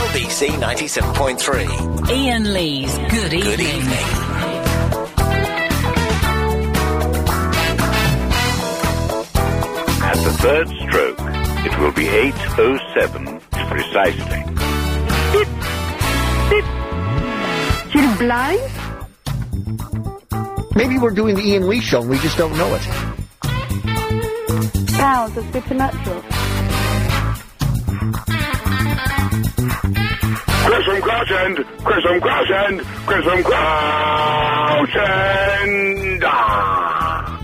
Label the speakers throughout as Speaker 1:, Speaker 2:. Speaker 1: LBC 97.3.
Speaker 2: Ian Lee's Good Evening.
Speaker 1: Good evening.
Speaker 3: At the third stroke, it will be oh- 8.07 precisely.
Speaker 4: You're blind?
Speaker 5: Maybe we're doing the Ian Lee show and we just don't know it.
Speaker 4: Powers of supernatural.
Speaker 6: Chrism Crouch End! Chrism Crouch End! Chrism Crouch End! Ah.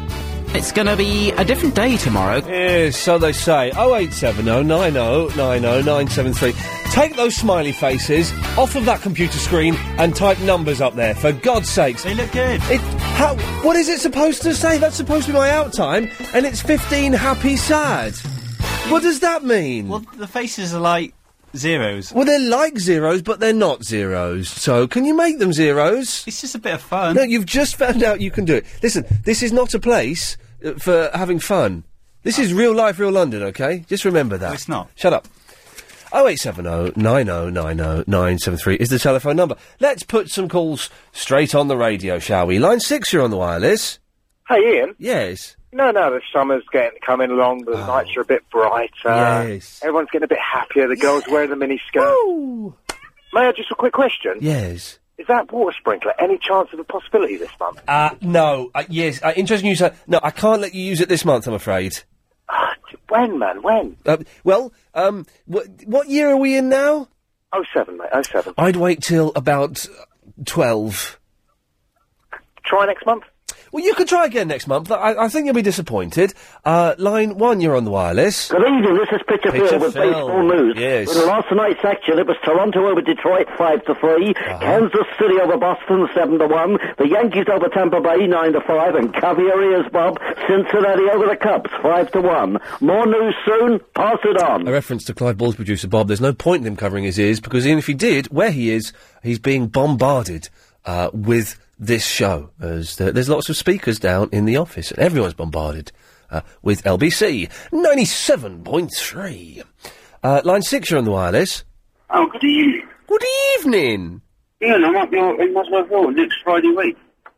Speaker 7: It's going to be a different day tomorrow.
Speaker 8: Yeah, so they say. 0870 90 90 973. Take those smiley faces off of that computer screen and type numbers up there, for God's sakes. They look good. It, how, what is it supposed to say? That's supposed to be my out time, and it's 15 happy sad. What does that mean? Well,
Speaker 9: The faces are like zeros.
Speaker 8: Well, they're like zeros, but they're not zeros. So, can you make them zeros?
Speaker 9: It's just a bit of fun.
Speaker 8: No, you've just found out you can do it. Listen, this is not a place uh, for having fun. This is real life, real London, okay? Just remember that. it's not. Shut up. 0870 9090 973 is the telephone number. Let's put some calls straight on the radio, shall we? Line 6, you're on the wireless.
Speaker 10: Hey, Ian.
Speaker 8: Yes. Ah.
Speaker 10: No, no, the summer's getting coming along. The nights are a bit brighter.
Speaker 8: Yes.
Speaker 10: Everyone's getting a bit happier. The girls wearing the mini skirt. May I just a quick question?
Speaker 8: Yes.
Speaker 10: Is that water sprinkler any chance of a possibility this month?
Speaker 8: Uh, no, uh, yes, uh, interesting you say. No, I can't let you use it this month, I'm afraid.
Speaker 10: When, man? When?
Speaker 8: Uh, well, um, wh- what year are we in now?
Speaker 10: Oh seven, mate. Oh seven.
Speaker 8: I'd wait till about uh, 12.
Speaker 10: Try next month?
Speaker 8: Well, you could try again next month. I, I think you'll be disappointed. Uh, line one, you're on the wireless.
Speaker 11: Good evening, this is Peter
Speaker 8: Peter
Speaker 11: Field with
Speaker 8: Phil.
Speaker 11: Baseball News.
Speaker 8: Yes.
Speaker 11: In last night's action, it was Toronto over Detroit 5 to 3,
Speaker 8: Uh-huh.
Speaker 11: Kansas City over Boston 7 to 1, the Yankees over Tampa Bay 9 to 5, and Cavaliers Bob, Cincinnati over the Cubs 5 to 1. More news soon, pass it on.
Speaker 8: A reference to Clive Ball's producer Bob. There's no point in him covering his ears because even if he did, where he is, he's being bombarded uh, with this show. As there, there's lots of speakers down in the office, and everyone's bombarded uh, with LBC ninety-seven point three. Uh, line six, you're on the wireless.
Speaker 12: Oh, good evening.
Speaker 8: Good evening.
Speaker 12: Ian, I'm up your, in Muswell Hill next Friday week.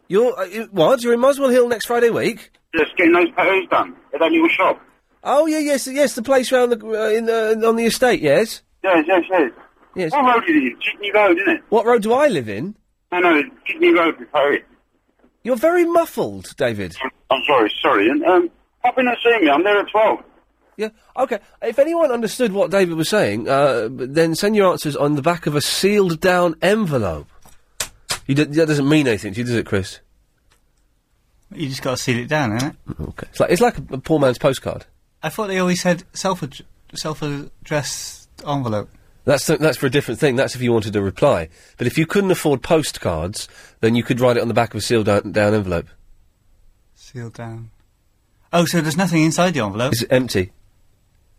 Speaker 8: You're uh, you- what? You're in Muswell Hill next Friday week.
Speaker 12: Just getting those potatoes done. They don't leave a shop.
Speaker 8: Oh yeah, yes, yes. The place round the uh, in uh, on the estate. Yes.
Speaker 12: Yes, yes, yes.
Speaker 8: Yes.
Speaker 12: What road is it? Jitney Road, isn't it?
Speaker 8: What road do I live in?
Speaker 12: No, no, Jitney Road is Harry.
Speaker 8: You're very muffled, David.
Speaker 12: I'm sorry, sorry. And, um, hop in and see me. I'm there at 12.
Speaker 8: Yeah. Okay. If anyone understood what David was saying, uh, b- then send your answers on the back of a sealed down envelope. You d- that doesn't mean anything to you, does it, Chris?
Speaker 9: You just got to seal it down, innit?
Speaker 8: Okay. It's like it's like a, a poor man's postcard.
Speaker 9: I thought they always had self ad- self addressed envelope.
Speaker 8: That's th- that's for a different thing. That's if you wanted a reply. But if you couldn't afford postcards, then you could write it on the back of a sealed down, down envelope.
Speaker 9: Sealed down. Oh, so there's nothing inside the envelope.
Speaker 8: It's empty.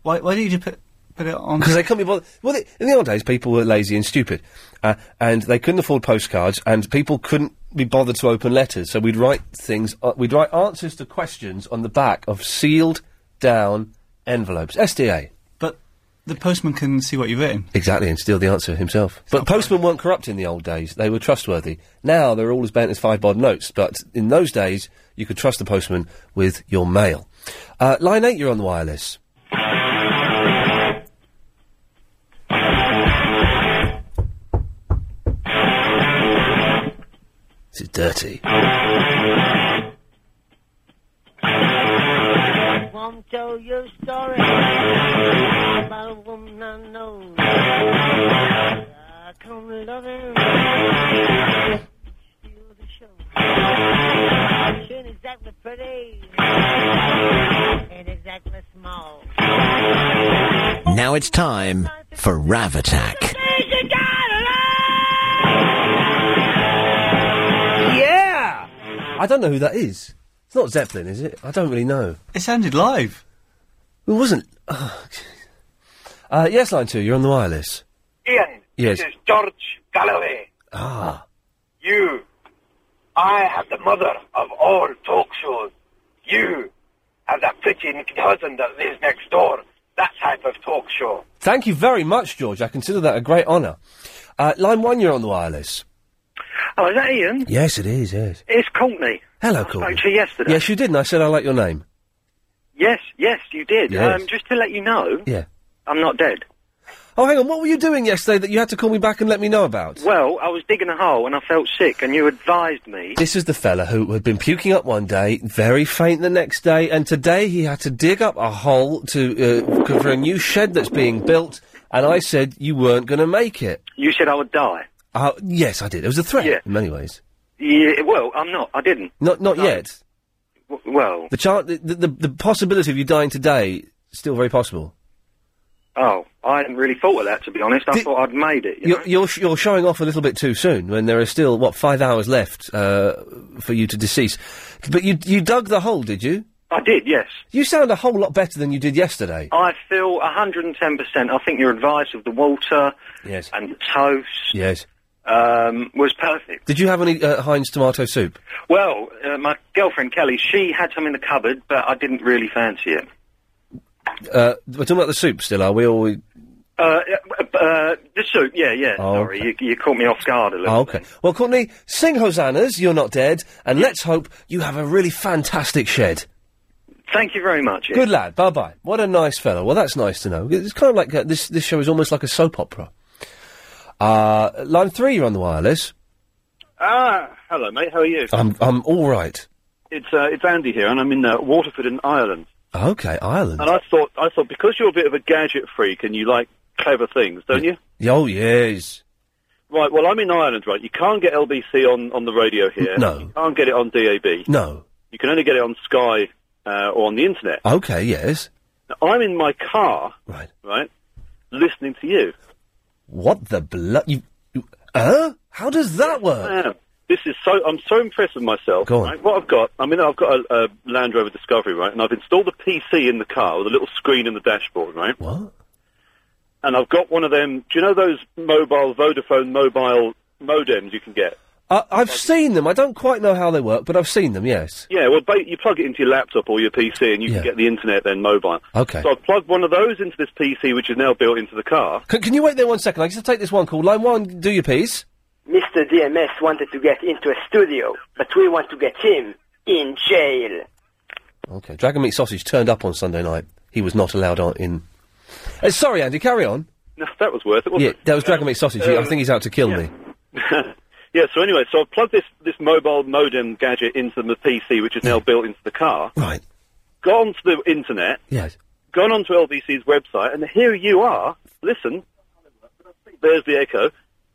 Speaker 9: Why, why did you put put it on?
Speaker 8: Because they couldn't be bothered. Well, they, in the old days, people were lazy and stupid, uh, and they couldn't afford postcards, and people couldn't be bothered to open letters. So we'd write things, uh, we'd write answers to questions on the back of sealed down envelopes. SDA.
Speaker 9: But the postman can see what you've written.
Speaker 8: Exactly, and steal the answer himself. But postmen weren't corrupt in the old days; they were trustworthy. Now they're all as bent as five bob notes. But in those days, you could trust the postman with your mail. Uh, line eight, you're on the wireless. This is dirty.
Speaker 13: Won't tell your story about a woman I know. I come loving. Steal the show. She ain't exactly pretty. Ain't exactly small.
Speaker 1: Now it's time for Rav Attack.
Speaker 8: Yeah! I don't know who that is. It's not Zeppelin, is it? I don't really know.
Speaker 9: It sounded live.
Speaker 8: It wasn't. Oh, uh, yes, line two, you're on the wireless.
Speaker 14: Ian.
Speaker 8: Yes.
Speaker 14: This is George Galloway.
Speaker 8: Ah.
Speaker 14: You. I am the mother of all talk shows. You have that pretty n- cousin that lives next door. That type of talk.
Speaker 15: talk show.
Speaker 8: Thank you very much, George. I consider that a great honour. Uh, line one, you're on the wireless.
Speaker 12: Oh, is that Ian?
Speaker 8: Yes, it is. Yes.
Speaker 12: It's Courtney.
Speaker 8: Hello,
Speaker 12: I
Speaker 8: Courtney.
Speaker 12: spoke to you yesterday.
Speaker 8: Yes, you did, and I said I like your name.
Speaker 12: Yes, yes, you did.
Speaker 8: Yes.
Speaker 12: Um, just to let you know,
Speaker 8: Yeah.
Speaker 12: I'm not dead.
Speaker 8: Oh, hang on. What were you doing yesterday that you had to call me back and let me know about?
Speaker 12: Well, I was digging a hole and I felt sick, and you advised me.
Speaker 8: This is the fella who had been puking up one day, very faint the next day, and today he had to dig up a hole to uh, cover a new shed that's being built. And I said you weren't going to make it.
Speaker 12: You said I would die.
Speaker 8: Uh, yes, I did. It was a threat in many ways.
Speaker 12: Yeah, well, I'm not. I didn't.
Speaker 8: Not not yet.
Speaker 12: W- well,
Speaker 8: The, chan the, the the possibility of you dying today still very possible.
Speaker 12: oh, I hadn't really thought of that to be honest. I thought I'd made it.
Speaker 8: You're, you're, sh- you're showing off a little bit too soon when there are still what five hours left uh, for you to decease. But you you dug the hole, did you?
Speaker 12: I did, yes.
Speaker 8: You sound a whole lot better than you did yesterday.
Speaker 12: I feel 110%. I think your advice of the water
Speaker 8: yes.
Speaker 12: and the toast
Speaker 8: Yes.
Speaker 12: um, was perfect.
Speaker 8: Did you have any uh, Heinz tomato soup?
Speaker 12: Well, uh, my girlfriend Kelly, she had some in the cupboard, but I didn't really fancy it.
Speaker 8: Uh, we're talking about the soup still, are we? Or we...
Speaker 12: Uh, uh, uh, the soup, yeah, yeah.
Speaker 8: Oh,
Speaker 12: sorry, you, you caught me off guard a little.
Speaker 8: Oh, okay. Well, Courtney, sing hosannas. You're not dead, and let's hope you have a really fantastic shed.
Speaker 12: Thank you very much. Ian.
Speaker 8: Good lad. Bye bye. What a nice fellow. Well, that's nice to know. It's kind of like uh, this. This show is almost like a soap opera. Uh, line three, you're on the wireless.
Speaker 16: Ah, hello, mate. How are you?
Speaker 8: I'm I'm all right.
Speaker 16: It's uh, it's Andy here, and I'm in uh, Waterford in Ireland.
Speaker 8: Okay, Ireland.
Speaker 16: And I thought I thought because you're a bit of a gadget freak and you like clever things, don't you?
Speaker 8: Oh yes.
Speaker 16: Right. Well, I'm in Ireland, right? You can't get LBC on on the radio here.
Speaker 8: No.
Speaker 16: You can't get it on DAB.
Speaker 8: No.
Speaker 16: You can only get it on Sky uh, or on the internet.
Speaker 8: Okay. Yes.
Speaker 16: Now, I'm in my car.
Speaker 8: Right.
Speaker 16: Right. Listening to you.
Speaker 8: What the blood? You, you- huh? How does that work?
Speaker 16: Man, this is so. I'm so impressed with myself.
Speaker 8: Go on.
Speaker 16: right? What I've got, I mean, I've got a, a Land Rover Discovery, right? And I've installed a PC in the car with a little screen in the dashboard, right?
Speaker 8: What?
Speaker 16: And I've got one of them. Do you know those mobile Vodafone mobile modems you can get?
Speaker 8: I, I've seen them. I don't quite know how they work, but I've seen them. Yes.
Speaker 16: Yeah, well, ba- you plug it into your laptop or your PC, and you
Speaker 8: Yeah.
Speaker 16: can get the internet then mobile.
Speaker 8: Okay.
Speaker 16: So I've plugged one of those into this PC, which is now built into the car.
Speaker 8: Can, can you wait there one second? I just take this one call. Line one, do your piece.
Speaker 17: Mr. DMS wanted to get into a studio, but we want to get him in jail.
Speaker 8: Okay. Dragon Meat Sausage turned up on Sunday night. He was not allowed on in. Uh, sorry, Andy. Carry on.
Speaker 16: No, that was worth it, wasn't
Speaker 8: yeah, that was Dragon Meat Sausage. He- I
Speaker 16: um,
Speaker 8: think he's out to kill me.
Speaker 16: it? yeah. So anyway, so I've plugged this this mobile modem gadget into the PC, which is now built into the car.
Speaker 8: Right.
Speaker 16: Gone to the internet.
Speaker 8: Yes.
Speaker 16: Gone onto LBC's website, and here you are. Listen. There's the echo.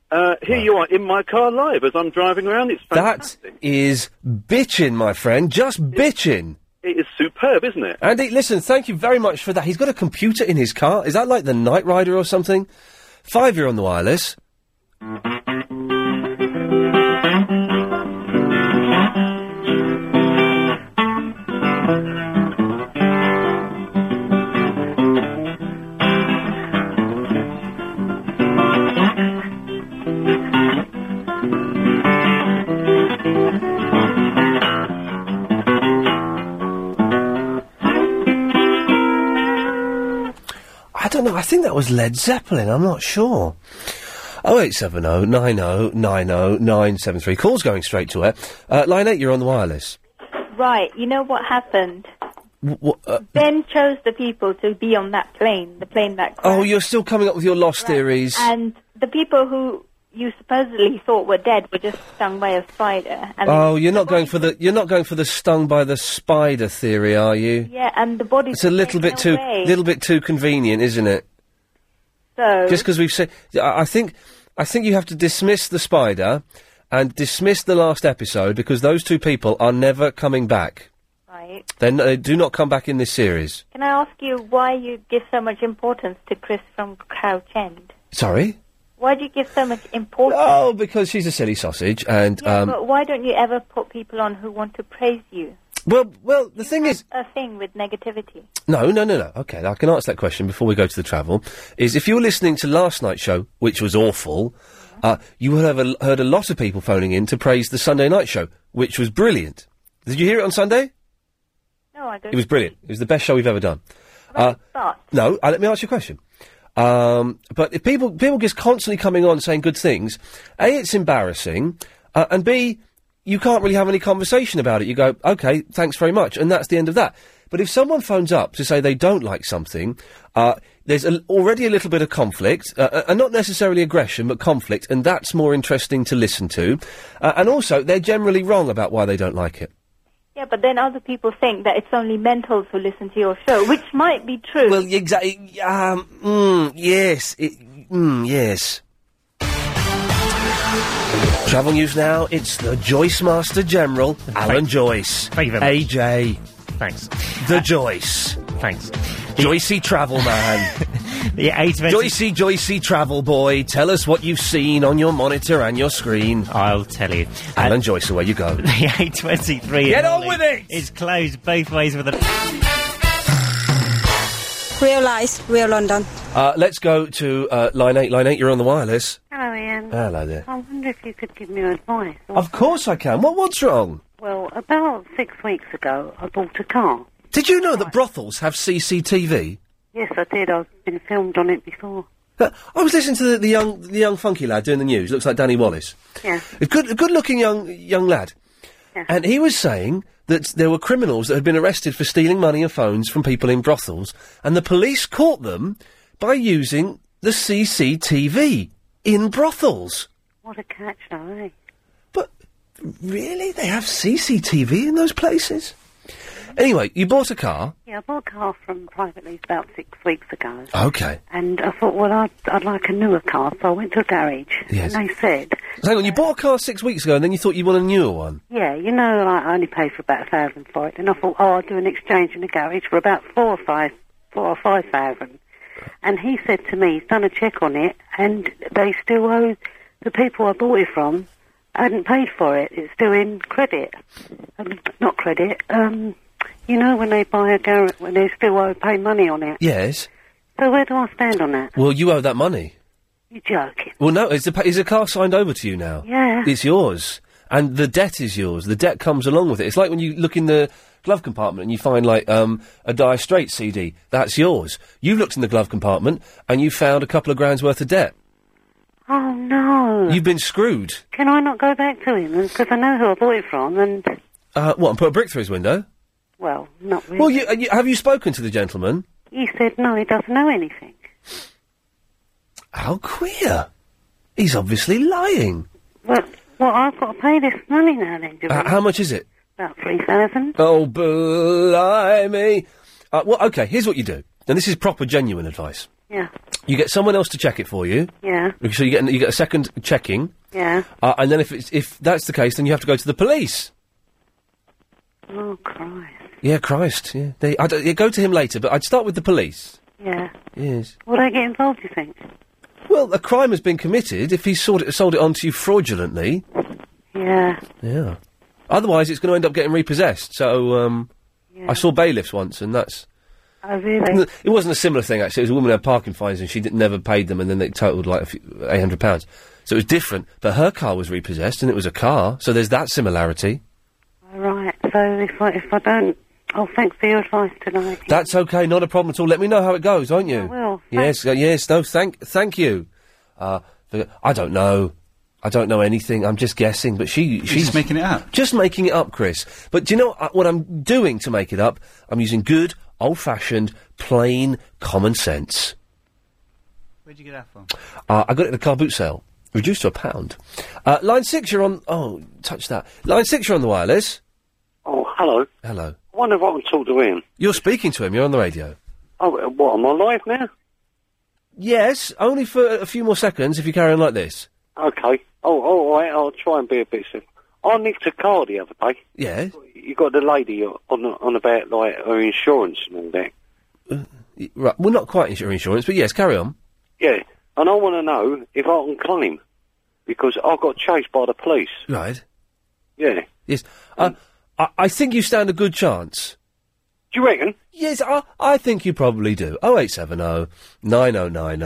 Speaker 16: Uh, here you are in my car live as I'm driving around. It's
Speaker 8: That is bitching, my friend. Just bitching.
Speaker 16: it is superb, isn't it?
Speaker 8: Andy, listen, thank you very much for that. He's got a computer in his car. Is that like the Knight Rider or something? Five, you're on the wireless. I don't know. I think that was Led Zeppelin. I'm not sure. 0870 90 90 973. Call's going straight to air. Uh, line 8, you're on the wireless.
Speaker 2: Right, you know what happened?
Speaker 8: W- w- uh,
Speaker 2: Ben chose the people to be on that plane, the plane that crashed.
Speaker 8: oh, you're still coming up with your lost theories.
Speaker 2: And the people who you supposedly thought were dead were just stung by a spider. And
Speaker 8: oh, you're not going for the you're not going for the stung by the spider theory, are you?
Speaker 2: yeah, and the bodies.
Speaker 8: It's a little bit too little bit too convenient, isn't it?
Speaker 2: So
Speaker 8: Just because we've said, I I think, I think you have to dismiss the spider and dismiss the last episode because those two people are never coming back.
Speaker 2: Right.
Speaker 8: They're n- they uh, do not come back in this series.
Speaker 2: Can I ask you why you give so much importance to Chris from Crouch End?
Speaker 8: Sorry.
Speaker 2: Why do you give so much importance?
Speaker 8: Oh, because she's a silly sausage, and
Speaker 2: Yeah,
Speaker 8: um,
Speaker 2: but why don't you ever put people on who want to praise you?
Speaker 8: well, well, the thing is,
Speaker 2: A thing with negativity.
Speaker 8: No, no, no, no. Okay, I can answer that question before we go to the travel. Is if you were listening to last night's show, which was awful, uh, you would have a, heard a lot of people phoning in to praise the Sunday night show, which was brilliant. Did you hear it on Sunday?
Speaker 2: No, I don't.
Speaker 8: It was brilliant. It was the best show we've ever done. Uh,
Speaker 2: But
Speaker 8: no, uh, let me ask you a question. Um, but if people people just constantly coming on saying good things, a it's embarrassing, uh, and b you can't really have any conversation about it. You go, okay, thanks very much, and that's the end of that. But if someone phones up to say they don't like something, uh, there's a, already a little bit of conflict, uh, uh, and not necessarily aggression, but conflict, and that's more interesting to listen to. Uh, and also, they're generally wrong about why they don't like it.
Speaker 2: yeah, but then other people think that it's only mentals who listen to your show, which might be true.
Speaker 8: Well, exactly. Um, mm, yes. It, mm, yes. Travel news now. It's the Joyce Master General, Alan Joyce. Thank you very much. AJ. Thanks. The Joyce. Thanks. Joycey Travel Man. the Joycey, Joycey Travel Boy. Tell us what you've seen on your monitor and your screen. I'll tell you. Alan Joyce, away you go. The
Speaker 18: A23.
Speaker 8: Get on with it!
Speaker 18: It's closed both ways with a.
Speaker 19: Real life, real London.
Speaker 8: Uh, let's go to uh, line eight. Line eight, you're on the wireless.
Speaker 20: Hello, Ian.
Speaker 8: Hello there. Oh.
Speaker 20: I wonder if you could give me advice.
Speaker 8: Of course I can. What? What's wrong?
Speaker 20: Well, about six weeks ago, I bought a car.
Speaker 8: Did you know that brothels have CCTV?
Speaker 20: Yes, I did. I've been filmed on it before.
Speaker 8: Uh, I was listening to the, the young the young funky lad doing the news. Looks like Danny Wallace.
Speaker 20: Yeah.
Speaker 8: A good a good looking young young lad, and he was saying that there were criminals that had been arrested for stealing money and phones from people in brothels, and the police caught them by using the CCTV in brothels.
Speaker 20: What a catch, though, eh?
Speaker 8: Really, they have CCTV in those places? Anyway, you bought a car.
Speaker 20: Yeah, I bought a car from privately about six weeks ago.
Speaker 8: Okay.
Speaker 20: And I thought, well, I'd, I'd like a newer car, so I went to a garage.
Speaker 8: Yes.
Speaker 20: And they said,
Speaker 8: So hang on, you bought a car six weeks ago, and then you thought you wanted a newer one.
Speaker 20: yeah, you know, like, I only paid for about a thousand for it. And I thought, oh, I'll do an exchange in the garage for about four or five, four or five thousand. And he said to me, he's done a check on it, and they still owe the people I bought it from hadn't paid for it. It's still in credit, um, not credit. Um, you know, when they buy a garage, when they still owe pay money on it.
Speaker 8: Yes.
Speaker 20: So where do I stand on that?
Speaker 8: Well, you owe that money.
Speaker 20: You joking?
Speaker 8: Well, no, is the, pa- is the car signed over to you now?
Speaker 20: Yeah.
Speaker 8: It's yours. And the debt is yours. The debt comes along with it. It's like when you look in the glove compartment and you find, like, um, a Dire Straits CD. That's yours. You looked in the glove compartment and you found a couple of grand's worth of debt.
Speaker 20: Oh no!
Speaker 8: You've been screwed.
Speaker 20: Can I not go back to him? Because I know who I bought it from, and
Speaker 8: Uh, what, and put a brick through his window?
Speaker 20: well, not really.
Speaker 8: Well, you, uh, you, have you spoken to the gentleman?
Speaker 20: He said no, he doesn't know anything.
Speaker 8: How queer. He's obviously lying.
Speaker 20: Well, well, I've got to pay this money now. Then do
Speaker 8: Uh,
Speaker 20: I?
Speaker 8: how much is it?
Speaker 20: about three thousand.
Speaker 8: Oh, blimey. Uh, well, okay, here's what you do. And this is proper, genuine advice.
Speaker 20: Yeah,
Speaker 8: You get someone else to check it for you.
Speaker 20: yeah,
Speaker 8: So you get an- you get a second checking,
Speaker 20: yeah.
Speaker 8: uh, and then if it's, if that's the case, then you have to go to the police.
Speaker 20: Oh Christ!
Speaker 8: Yeah, Christ. Yeah, they, I don't- yeah, go to him later, but I'd start with the police.
Speaker 20: Yeah.
Speaker 8: Yes.
Speaker 20: Will they get involved? Do you think?
Speaker 8: Well, a crime has been committed if he sold it sold it on to you fraudulently.
Speaker 20: Yeah.
Speaker 8: Yeah. Otherwise, it's going to end up getting repossessed. So, um, I saw bailiffs once, and that's
Speaker 20: Oh really?
Speaker 8: It wasn't a similar thing actually. It was a woman who had parking fines and she did, never paid them, and then they totaled like a few- eight hundred pounds. So it was different. But her car was repossessed, and it was a car. So there's that similarity.
Speaker 20: All right. So if I if I don't, oh, thanks for your advice tonight.
Speaker 8: That's okay, not a problem at all. Let me know how it goes, aren't you?
Speaker 20: I will.
Speaker 8: Yes, uh, yes. No, thank, thank you. Uh, the- I don't know. I don't know anything. I'm just guessing. But she, she's
Speaker 9: just making it up.
Speaker 8: Just making it up, Chris. But do you know uh, what I'm doing to make it up? I'm using good, old-fashioned, plain common sense.
Speaker 9: Where'd you get that from?
Speaker 8: Uh, I got it at a car boot sale, reduced to a pound. Uh, line six, you're on. Oh, touch that. Line six, you're on the wireless.
Speaker 12: Oh, hello.
Speaker 8: Hello.
Speaker 12: I wonder if I can talk to Ian.
Speaker 8: You're speaking to him. You're on the radio.
Speaker 12: Oh, uh, what, am I live now?
Speaker 8: Yes, only for a few more seconds if you carry on like this.
Speaker 12: Okay. Oh, all right, I'll try and be a bit simple. I nicked a car the other day.
Speaker 8: Yes.
Speaker 12: You got the lady on on about, like, her insurance and all that.
Speaker 8: Y- Right, well, not quite insur- insurance, but yes, carry on.
Speaker 12: Yeah, and I want to know if I can claim, because I got chased by the police.
Speaker 8: Right.
Speaker 12: Yeah.
Speaker 8: Yes.
Speaker 9: Mm.
Speaker 8: Uh, I, I think you stand a good chance.
Speaker 12: Do you reckon?
Speaker 8: Yes, I, I think you probably do. Oh, 0870 9090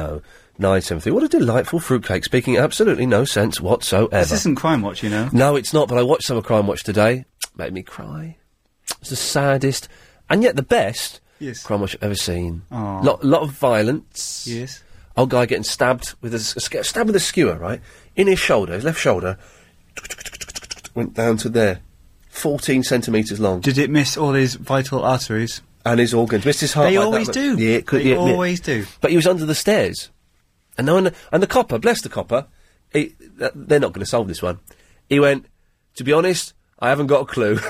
Speaker 8: 973. What a delightful fruitcake, speaking absolutely no sense whatsoever.
Speaker 9: This isn't Crime Watch, you know.
Speaker 8: No, it's not, but I watched Summer Crime Watch today. Made me cry. It's the saddest, and yet the best, yes. crime watch I've ever seen. Lot, lot of violence. Yes. Old guy getting stabbed with a, s- a ske- stabbed with a skewer, right in his shoulder, his left shoulder. Went down to there, fourteen centimeters long.
Speaker 21: Did it miss all his vital arteries
Speaker 8: and his organs? Missed his heart.
Speaker 21: They
Speaker 8: like that,
Speaker 21: always
Speaker 8: but-
Speaker 21: do.
Speaker 8: Yeah, it could,
Speaker 21: They
Speaker 8: yeah, yeah.
Speaker 21: always do.
Speaker 8: But he was under the stairs, and no one. And the copper, bless the copper, he, th- they're not going to solve this one. He went. To be honest, I haven't got a clue.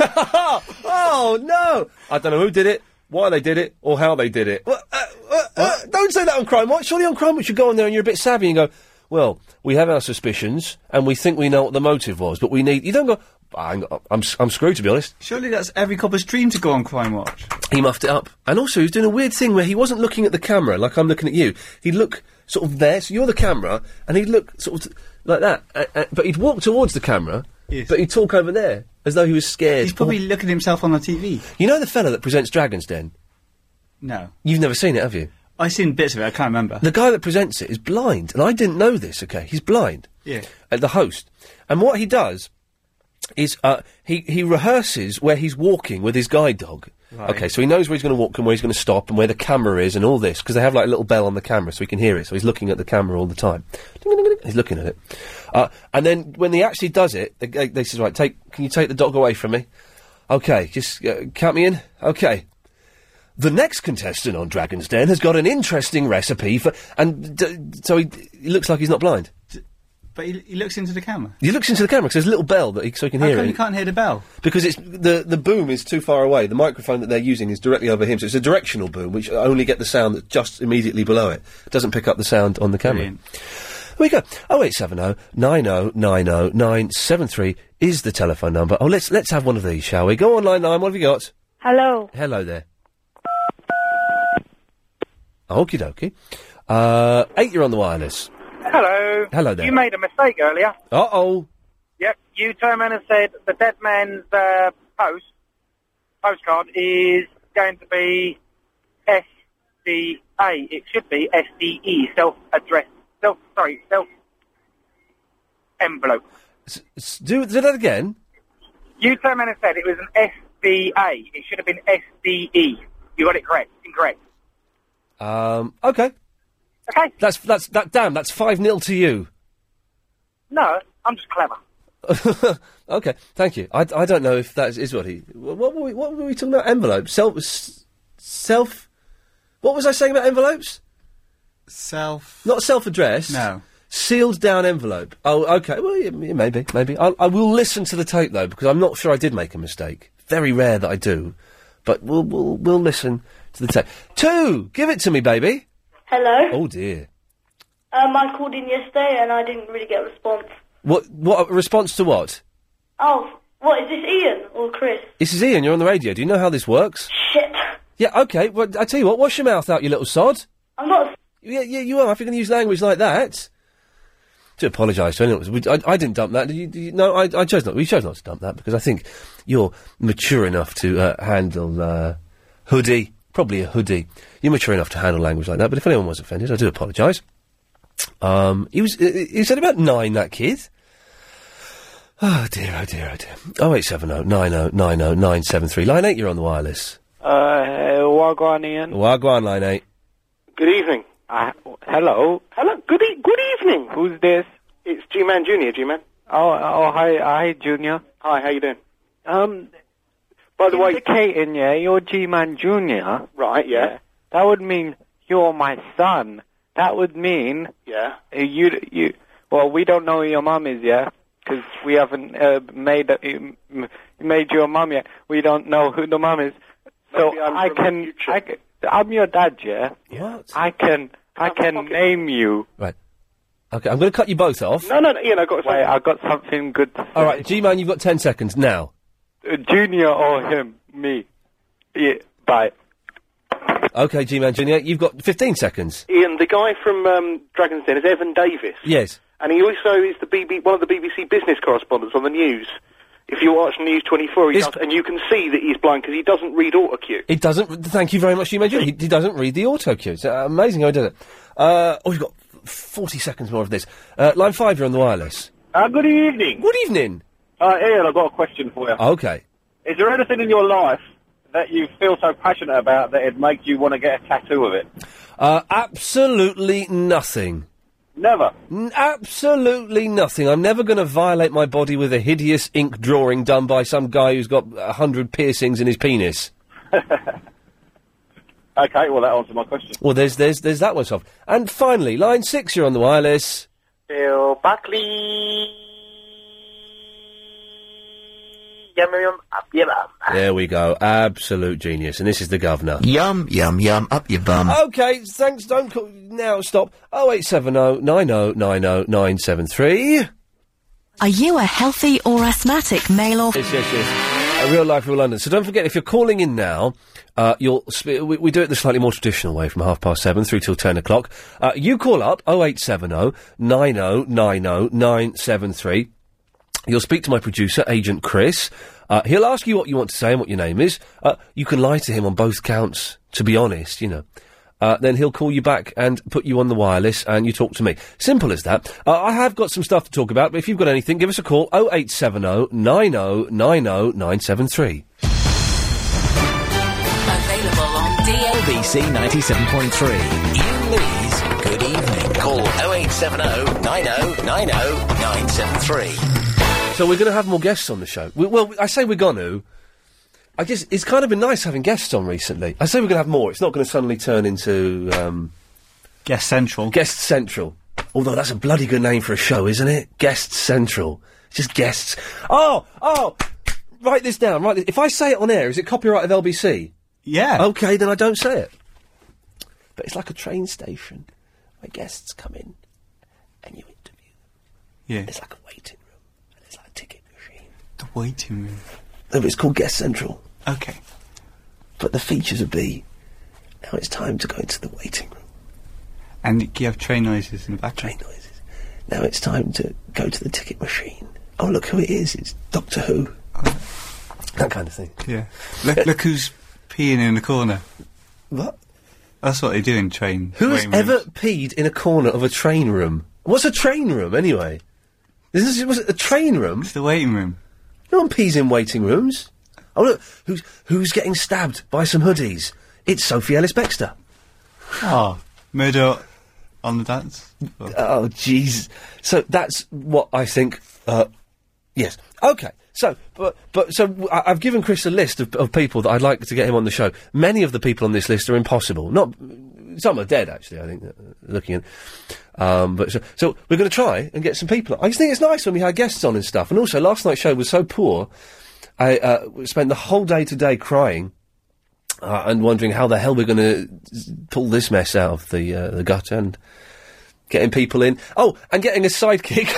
Speaker 8: oh no! I don't know who did it, why they did it, or how they did it. Well, uh, uh, uh, don't say that on Crime Watch. Surely on Crime Watch you go on there and you're a bit savvy and go, well, we have our suspicions and we think we know what the motive was, but we need. You don't go. I'm, I'm, I'm screwed to be honest.
Speaker 21: Surely that's every copper's dream to go on Crime Watch.
Speaker 8: He muffed it up. And also, he was doing a weird thing where he wasn't looking at the camera like I'm looking at you. He'd look sort of there, so you're the camera, and he'd look sort of t- like that. Uh, uh, but he'd walk towards the camera, but he'd talk over there as though he was scared. He's
Speaker 21: probably looking at himself on the TV.
Speaker 8: You know the fella that presents Dragon's Den?
Speaker 21: No.
Speaker 8: You've never seen it, have you?
Speaker 21: I've seen bits of it, I can't remember.
Speaker 8: The guy that presents it is blind, and I didn't know this, okay? He's blind.
Speaker 21: Yeah.
Speaker 8: uh, the host. And what he does is uh, he he rehearses where he's walking with his guide dog.
Speaker 16: Right.
Speaker 8: Okay, so he knows where he's going to walk and where he's going to stop and where the camera is and all this because they have like a little bell on the camera so he can hear it. So he's looking at the camera all the time. He's looking at it, uh, and then when he actually does it, they, they they says, "Right, take can you take the dog away from me? Okay, just uh, count me in. Okay, the next contestant on Dragon's Den has got an interesting recipe for, and d- so he, he looks like he's not blind.
Speaker 21: But he, he looks into the camera.
Speaker 8: He looks into the camera because there's a little bell that he, so he can
Speaker 21: How
Speaker 8: hear
Speaker 21: come
Speaker 8: it.
Speaker 21: you can't hear the bell?
Speaker 8: Because it's the the boom is too far away. The microphone that they're using is directly over him, so it's a directional boom, which I only get the sound that's just immediately below it. It doesn't pick up the sound on the camera. Here we go. Oh eight seven oh nine oh nine oh nine seven three is the telephone number. Oh, let's let's have one of these, shall we? Go on line nine. What have you got?
Speaker 22: Hello.
Speaker 8: Hello there. Okie dokie. Uh, eight, you're on the wireless.
Speaker 11: Hello.
Speaker 8: Hello there.
Speaker 11: You made a mistake earlier.
Speaker 8: Uh oh.
Speaker 11: Yep. You turned around and said the dead man's uh, post postcard is going to be S D A. It should be S D E. Self address. Self. Sorry. Self envelope.
Speaker 8: S- Do, do that again.
Speaker 11: You turned around and said it was an S D A. It should have been S D E. You got it correct. Incorrect.
Speaker 8: Um, okay.
Speaker 11: Okay.
Speaker 8: That's that's that. Damn, that's five 0 to you.
Speaker 11: No, I'm just clever.
Speaker 8: okay, thank you. I, I don't know if that is, is what he. What, what, were we, what were we talking about? Envelopes? Self. s- Self. What was I saying about envelopes?
Speaker 21: Self.
Speaker 8: Not self addressed.
Speaker 21: No.
Speaker 8: Sealed down envelope. Oh, okay. Well, yeah, yeah, maybe, maybe. I'll, I will listen to the tape though because I'm not sure I did make a mistake. Very rare that I do, but we'll we'll we'll listen to the tape. Two, give it to me, baby.
Speaker 2: Hello.
Speaker 8: Oh dear.
Speaker 2: Um, I called in yesterday and I didn't really get a response.
Speaker 8: What what response to what?
Speaker 2: Oh, what is this, Ian or Chris?
Speaker 8: This is Ian. You're on the radio. Do you know how this works?
Speaker 2: Shit.
Speaker 8: Yeah, okay. Well, I tell you what, wash your mouth out, you little sod.
Speaker 2: I'm not.
Speaker 8: Yeah, yeah, you are. If you're going to use language like that, to apologise to anyone. We- I, I didn't dump that. Did you, did you- no, I, I chose not. We chose not to dump that because I think you're mature enough to uh, handle uh, hoodie, probably a hoodie. You're mature enough to handle language like that. But if anyone was offended, I do apologise. Um, he was. He he said about nine. That kid. Oh dear, oh dear, oh dear. Oh eight seven oh nine oh nine oh nine seven three. Line eight, you're on the wireless.
Speaker 12: Uh, Wagwan Ian.
Speaker 8: Wagwan line eight.
Speaker 12: Good evening. Uh, hello.
Speaker 23: Hello. Good, e- good evening.
Speaker 12: Who's this?
Speaker 23: It's G-Man Junior. G-Man.
Speaker 12: Oh, oh, hi, hi, Junior.
Speaker 23: Hi. How you doing?
Speaker 12: Um,
Speaker 23: By the way,
Speaker 12: indicating yeah, you're G-Man Junior.
Speaker 23: Right. Yeah.
Speaker 12: That would mean you're my son. That would mean
Speaker 23: Yeah.
Speaker 12: uh, you, you. Well, we don't know who your mum is yet because we haven't uh, made uh, m- made your mum yet. We don't know who the mum is. So I can, I can. I'm your dad, yeah.
Speaker 8: What?
Speaker 12: I can. I can name you.
Speaker 8: Right. Okay, I'm going to cut you both off.
Speaker 12: No, no, no, Ian, I got. Wait, I got something good. To say.
Speaker 8: All right, G-Man, you've got ten seconds now.
Speaker 12: Uh, Junior or him, me. Yeah, bye.
Speaker 8: Okay, G-Man Junior, you've got fifteen seconds.
Speaker 23: Ian, the guy from um, Dragon's Den is Evan Davis,
Speaker 8: Yes.
Speaker 23: and he also is the BB, one of the BBC business correspondents on the news. If you watch News 24, he
Speaker 8: Is-
Speaker 23: does, and you can see that he's blind because he doesn't read autocue.
Speaker 8: It doesn't. Thank you very much, G-Man Junior. He, he doesn't read the auto cue. It's uh, amazing how he does it. Uh, oh, we've got forty seconds more of this. Uh, line five, you're on the wireless.
Speaker 24: Uh, good evening.
Speaker 8: Good evening.
Speaker 24: Uh, Ian, I've got a question for you.
Speaker 8: Okay.
Speaker 24: Is there anything in your life
Speaker 20: that you feel so passionate about that it makes you want to get a tattoo of it?
Speaker 8: Uh, absolutely nothing.
Speaker 20: Never.
Speaker 8: N- absolutely nothing. I'm never going to violate my body with a hideous ink drawing done by some guy who's got a hundred piercings in his penis.
Speaker 20: Okay, well, that answers my question.
Speaker 8: Well, there's there's there's that one solved. And finally, line six, you're on the wireless.
Speaker 25: Bill Buckley. Yum, yum, up, yum, up.
Speaker 8: There we go. Absolute genius. And this is the governor.
Speaker 26: Yum, yum, yum, up your bum.
Speaker 8: Okay, thanks. Don't call now. Stop. Oh eight seven oh nine oh nine oh nine seven three.
Speaker 4: Are you a healthy or asthmatic male or
Speaker 8: Yes, yes, yes. A real life, real London. So don't forget, if you're calling in now, uh, you'll sp- we, we do it the slightly more traditional way from half past seven through till ten o'clock. Uh, you call up 0870 oh, 9090 973. You'll speak to my producer, Agent Chris. Uh, he'll ask you what you want to say and what your name is. Uh, you can lie to him on both counts, to be honest, you know. Uh, then he'll call you back and put you on the wireless and you talk to me. Simple as that. Uh, I have got some stuff to talk about, but if you've got anything, give us a call 0870 973.
Speaker 26: Available on DAB. BBC 97.3. Ian Lee's Good Evening. Call 0870 90 90 oh, 973.
Speaker 8: So we're going to have more guests on the show. We, well, I say we're going to. I just it's kind of been nice having guests on recently. I say we're going to have more. It's not going to suddenly turn into um,
Speaker 21: guest central.
Speaker 8: Guest central. Although that's a bloody good name for a show, isn't it? Guest central. It's just guests. Oh, oh. Write this down. Right. If I say it on air, is it copyright of LBC?
Speaker 21: Yeah.
Speaker 8: Okay, then I don't say it. But it's like a train station where guests come in and you interview
Speaker 21: Yeah.
Speaker 8: It's like a waiting room and it's like a ticket machine.
Speaker 21: The waiting room.
Speaker 8: No, but it's called Guest Central.
Speaker 21: Okay.
Speaker 8: But the features would be now it's time to go into the waiting room.
Speaker 21: And you have train noises in the background.
Speaker 8: Train noises. Now it's time to go to the ticket machine. Oh, look who it is. It's Doctor Who. That kind of thing.
Speaker 21: Yeah. Look, look who's peeing in the corner.
Speaker 8: What?
Speaker 21: That's what they do in train.
Speaker 8: Who has
Speaker 21: waiting rooms.
Speaker 8: ever peed in a corner of a train room? What's a train room, anyway? This is was it a train room? It's
Speaker 21: the waiting room.
Speaker 8: No one pees in waiting rooms. Oh, look, who's, who's getting stabbed by some hoodies? It's Sophie Ellis-Bextor.
Speaker 21: Oh, murder on the dance? floor.
Speaker 8: Oh, jeez. So that's what I think. Uh, yes. Okay. So, but, but so w- I- I've given Chris a list of, of people that I'd like to get him on the show. Many of the people on this list are impossible. Not some are dead, actually. I think uh, looking at. Um, but so, so we're going to try and get some people. I just think it's nice when we had guests on and stuff. And also, last night's show was so poor. I uh, spent the whole day today crying uh, and wondering how the hell we're going to pull this mess out of the uh, the gutter and getting people in. Oh, and getting a sidekick.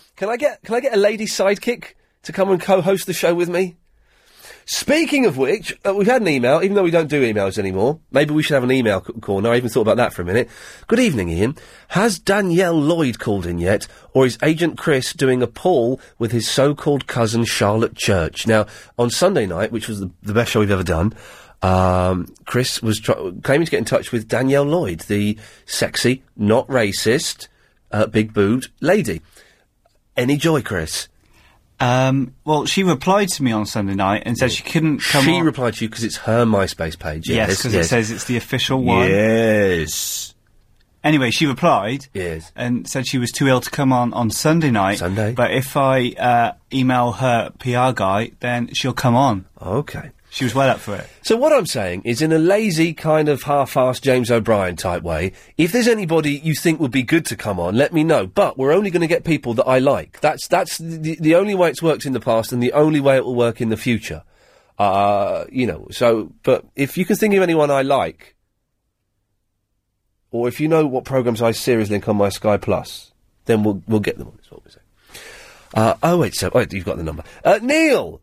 Speaker 8: can I get can I get a lady sidekick to come and co-host the show with me? Speaking of which, uh, we've had an email, even though we don't do emails anymore. Maybe we should have an email c- corner. I even thought about that for a minute. Good evening, Ian. Has Danielle Lloyd called in yet, or is Agent Chris doing a poll with his so-called cousin Charlotte Church? Now, on Sunday night, which was the, the best show we've ever done, um, Chris was tr- claiming to get in touch with Danielle Lloyd, the sexy, not racist, uh, big-boobed lady. Any joy, Chris?
Speaker 21: Um, well, she replied to me on Sunday night and said she couldn't come
Speaker 8: she
Speaker 21: on.
Speaker 8: replied to you because it's her MySpace page. Yes,
Speaker 21: yes, because it says it's the official one.
Speaker 8: Yes.
Speaker 21: Anyway, she replied.
Speaker 8: Yes.
Speaker 21: And said she was too ill to come on on Sunday night. Sunday. But if I uh, email her PR guy, then she'll come on.
Speaker 8: Okay.
Speaker 21: She was well up for it.
Speaker 8: So what I'm saying is, in a lazy kind of half-assed James O'Brien type way, if there's anybody you think would be good to come on, let me know. But we're only going to get people that I like. That's that's the, the only way it's worked in the past, and the only way it will work in the future. Uh, you know. So, but if you can think of anyone I like, or if you know what programs I seriously link on my Sky Plus, then we'll we'll get them on. Is what we're saying. Uh, oh wait, so oh, you've got the number. Uh, Neil.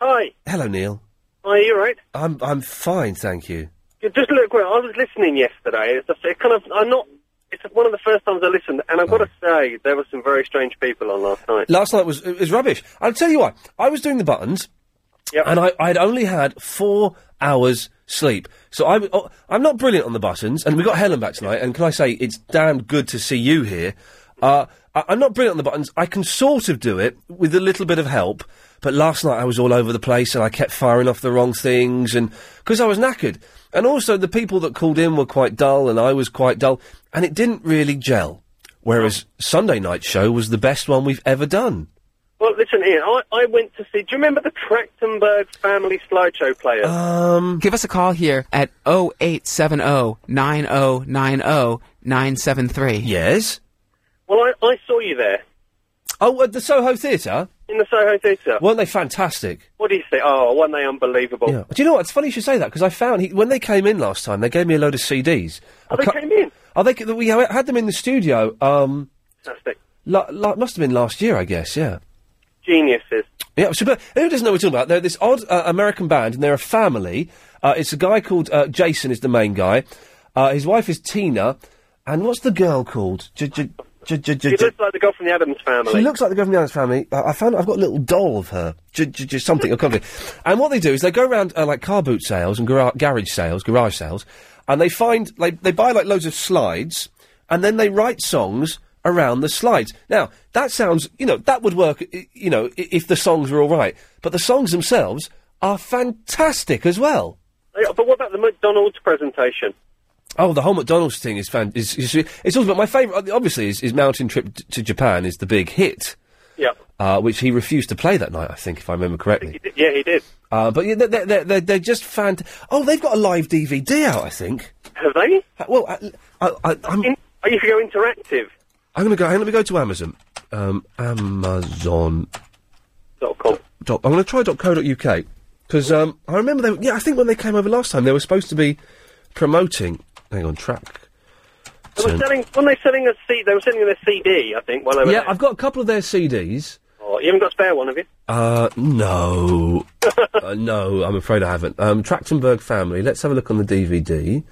Speaker 9: Hi.
Speaker 8: Hello, Neil.
Speaker 9: Are you right?
Speaker 8: I'm I'm fine, thank you.
Speaker 9: You Just look, well, I was listening yesterday. It's a, it kind of, I'm not. It's one of the first times I listened, and I've got to
Speaker 8: Oh.
Speaker 9: say there were some very strange people on last night.
Speaker 8: Last night was it was rubbish. I'll tell you why. I was doing the buttons, and I I'd only had four hours sleep. So I'm oh, I'm not brilliant on the buttons, and we got Helen back tonight. And can I say it's damn good to see you here. Uh, I, I'm not brilliant on the buttons. I can sort of do it with a little bit of help. But last night I was all over the place and I kept firing off the wrong things and because I was knackered. And also the people that called in were quite dull and I was quite dull and it didn't really gel. Whereas Sunday night show was the best one we've ever done.
Speaker 9: Well, listen, Ian, I, I went to see. Do you remember the Trachtenberg family slideshow player?
Speaker 8: Uh.
Speaker 5: Um, Give us a call here at 0870 9090 973.
Speaker 8: Yes.
Speaker 9: well, I, I saw you there
Speaker 8: Oh, at the Soho Theatre?
Speaker 9: in the Soho Theatre.
Speaker 8: Weren't they fantastic?
Speaker 9: What do you think? Oh, weren't they unbelievable?
Speaker 8: Yeah. Do you know what? It's funny you should say that because I found he, when they came in last time, they gave me a load of CDs.
Speaker 9: Oh, they came in.
Speaker 8: Oh, they c- we ha- had them in the studio. Um,
Speaker 9: Fantastic.
Speaker 8: la- la- must have been last year, I guess. Yeah.
Speaker 9: Geniuses.
Speaker 8: Yeah, it was superb. And Who doesn't know what we're talking about? They're this odd uh, American band, and they're a family. Uh, it's a guy called uh, Jason is the main guy. Uh, his wife is Tina, and what's the girl called? J- j- j- j- j-
Speaker 9: She looks like the girl from the Adams family.
Speaker 8: She looks like the girl from the Adams family. I, I found I've got a little doll of her, j- j- j- something or something. And what they do is they go around uh, like car boot sales and gara- garage sales, garage sales, and they find they they buy like loads of slides, and then they write songs around the slides. Now that sounds you know that would work i- you know i- if the songs were all right, but the songs themselves are fantastic as well.
Speaker 9: Yeah, But what about the McDonald's presentation?
Speaker 8: Oh, the whole McDonald's thing is fan. Is, is, it's also my favourite. Obviously, is, is Mountain Trip t- to Japan is the big hit,
Speaker 9: Yeah.
Speaker 8: uh, which he refused to play that night. I think, if I remember correctly.
Speaker 9: Yeah, he did.
Speaker 8: Uh, but yeah, they're, they're, they're, they're just fan. Oh, they've got a live DVD out. I think. Uh,
Speaker 9: Have they?
Speaker 8: Well, I, I, I, I'm.
Speaker 9: Are you go interactive?
Speaker 8: I'm going to go. Hang on, let me go to Amazon. Um, Amazon.
Speaker 9: Dot com.
Speaker 8: Dot, I'm going to try dot co dot uk because um, I remember they. Yeah, I think when they came over last time, they were supposed to be promoting. Hang on, track.
Speaker 9: They were
Speaker 8: Turn-
Speaker 9: selling. Weren't they selling a C? They were selling their CD, I think, while they were
Speaker 8: yeah,
Speaker 9: there.
Speaker 8: I've got a couple of their CDs.
Speaker 9: Oh, you haven't got a spare one, have you?
Speaker 8: Uh, no. uh, no, I'm afraid I haven't. Um, Trachtenberg Family, let's have a look on the DVD.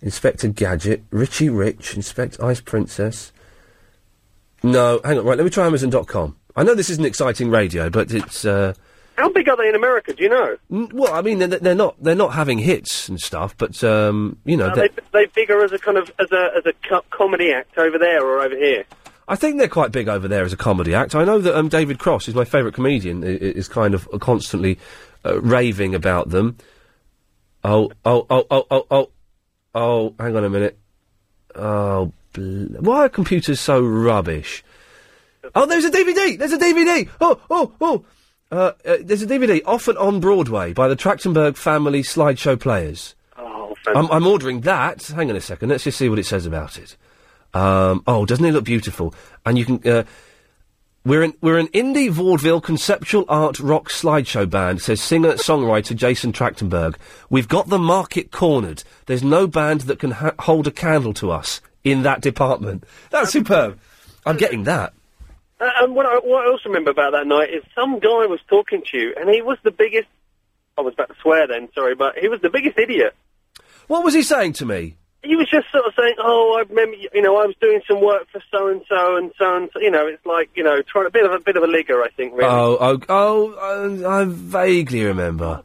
Speaker 8: Inspector Gadget, Richie Rich, Inspect Ice Princess. No, hang on, right, let me try Amazon.com. I know this isn't exciting radio, but it's, uh...
Speaker 9: How big are they in America? Do you know?
Speaker 8: n- Well, I mean, they're, they're not they're not having hits and stuff, but um, you know,
Speaker 9: Are
Speaker 8: they're-
Speaker 9: they, they bigger as a kind of as a as a co- comedy act over there or over here?
Speaker 8: I think they're quite big over there as a comedy act. I know that um, David Cross, who's my favourite comedian, i- i- is kind of constantly uh, raving about them. Oh, oh, oh, oh, oh, oh, oh! Hang on a minute. Oh, bl- why are computers so rubbish? Oh, there's a DVD. There's a DVD. Oh, oh, oh! Uh, uh, there's a DVD off and on Broadway by the Trachtenberg Family Slideshow Players.
Speaker 9: Oh,
Speaker 8: I'm, I'm ordering that. Hang on a second. Let's just see what it says about it. Um, oh, doesn't it look beautiful? And you can. Uh, we're an we're an indie vaudeville conceptual art rock slideshow band. Says singer songwriter Jason Trachtenberg. We've got the market cornered. There's no band that can ha- hold a candle to us in that department. That's superb. I'm getting that.
Speaker 9: Uh, and what I, what I also remember about that night is some guy was talking to you, and he was the biggest. I was about to swear then, sorry, but he was the biggest idiot.
Speaker 8: What was he saying to me?
Speaker 9: He was just sort of saying, "Oh, I remember, you know, I was doing some work for so and so and so and so." You know, it's like you know, trying a bit of a bit of a ligger, I think. Really,
Speaker 8: Oh, oh, oh! I, I vaguely remember.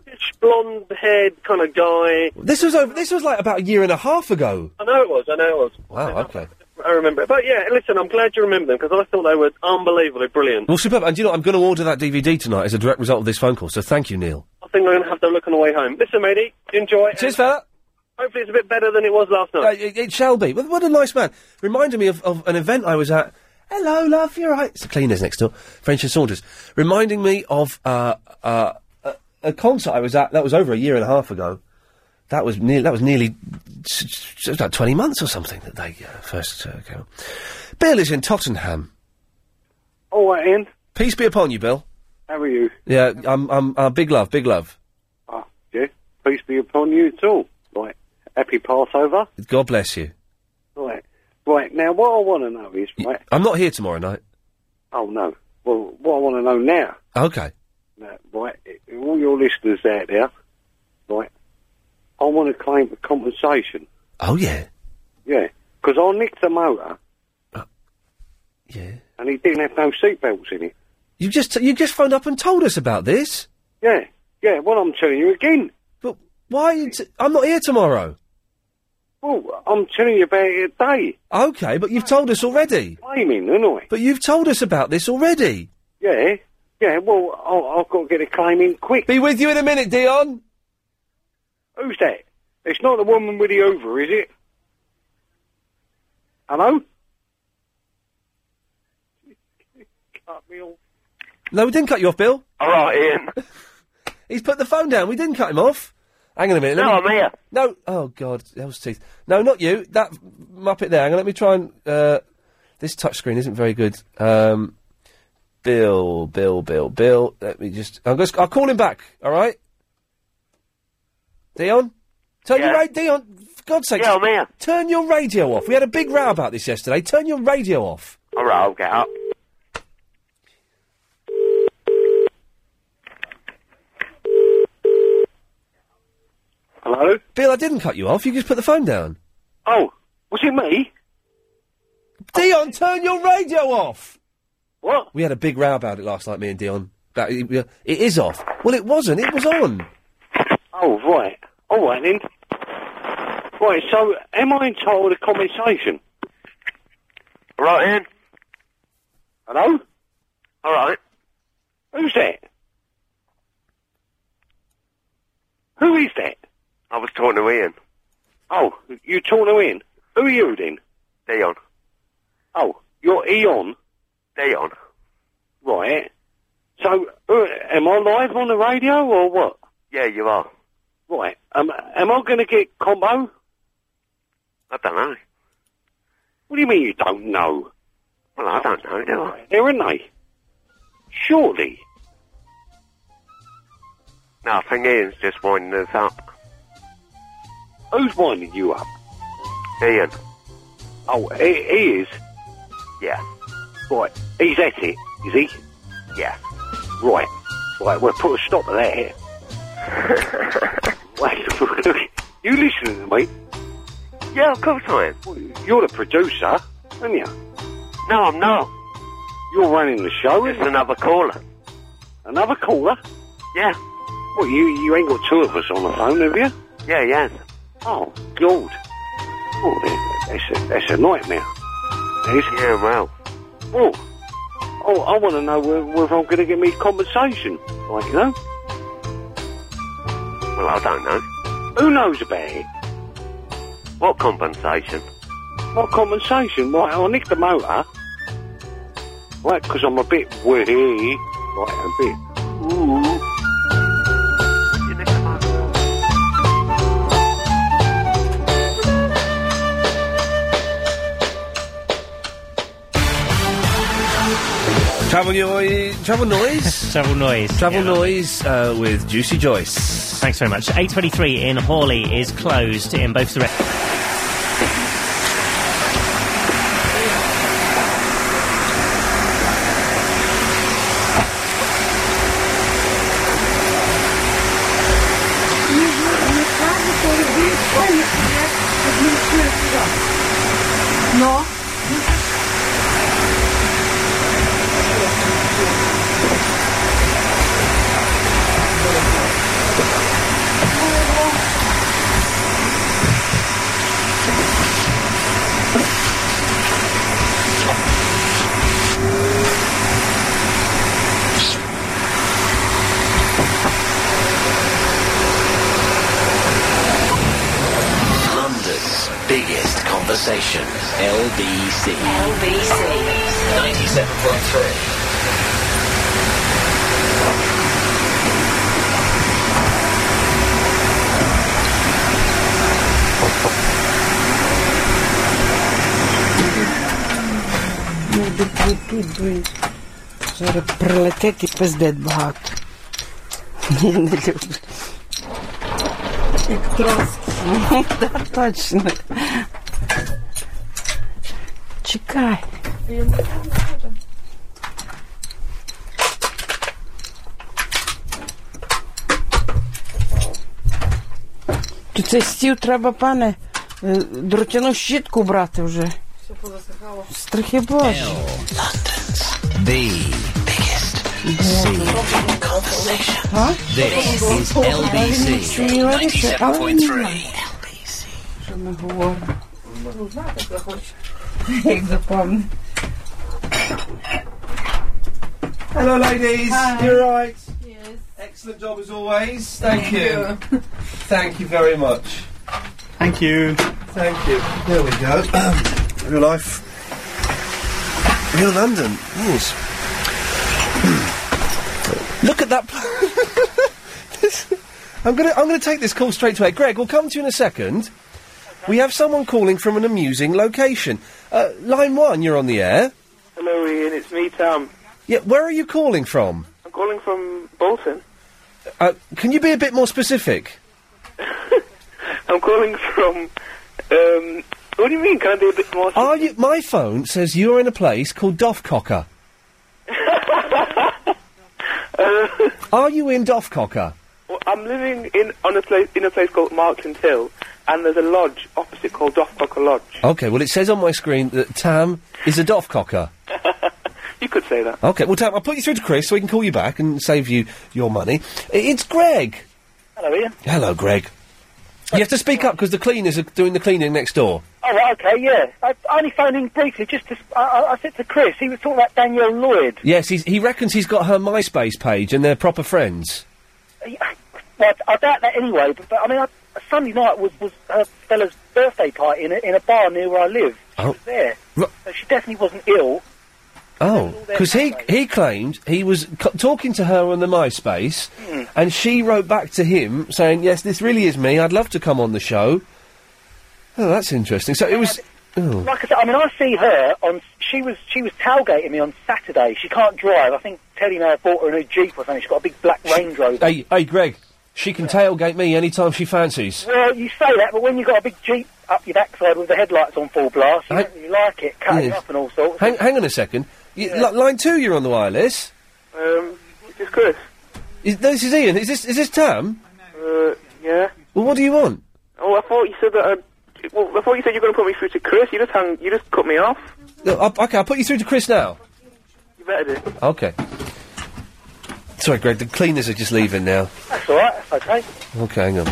Speaker 9: blonde-haired kind of guy.
Speaker 8: This was over. This was like about a year and a half ago.
Speaker 9: I know it was. I know it was.
Speaker 8: Wow. Okay.
Speaker 9: I remember it. But yeah, listen, I'm glad you remember them because I thought they were unbelievably brilliant.
Speaker 8: Well, superb. And do you know, what? I'm going to order that DVD tonight as a direct result of this phone call. So thank you, Neil.
Speaker 9: I think I'm going to have to look on the way home. Listen, matey, enjoy.
Speaker 8: Cheers, fella.
Speaker 9: Hopefully, it's a bit better than it was last night.
Speaker 8: Uh, it, it shall be. What, what a nice man. Reminded me of, of an event I was at. Hello, love. You're right. It's the cleaners next door. French and Saunders. Reminding me of uh, uh, a, a concert I was at. That was over a year and a half ago. That was near, That was nearly s- s- it was like twenty months or something that they uh, first uh, came. on. Bill is in Tottenham.
Speaker 12: Oh, right, Ian.
Speaker 8: Peace be upon you, Bill.
Speaker 12: How are you?
Speaker 8: Yeah, I'm. I'm. Uh, big love. Big love.
Speaker 12: Ah, yeah. Peace be upon you at all. Right. Happy Passover.
Speaker 8: God bless you.
Speaker 12: Right. Right. Now, what I want to know is, right.
Speaker 8: I'm not here tomorrow night.
Speaker 12: Oh, no. Well, what I want to know now,
Speaker 8: Okay.
Speaker 12: now, right, all your listeners out there, right, I want to claim for compensation.
Speaker 8: Oh yeah.
Speaker 12: Yeah. Because I nicked the motor.
Speaker 8: yeah.
Speaker 12: And it didn't have no seatbelts in it.
Speaker 8: You just you just phoned up and told us about this.
Speaker 12: Yeah. Yeah. Well, I'm telling you again.
Speaker 8: But why? Are you t- I'm not here tomorrow.
Speaker 12: Well, Oh, I'm telling you about it today.
Speaker 8: Okay, but you've told us already.
Speaker 12: Claiming, haven't I?
Speaker 8: But you've told us about this already.
Speaker 12: Yeah, yeah. Well, i I've got to get a claim in quick.
Speaker 8: Be with you in a minute, Dion.
Speaker 12: Who's that? It's not the woman with the over, is it? Hello? Cut me off.
Speaker 8: No, we didn't cut you off, Bill.
Speaker 13: All right, Ian.
Speaker 8: He's put the phone down. We didn't cut him off. Hang on a minute. let
Speaker 13: No,
Speaker 8: me-
Speaker 13: I'm here.
Speaker 8: No. Oh God, that was teeth. No, not you. That muppet there. Hang on. Let me try and. Uh, this touchscreen isn't very good. Um, Bill, Bill, Bill, Bill. Let me just. I'm just. I'll call him back. All right. Dion, turn your
Speaker 13: Yeah.
Speaker 8: radio. Dion, for God's sake.
Speaker 13: Yeah, I'm here.
Speaker 8: Turn your radio off. We had a big row about this yesterday. Turn your radio off.
Speaker 13: All right, I'll get up.
Speaker 8: Hello, Bill. I didn't cut you off. You just put the phone down.
Speaker 12: Oh, was it me?
Speaker 8: Dion, turn your radio off. What? We had a big row about it last night, me and Dion. That it, it is off. Well, it wasn't. It was on.
Speaker 12: Oh, right. All right, then. Right, so am I entitled to compensation?
Speaker 13: Right, Ian.
Speaker 12: Hello?
Speaker 13: All right.
Speaker 12: Who's that? Who is that?
Speaker 13: I was talking to Ian.
Speaker 12: Oh, you talking to in? Who are you then?
Speaker 13: Dion.
Speaker 12: Oh, you're Eon,
Speaker 13: Dion.
Speaker 12: right? So, uh, am I live on the radio or what?
Speaker 13: Yeah, you are.
Speaker 12: Right. Um, am I going to get combo?
Speaker 13: I don't know.
Speaker 12: What do you mean you don't know?
Speaker 13: Well, I don't know, do I?
Speaker 12: There aren't they? Surely.
Speaker 13: No, I think Ian's just winding us up.
Speaker 12: Who's winding you up?
Speaker 13: Ian.
Speaker 12: Oh, he, he is.
Speaker 13: Yeah.
Speaker 12: Right. He's at it, is he?
Speaker 13: Yeah.
Speaker 12: Right. Right. We'll put a stop to that. Wait. you listening to me?
Speaker 13: Yeah, of course I am.
Speaker 12: You're the producer, aren't you?
Speaker 13: No, I'm not.
Speaker 12: You're running the show.
Speaker 13: Just another caller.
Speaker 12: Another caller?
Speaker 13: Yeah.
Speaker 12: Well, you you ain't got two of us on the phone, have you?
Speaker 13: Yeah, yes.
Speaker 12: Oh, God. Well, that- that's a, that's a nightmare.
Speaker 13: Yeah, well.
Speaker 12: Well, oh, I want to know whe- whether I'm going to get me compensation. Like, you know?
Speaker 13: Well, I don't know.
Speaker 12: Who knows about it?
Speaker 13: What compensation?
Speaker 12: What compensation? Right, I nicked the motor. Right, because I'm a bit witty. Right, a bit. Ooh.
Speaker 8: Travel noise. Travel noise.
Speaker 13: travel noise.
Speaker 8: Travel noise uh, with Juicy Joyce.
Speaker 13: Thanks very much.
Speaker 27: 8.23 in Hawley is closed in both directions.
Speaker 28: No.
Speaker 26: London's biggest conversation. LBC. LBC. 97.3.
Speaker 28: Ну, Зараз прилетить і пиздець багато. Я не люблю. Як троски. Так, точно. Чекай. То цей стіл треба, пане, е, дротяну щітку брати вже.
Speaker 26: Все позасихало.
Speaker 28: Страхи Боже.
Speaker 26: The biggest C conversation.
Speaker 28: А?
Speaker 26: This is LBC
Speaker 28: Це, але ні.
Speaker 26: 97.3.
Speaker 28: my whore. Jak zapomnę.
Speaker 8: Hello, ladies.
Speaker 28: Hi.
Speaker 8: You're right. Yes. Excellent job as always. Thank, you. Thank you very much. Thank you. Thank you. There we go. Real life. Real London. Yes. Look at that. pl- This- I'm gonna I'm gonna take this call straight to air. Greg, we'll come to you in a second. We have someone calling from an amusing location. Uh, line one, you're on the air.
Speaker 6: Hello, Ian. It's me, Tom.
Speaker 8: Yeah, where are you calling from?
Speaker 6: I'm calling from Bolton.
Speaker 8: Uh, can you be a bit more specific?
Speaker 6: I'm calling from. Um, what do you mean? Can I be a bit more?
Speaker 8: Are you? My phone says you're in a place called Doffcocker. Are you in Doffcocker?
Speaker 6: Well, I'm living in on a place in a place called Markland Hill, and there's a lodge opposite called Doffcocker Lodge.
Speaker 8: Okay, well it says on my screen that Tam is a Doffcocker.
Speaker 6: You could say that.
Speaker 8: Okay, well Tam, I'll put you through to Chris so he can call you back and save you your money. I- It's Greg.
Speaker 11: Hello, Ian.
Speaker 8: Hello, Greg. You have to speak up because the cleaners are doing the cleaning next door.
Speaker 11: Oh, right, okay, yeah. I I only phoning briefly just to. s- I, I- I said to Chris, he was talking about Danielle Lloyd.
Speaker 8: Yes, he's, he reckons he's got her MySpace page and they're proper friends.
Speaker 11: Well, I, I doubt that anyway, but, but I mean, I, Sunday night was, was her fella's birthday party in a, in a bar near where I live. She
Speaker 8: Oh.
Speaker 11: was there.
Speaker 8: Ru-
Speaker 11: So she definitely wasn't ill.
Speaker 8: Oh, because he he claimed he was c- talking to her on the MySpace,
Speaker 11: Hmm.
Speaker 8: and she wrote back to him saying, "Yes, this really is me. I'd love to come on the show." Oh, that's interesting. So it was. Oh,
Speaker 11: Like I said, I mean, I see her on. She was she was tailgating me on Saturday. She can't drive. I think Teddy now bought her a new Jeep or something. She's got a big black Range Rover.
Speaker 8: hey, hey, Greg, she can tailgate me anytime she fancies.
Speaker 11: Well, you say that, but when you've got a big Jeep up your backside with the headlights on full blast, you
Speaker 8: I-
Speaker 11: don't really like it, cutting
Speaker 8: Yes.
Speaker 11: up and all sorts.
Speaker 8: Hang, hang on a second. Y- li- line two, you're on the wireless.
Speaker 11: Um,
Speaker 6: It's Chris.
Speaker 8: Is, this is Ian. Is this is this Tam?
Speaker 6: Uh, yeah.
Speaker 8: Well, what do you want?
Speaker 6: Oh, I thought you said that. I'd, well, I thought you said you were going to put me through to Chris. You just hung. You just cut me off.
Speaker 8: No, I- okay, I'll put you through to Chris now.
Speaker 6: You better do.
Speaker 8: Okay. Sorry, Greg. The cleaners are just leaving now.
Speaker 11: That's all right. That's okay.
Speaker 8: Okay, hang on.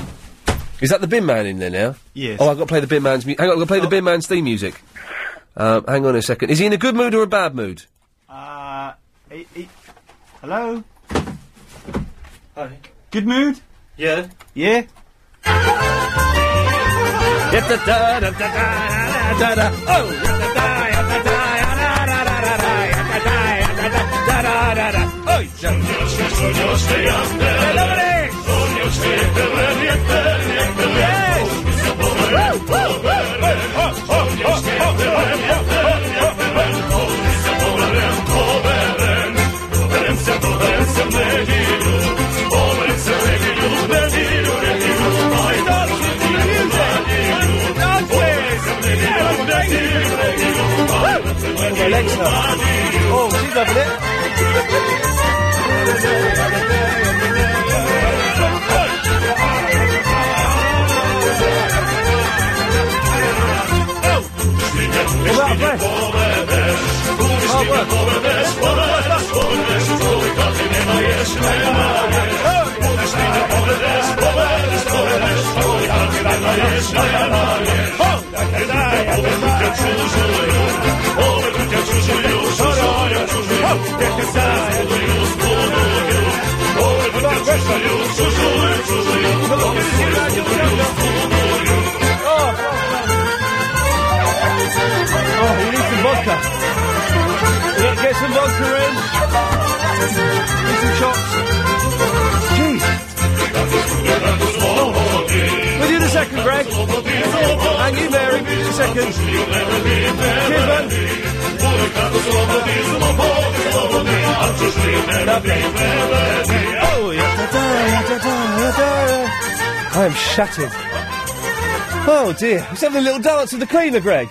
Speaker 8: Is that the bin man in there now?
Speaker 11: Yes.
Speaker 8: Oh, I've got to play the bin man's. Mu- hang on, I've got to play the bin man's theme music. Um, hang on a second. Is he in a good mood or a bad mood?
Speaker 9: Uh, e- e- hello? Hi. Good mood? Yeah. Yeah?
Speaker 8: Oh, she's loving it.
Speaker 13: Oh,
Speaker 8: Oh, we need some vodka. Get- Get some vodka in. Get some shots. Jeez. With you in a second, Greg. And you, Mary, in a second. Cheers, man. Oh, yeah. I am shattered. Oh dear, he's having a little dance with the cleaner, Greg.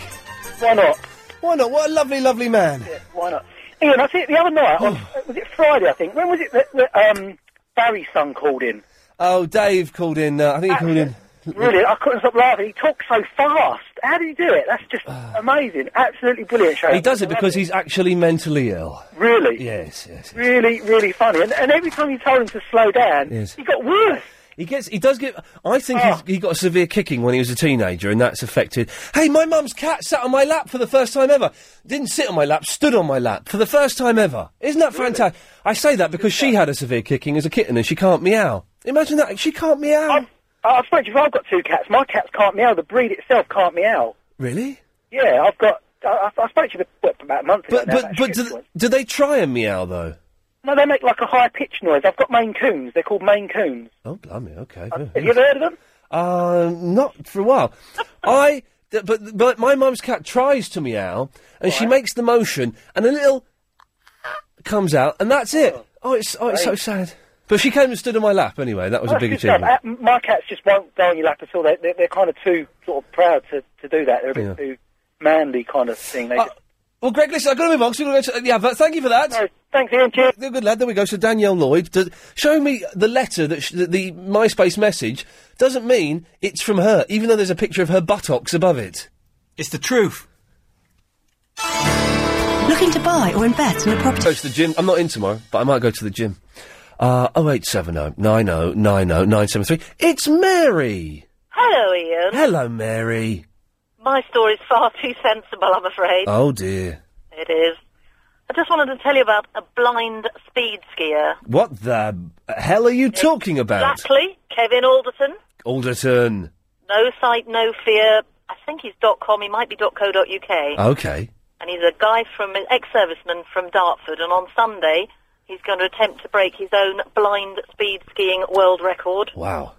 Speaker 11: Why not?
Speaker 8: Why not? What a lovely, lovely man. Oh,
Speaker 11: Why not? Ian, I think the other night, on, was it Friday, I think? When was it that, that um, Barry's son called in?
Speaker 8: Oh, Dave called in. Uh, I think he called in.
Speaker 11: Really, I couldn't stop laughing. He talks so fast. How did he do it? That's just amazing. Absolutely brilliant show.
Speaker 8: Ah. He does it
Speaker 11: I love
Speaker 8: because he's actually mentally ill.
Speaker 11: Really?
Speaker 8: Yes, yes.
Speaker 11: Really, really funny. And, and every time you told him to slow down,
Speaker 8: Yes.
Speaker 11: he got worse.
Speaker 8: He gets, he does get. I think
Speaker 1: Ah.
Speaker 8: he's, he got a severe kicking when he was a teenager, and that's affected. Hey, my mum's cat sat on my lap for the first time ever. Didn't sit on my lap, stood on my lap for the first time ever. Isn't that fantastic? I say that because she had a severe kicking as a kitten, and she can't meow. Imagine that. She can't meow. I've,
Speaker 1: I've spoken to you. I've got two cats. My cats can't meow. The breed itself can't meow.
Speaker 8: Really?
Speaker 1: Yeah, I've got. I, I, I spoke to you what, about a month ago.
Speaker 8: But
Speaker 1: now,
Speaker 8: but
Speaker 1: about
Speaker 8: but do, th- do they try and meow though?
Speaker 1: No, they make like a high pitched noise. I've got Maine Coons. They're called Maine Coons.
Speaker 8: Oh blimey! Okay.
Speaker 1: Have you ever heard of them?
Speaker 8: Uh, not for a while. I, th- but but my mum's cat tries to meow, and she makes the motion, and a little uh, comes out, and that's it. Oh, it's oh, it's so
Speaker 1: Right.
Speaker 8: sad. But she came and stood on my lap anyway. That was a
Speaker 1: That's
Speaker 8: big
Speaker 1: good stuff.
Speaker 8: achievement.
Speaker 1: Uh, My cats just won't go on your lap at all. They, they're, they're kind of too sort of proud to, to do that. They're a bit
Speaker 8: Yeah. Uh,
Speaker 1: too manly kind of thing. They just,
Speaker 8: Well, Greg, listen, I've got to move on. 'cause we've got to go to, yeah, but thank you for that.
Speaker 1: thanks, Ian. Cheers.
Speaker 8: Good lad. There we go. So Danielle Lloyd, does, show me the letter that sh- the, the MySpace message doesn't mean it's from her, even though there's a picture of her buttocks above it. It's the truth.
Speaker 4: Looking to buy or invest in a property?
Speaker 8: Go to the gym. I'm not in tomorrow, but I might go to the gym. Uh, 0870 90 90 973. It's Mary.
Speaker 29: Hello, Ian.
Speaker 8: Hello, Mary.
Speaker 29: My story's far too sensible, I'm afraid.
Speaker 8: Oh dear.
Speaker 29: It is. I just wanted to tell you about a blind speed skier.
Speaker 8: What the hell are you talking about?
Speaker 29: Exactly. Kevin Alderton.
Speaker 8: Alderton.
Speaker 29: No sight, no fear. I think he's dot .com. He might be dot co dot uk.
Speaker 8: Okay.
Speaker 29: And he's a guy from an ex-serviceman from Dartford. And on Sunday, he's going to attempt to break his own blind speed skiing world record
Speaker 8: Wow.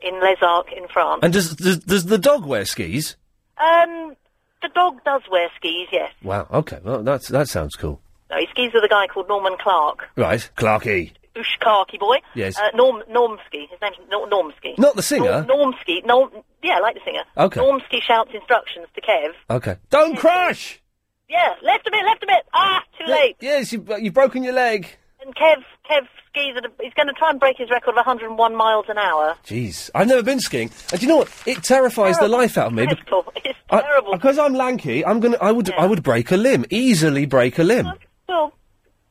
Speaker 29: in Les Arcs in France.
Speaker 8: And does, does does the dog wear skis?
Speaker 29: Um, the dog does wear skis. Yes.
Speaker 8: Wow. Okay. Well, that's that sounds cool.
Speaker 29: No, he skis with a guy called Norman Clark.
Speaker 8: Right, Clarky.
Speaker 29: Ushkaki boy.
Speaker 8: Yes.
Speaker 29: Uh, Norm Normsky. His name's Nor- Normsky.
Speaker 8: Not the singer?
Speaker 29: Norm- Normsky. Norm. Yeah, I like the singer.
Speaker 8: Okay.
Speaker 29: Normsky shouts instructions to Kev.
Speaker 8: Okay. Don't crash.
Speaker 29: Yeah, left a bit, left a bit. Ah, too late.
Speaker 8: Yes, you, you've broken your leg.
Speaker 29: And Kev, Kev skis. At a, he's going to try and break his record of 101 miles an hour.
Speaker 8: Jeez, I've never been skiing, and do you know what? It terrifies the life out of me.
Speaker 29: Dreadful. It's
Speaker 8: terrible. because I'm lanky, I'm gonna. I would. I would break a limb easily. Break a limb.
Speaker 29: well,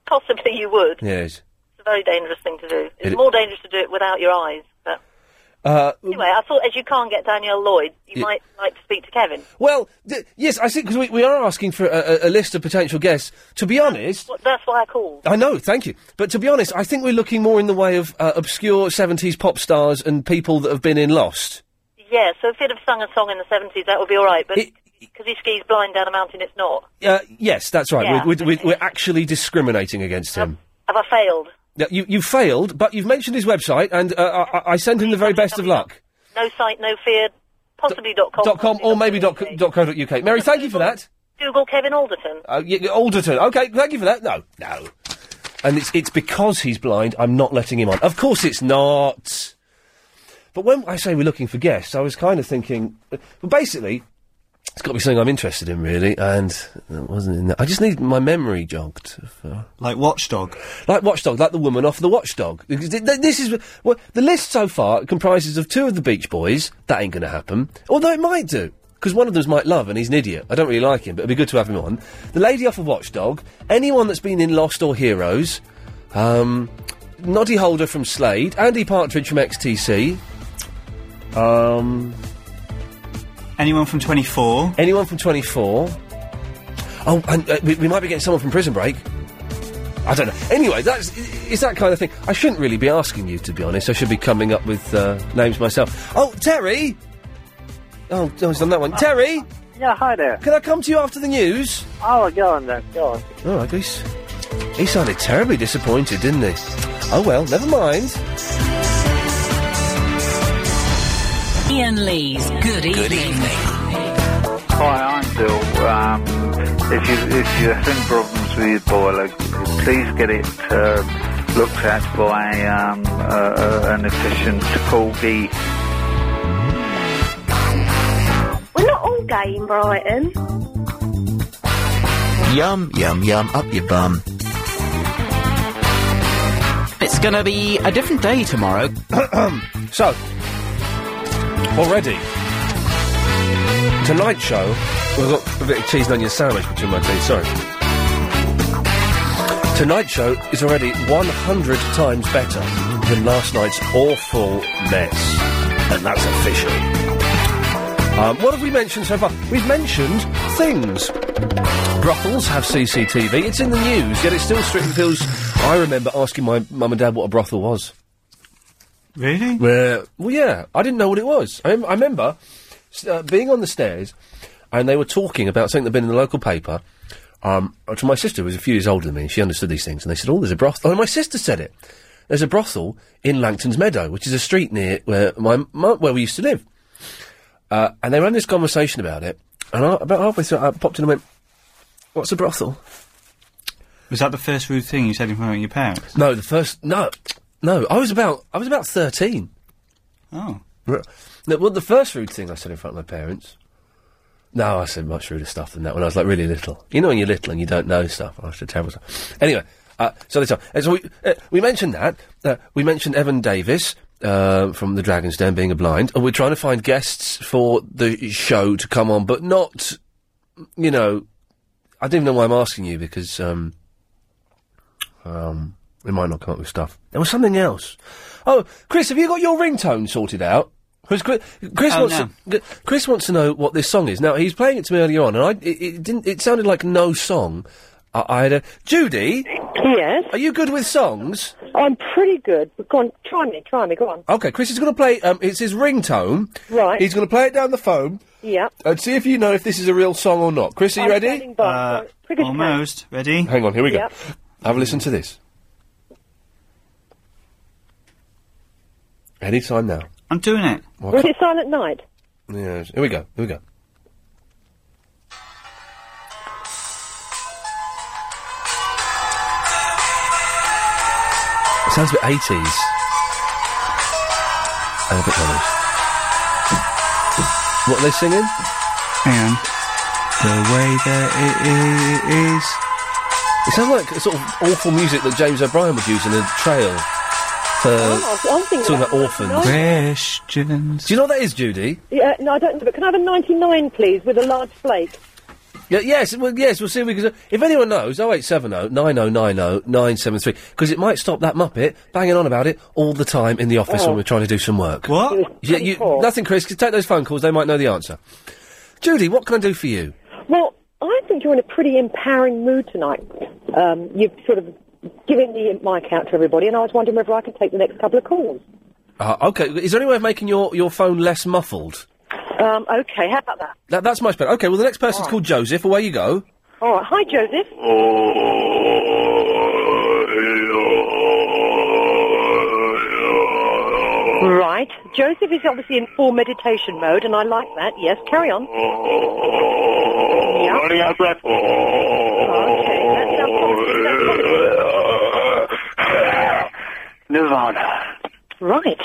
Speaker 29: possibly you would.
Speaker 8: Yes.
Speaker 29: It's a very dangerous thing to do. It's
Speaker 8: It-
Speaker 29: more dangerous to do it without your eyes. But
Speaker 8: Uh,
Speaker 29: anyway, I thought as you can't get Danielle Lloyd, you
Speaker 8: Yeah.
Speaker 29: might like to speak to Kevin.
Speaker 8: well, d- yes, I see. Because we, we are asking for a, a, a list of potential guests. To be honest,
Speaker 29: What- That's why I called.
Speaker 8: I know. Thank you. But to be honest, I think we're looking more in the way of uh, obscure seventies pop stars and people that have been in Lost.
Speaker 29: Yeah, so if he'd have sung a song in the 70s, that would be all right, but because he skis blind down a mountain, it's not.
Speaker 8: Uh, yes, that's right.
Speaker 29: Yeah.
Speaker 8: We're, we're, we're, we're actually discriminating against him.
Speaker 29: Have I failed?
Speaker 8: Yeah, you, you failed, but you've mentioned his website, and uh, I- I, I send him the very best of luck.
Speaker 29: No sight, no fear, possibly dot com.
Speaker 8: dot com or maybe dot, co- dot co dot uk. Mary, thank you for that.
Speaker 29: Google Kevin Alderton.
Speaker 8: Uh, y- Alderton, okay, thank you for that. No, no. And it's it's because he's blind. I'm not letting him on. Of course, it's not. But when I say we're looking for guests, I was kind of thinking, but basically, it's got to be something I'm interested in, really. And that wasn't in that. I just need my memory jogged. For... Like Watchdog. Like Watchdog, like the woman off the Watchdog. Because th- th- This is well, the list so far comprises of two of the Beach Boys. That ain't going to happen. Although it might do. Because one of them's Mike Love, and he's an idiot. I don't really like him, but it'd be good to have him on. The lady off of Watchdog. Anyone that's been in Lost or Heroes. Um, Noddy Holder from Slade. Andy Partridge from XTC. Um, Anyone from 24? Anyone from 24? Oh, and uh, we, we might be getting someone from Prison Break. I don't know. Anyway, that's i- it's that kind of thing. I shouldn't really be asking you, to be honest. I should be coming up with uh, names myself. Oh, Terry. Oh, oh, he's on that one. Terry.
Speaker 17: Uh, Yeah, hi there.
Speaker 8: Can I come to you after the news?
Speaker 17: Oh, go on then, go on.
Speaker 8: Oh, I guess he sounded terribly disappointed, didn't he? Oh well, never mind.
Speaker 26: Ian Lee's Good Evening. Good evening.
Speaker 11: Hi, I'm Bill. Um, if you if you're having problems with your boiler, please get it uh, looked at by um, uh, uh, an efficient Corgi.
Speaker 30: We're not all gay in Brighton.
Speaker 26: Yum, yum, yum, up your bum.
Speaker 5: It's going to be a different day tomorrow.
Speaker 8: so, already, tonight's show. Well, I've got a bit of cheese and onion sandwich between my teeth, sorry. Tonight's show is already 100 times better than last night's awful mess, and that's official. Um, what have we mentioned so far? We've mentioned things. Brothels have CCTV. It's in the news, yet it still strictly feels. I remember asking my mum and dad what a brothel was. Really? Well, well, yeah. I didn't know what it was. I, rem- I remember s- uh, being on the stairs, and they were talking about something that'd been in the local paper. Um, to my sister, who was a few years older than me, and she understood these things, and they said, "Oh, there's a brothel." Oh, my sister said it. There's a brothel in Langton's Meadow, which is a street near where my mu- where we used to live. Uh, and they were having this conversation about it, and I, about halfway through, I popped in and went, "What's a brothel?"
Speaker 13: Was that the first rude thing you said in front of your parents?
Speaker 8: No, the first no, no. I was about I was about thirteen.
Speaker 13: Oh.
Speaker 8: No, well, the first rude thing I said in front of my parents. No, I said much ruder stuff than that when I was like really little. You know, when you're little and you don't know stuff. I said terrible stuff. Anyway, uh, so they and so we uh, we mentioned that uh, we mentioned Evan Davis. Uh, from the Dragon's Den being a blind, and we're trying to find guests for the show to come on, but not, you know, I don't even know why I'm asking you because um, um, we might not come up with stuff. There was something else. Oh, Chris, have you got your ringtone sorted out? Because Chris, Chris
Speaker 13: Oh,
Speaker 8: wants
Speaker 13: no.
Speaker 8: to, G- Chris wants to know what this song is. Now he's playing it to me earlier on, and I it, it didn't. It sounded like no song. I, I had a Judy.
Speaker 30: Yes.
Speaker 8: Are you good with songs?
Speaker 30: I'm pretty good. But go on, try me, try me, go on.
Speaker 8: Okay, Chris is going to play. Um, it's his ringtone.
Speaker 30: Right.
Speaker 8: He's going to play it down the phone
Speaker 30: Yeah.
Speaker 8: and Uh, see if you know if this is a real song or not. Chris, are you
Speaker 30: I'm
Speaker 8: ready?
Speaker 30: standing by,
Speaker 13: Uh,
Speaker 30: so pretty good
Speaker 8: almost ready. Hang on, here we
Speaker 30: Yep.
Speaker 8: go. Have a listen to this. Any time now.
Speaker 13: I'm doing it.
Speaker 30: Was it Silent Night?
Speaker 8: Yeah, here we go. Here we go. It sounds a bit 80s. And a bit honest. What are they singing?
Speaker 13: Hang on. The way that it is.
Speaker 8: It sounds like a sort of awful music that James O'Brien would use in a trail. For
Speaker 30: Oh, I'm thinking
Speaker 8: talking about
Speaker 30: about-
Speaker 8: orphans. Questions. Do you know what that is, Judy?
Speaker 30: Yeah, uh, no, I don't. But can I have a 99, please, with a large flake?
Speaker 8: Yeah, yes, well, yes, we'll see if we can. If anyone knows, oh, 0870 9090 973, because it might stop that Muppet banging on about it all the time in the office
Speaker 13: Oh.
Speaker 8: when we're trying to do some work.
Speaker 13: What?
Speaker 8: Yeah, you, nothing, Chris. 'cause Take those phone calls, they might know the answer. Judy, what can I do for you?
Speaker 30: Well, I think you're in a pretty empowering mood tonight. Um, you've sort of given the mic out to everybody, and I was wondering whether I could take the next couple of calls.
Speaker 8: Uh, okay, is there any way of making your, your phone less muffled?
Speaker 30: Um, okay, how about that?
Speaker 8: That, that's much better. Okay, well, the next person's called Joseph. Away you go.
Speaker 30: All right, Oh, hi, Joseph. Right, Joseph is obviously in full meditation mode, and I like that. Yes, carry on.
Speaker 9: Running out of breath.
Speaker 8: Nirvana.
Speaker 30: Right.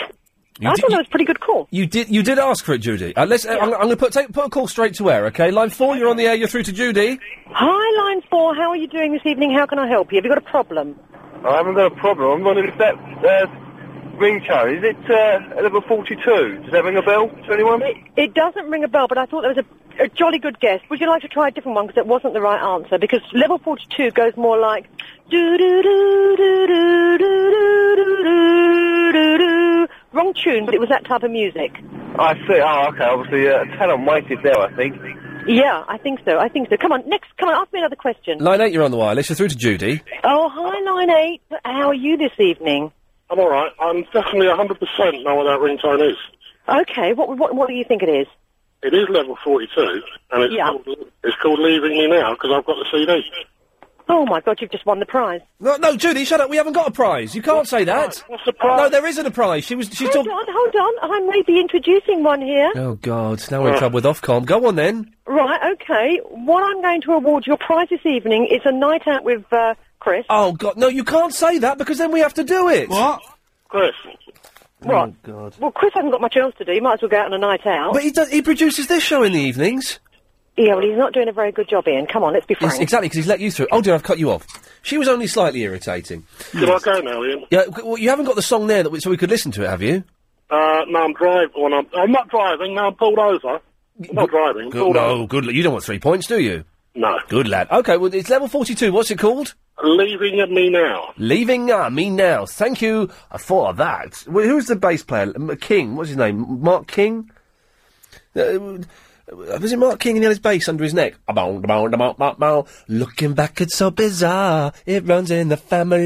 Speaker 30: I thought that was a pretty good call.
Speaker 8: You did. You did ask for it, Judy. Uh, let's. I'm, I'm going to put take, put a call straight to air. Okay, line four. You're on the air. You're through to Judy.
Speaker 30: Hi, Line 4, how are you doing this evening? How can I help you? Have you got a problem?
Speaker 12: I haven't got a problem. I'm wondering if that uh, ringtone is it uh, level forty-two? Does that ring a bell to anyone?
Speaker 30: It doesn't ring a bell, but I thought that was a, a jolly good guess. Would you like to try a different one? Because it wasn't the right answer. Because level 42 goes more like... doo doo doo doo doo doo doo doo doo doo doo. Wrong tune, but it was that type of music.
Speaker 12: I see. Oh, okay. Obviously, uh, talent waited there. I think.
Speaker 30: Yeah, I think so. I think so. Come on, next. Come on, ask me another question.
Speaker 8: Line eight. You're on the wireless. You're through to Judy.
Speaker 30: Oh, hi, Line 8. How are you this evening?
Speaker 9: I'm all right. I'm definitely 100% know what that ringtone is.
Speaker 30: Okay, what, what, what do you think it is?
Speaker 9: It is level 42, and it's,
Speaker 30: Yeah.
Speaker 9: called, it's called Leaving Me Now because I've got the CD.
Speaker 30: Oh, my God, you've just won the prize.
Speaker 8: No, no, Judy, shut up. We haven't got a prize. You can't say that. What's the prize? No, there isn't a prize. She was. She's
Speaker 30: hold
Speaker 8: talking.
Speaker 30: on, hold on. I may be introducing one here.
Speaker 8: Oh God! Now we're in trouble with Ofcom. Go on then.
Speaker 30: Right, okay. What I'm going to award your prize this evening is a night out with uh, Chris.
Speaker 8: Oh God! No, you can't say that because then we have to do it. What?
Speaker 30: Chris. What?
Speaker 8: Oh God!
Speaker 30: Well, Chris hasn't got much else to do. He might as well go out on a night out.
Speaker 8: But he does, he produces this show in the evenings.
Speaker 30: Yeah, well, he's not doing a very good job, Ian. Come on, let's be frank.
Speaker 8: Yes, exactly, because he's let you through. Oh dear, I've cut you off. She was only slightly irritating.
Speaker 9: Can I go now, Ian?
Speaker 8: Yeah, c- well, you haven't got the song there, that we, so we could listen to it, have you?
Speaker 9: Uh, no, I'm driving. Well, I'm, I'm not driving. No, I'm pulled over. I'm not driving. I'm
Speaker 8: Good,
Speaker 9: pulled over.
Speaker 8: no, good. l- You don't want three points, do you?
Speaker 9: No.
Speaker 8: Good lad. Okay, well, it's level 42. What's it called?
Speaker 6: leaving of me now.
Speaker 8: Leaving uh, me now. Thank you for that. Wh- Who's the bass player? M- King. What's his name? Mark King. Uh, w- was it Mark King? And he had his bass under his neck. Abound, abound, abound, abound, abound. Looking back, it's so bizarre. It runs in the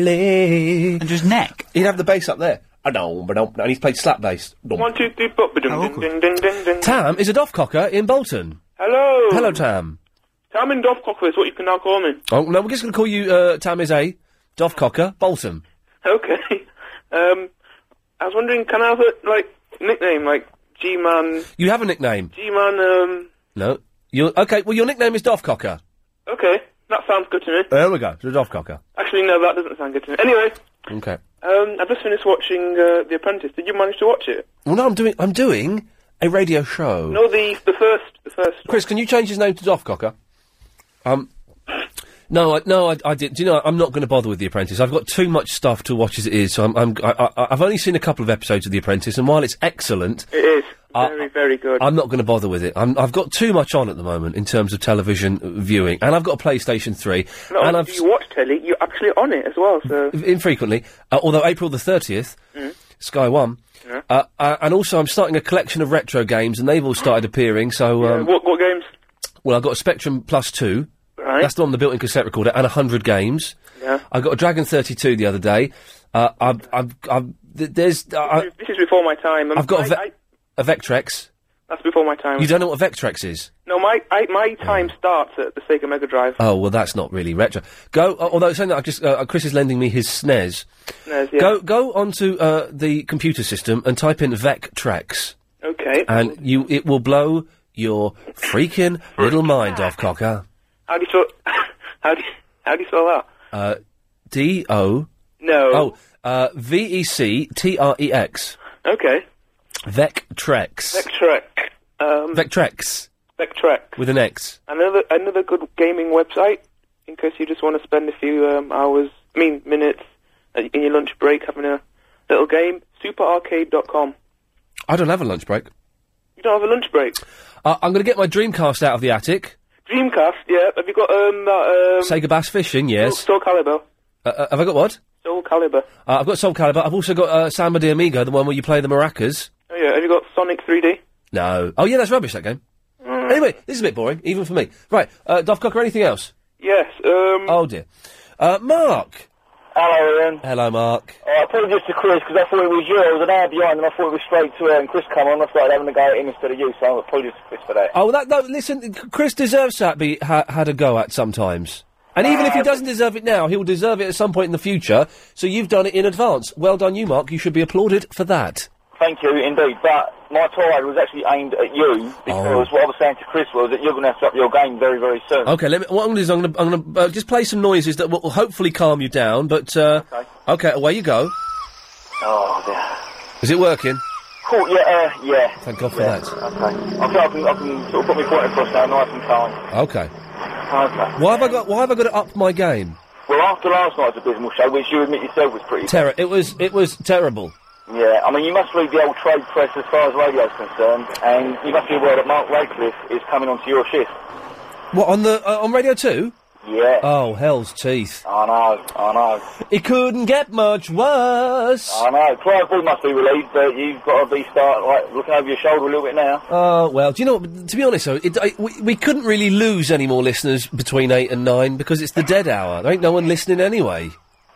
Speaker 8: family. Under his neck. He'd have the bass up there. I know, but and he's played slap bass. Dum.
Speaker 6: One, two, three, pop, dun, dun, dun, dun, dun, dun.
Speaker 8: Tam is a doff cocker in Bolton.
Speaker 6: Hello.
Speaker 8: Hello, Tam.
Speaker 6: Tam and Dovcocker is what you can now call me.
Speaker 8: Oh no, we're just going to call you uh, Tam is a doff cocker Bolton.
Speaker 6: Okay. Um, I was wondering, can I have a like nickname, like G-Man,
Speaker 8: You have a nickname.
Speaker 6: G-Man? Um,
Speaker 8: No. You okay? Well, your nickname is Doffcocker.
Speaker 6: okay, that sounds good to me.
Speaker 8: There we go. The Doffcocker.
Speaker 6: Actually, no, that doesn't sound good to me. Anyway,
Speaker 8: Okay.
Speaker 6: um, I just finished watching uh, The Apprentice. Did you manage to watch it?
Speaker 8: Well, no, I'm doing. I'm doing a radio show.
Speaker 6: No, the the first, the first.
Speaker 8: Chris, can you change his name to Doffcocker? Um. No, I, no, I, I did. Do you know? I'm not going to bother with The Apprentice. I've got too much stuff to watch as it is. So I'm. I'm I, I, I've only seen a couple of episodes of The Apprentice, and while it's excellent,
Speaker 6: It is very, very good.
Speaker 8: Uh, I'm not going to bother with it. I'm, I've got too much on at the moment in terms of television uh, viewing, and I've got a PlayStation Three,
Speaker 6: Not
Speaker 8: and
Speaker 6: only
Speaker 8: I've
Speaker 6: do you watch telly, you're actually on it as well. So
Speaker 8: infrequently. Uh, although April the thirtieth,
Speaker 6: Mm.
Speaker 8: Sky One,
Speaker 6: Yeah.
Speaker 8: uh, uh, and also I'm starting a collection of retro games, and they've all started appearing. So, um,
Speaker 6: what what games?
Speaker 8: well, I've got a Spectrum Plus Two.
Speaker 6: Right.
Speaker 8: That's the one with the built-in cassette recorder and hundred games.
Speaker 6: Yeah.
Speaker 8: I got a Dragon Thirty Two the other day. Uh, I've, I've, I've, th- there's, uh, I,
Speaker 6: This is before my time. Um,
Speaker 8: I've got a,
Speaker 6: I-
Speaker 8: ve-
Speaker 6: I-
Speaker 8: a Vectrex.
Speaker 6: that's before my time.
Speaker 8: You don't Oh. know what a Vectrex is?
Speaker 6: No, my I, my time starts at the Sega Mega Drive.
Speaker 8: Oh well, that's not really retro. Go. Uh, although saying that, I just uh, Chris is lending me his SNES.
Speaker 6: There's, yeah.
Speaker 8: Go go onto uh, the computer system and type in Vectrex.
Speaker 6: Okay.
Speaker 8: And you, it will blow your freaking little mind off, Cocker.
Speaker 6: How do you spell? how do you, how do you spell that?
Speaker 8: Uh, D O.
Speaker 6: No.
Speaker 8: Oh, uh, V E C T R E X. E
Speaker 6: Okay. E
Speaker 8: Vectrex.
Speaker 6: Vectrex. Um,
Speaker 8: Vectrex
Speaker 6: Vectrex.
Speaker 8: E with an X.
Speaker 6: Another another good gaming website in case you just want to spend a few um, hours, I mean minutes, uh, in your lunch break having a little game. Superarcade.com.
Speaker 8: I don't have a lunch break.
Speaker 6: You don't have a lunch break.
Speaker 8: Uh, I'm going to get my Dreamcast out of the attic.
Speaker 6: Dreamcast. Yeah. Have you got um that um?
Speaker 8: Sega Bass Fishing. Yes.
Speaker 6: Soul Calibur.
Speaker 8: Uh, uh, have I got what?
Speaker 6: Soul Calibur.
Speaker 8: Uh, I've got Soul Calibur. I've also got uh, Samba de Amigo, the one where you play the maracas.
Speaker 6: Oh yeah. Have you got Sonic 3D?
Speaker 8: No. Oh, yeah, that's rubbish, that game.
Speaker 6: Mm.
Speaker 8: Anyway, this is a bit boring, even for me. Right, uh, Duff Cocker, anything else?
Speaker 6: Yes. Um.
Speaker 8: Oh, dear. Uh, Mark.
Speaker 12: Hello, Ian.
Speaker 8: Hello, Mark.
Speaker 12: Oh, I apologize to Chris because I thought it was you. I was an hour behind and I thought it was straight to
Speaker 11: um,
Speaker 12: her. And Chris come on, I started having a go at him instead of you. So I apologize to Chris for that.
Speaker 8: Oh, that, no, listen, Chris deserves to be ha- had a go at sometimes. And even if he doesn't deserve it now, he'll deserve it at some point in the future, so you've done it in advance. Well done, you, Mark. You should be applauded for that.
Speaker 12: Thank you indeed. But my tirade was actually aimed at you because what I was saying to Chris was that you're going to have to up your game very, very soon.
Speaker 8: Oh. Okay, let me, what I'm going to do is I'm going to, I'm going to uh, just play some noises that will will hopefully calm you down, but, uh, okay. away you go.
Speaker 12: Oh, dear.
Speaker 8: Is it working?
Speaker 12: Cool, yeah, uh, yeah.
Speaker 8: Thank God for that.
Speaker 12: Okay. I feel I can, I can sort of put my point across now nice and calm.
Speaker 8: Okay.
Speaker 12: Okay.
Speaker 8: Why have I got? Why have I got to up my game?
Speaker 12: Well, after last night's abysmal show, which you admit yourself was pretty
Speaker 8: Terror. It was. It was terrible.
Speaker 12: Yeah, I mean, you must read the old trade press as far as radio's concerned, and you must be aware that Mark Radcliffe is coming onto your shift.
Speaker 8: What on the uh, on Radio Two?
Speaker 12: Yeah.
Speaker 8: Oh hell's teeth!
Speaker 12: I know, I know.
Speaker 8: It couldn't get much worse.
Speaker 12: I know. Clive Bull must be relieved, but you've got to be start like looking over your shoulder a little bit now.
Speaker 8: Oh well, do you know? what- To be honest, though, it, I, we, we couldn't really lose any more listeners between eight and nine because it's the dead hour. There ain't no one listening anyway.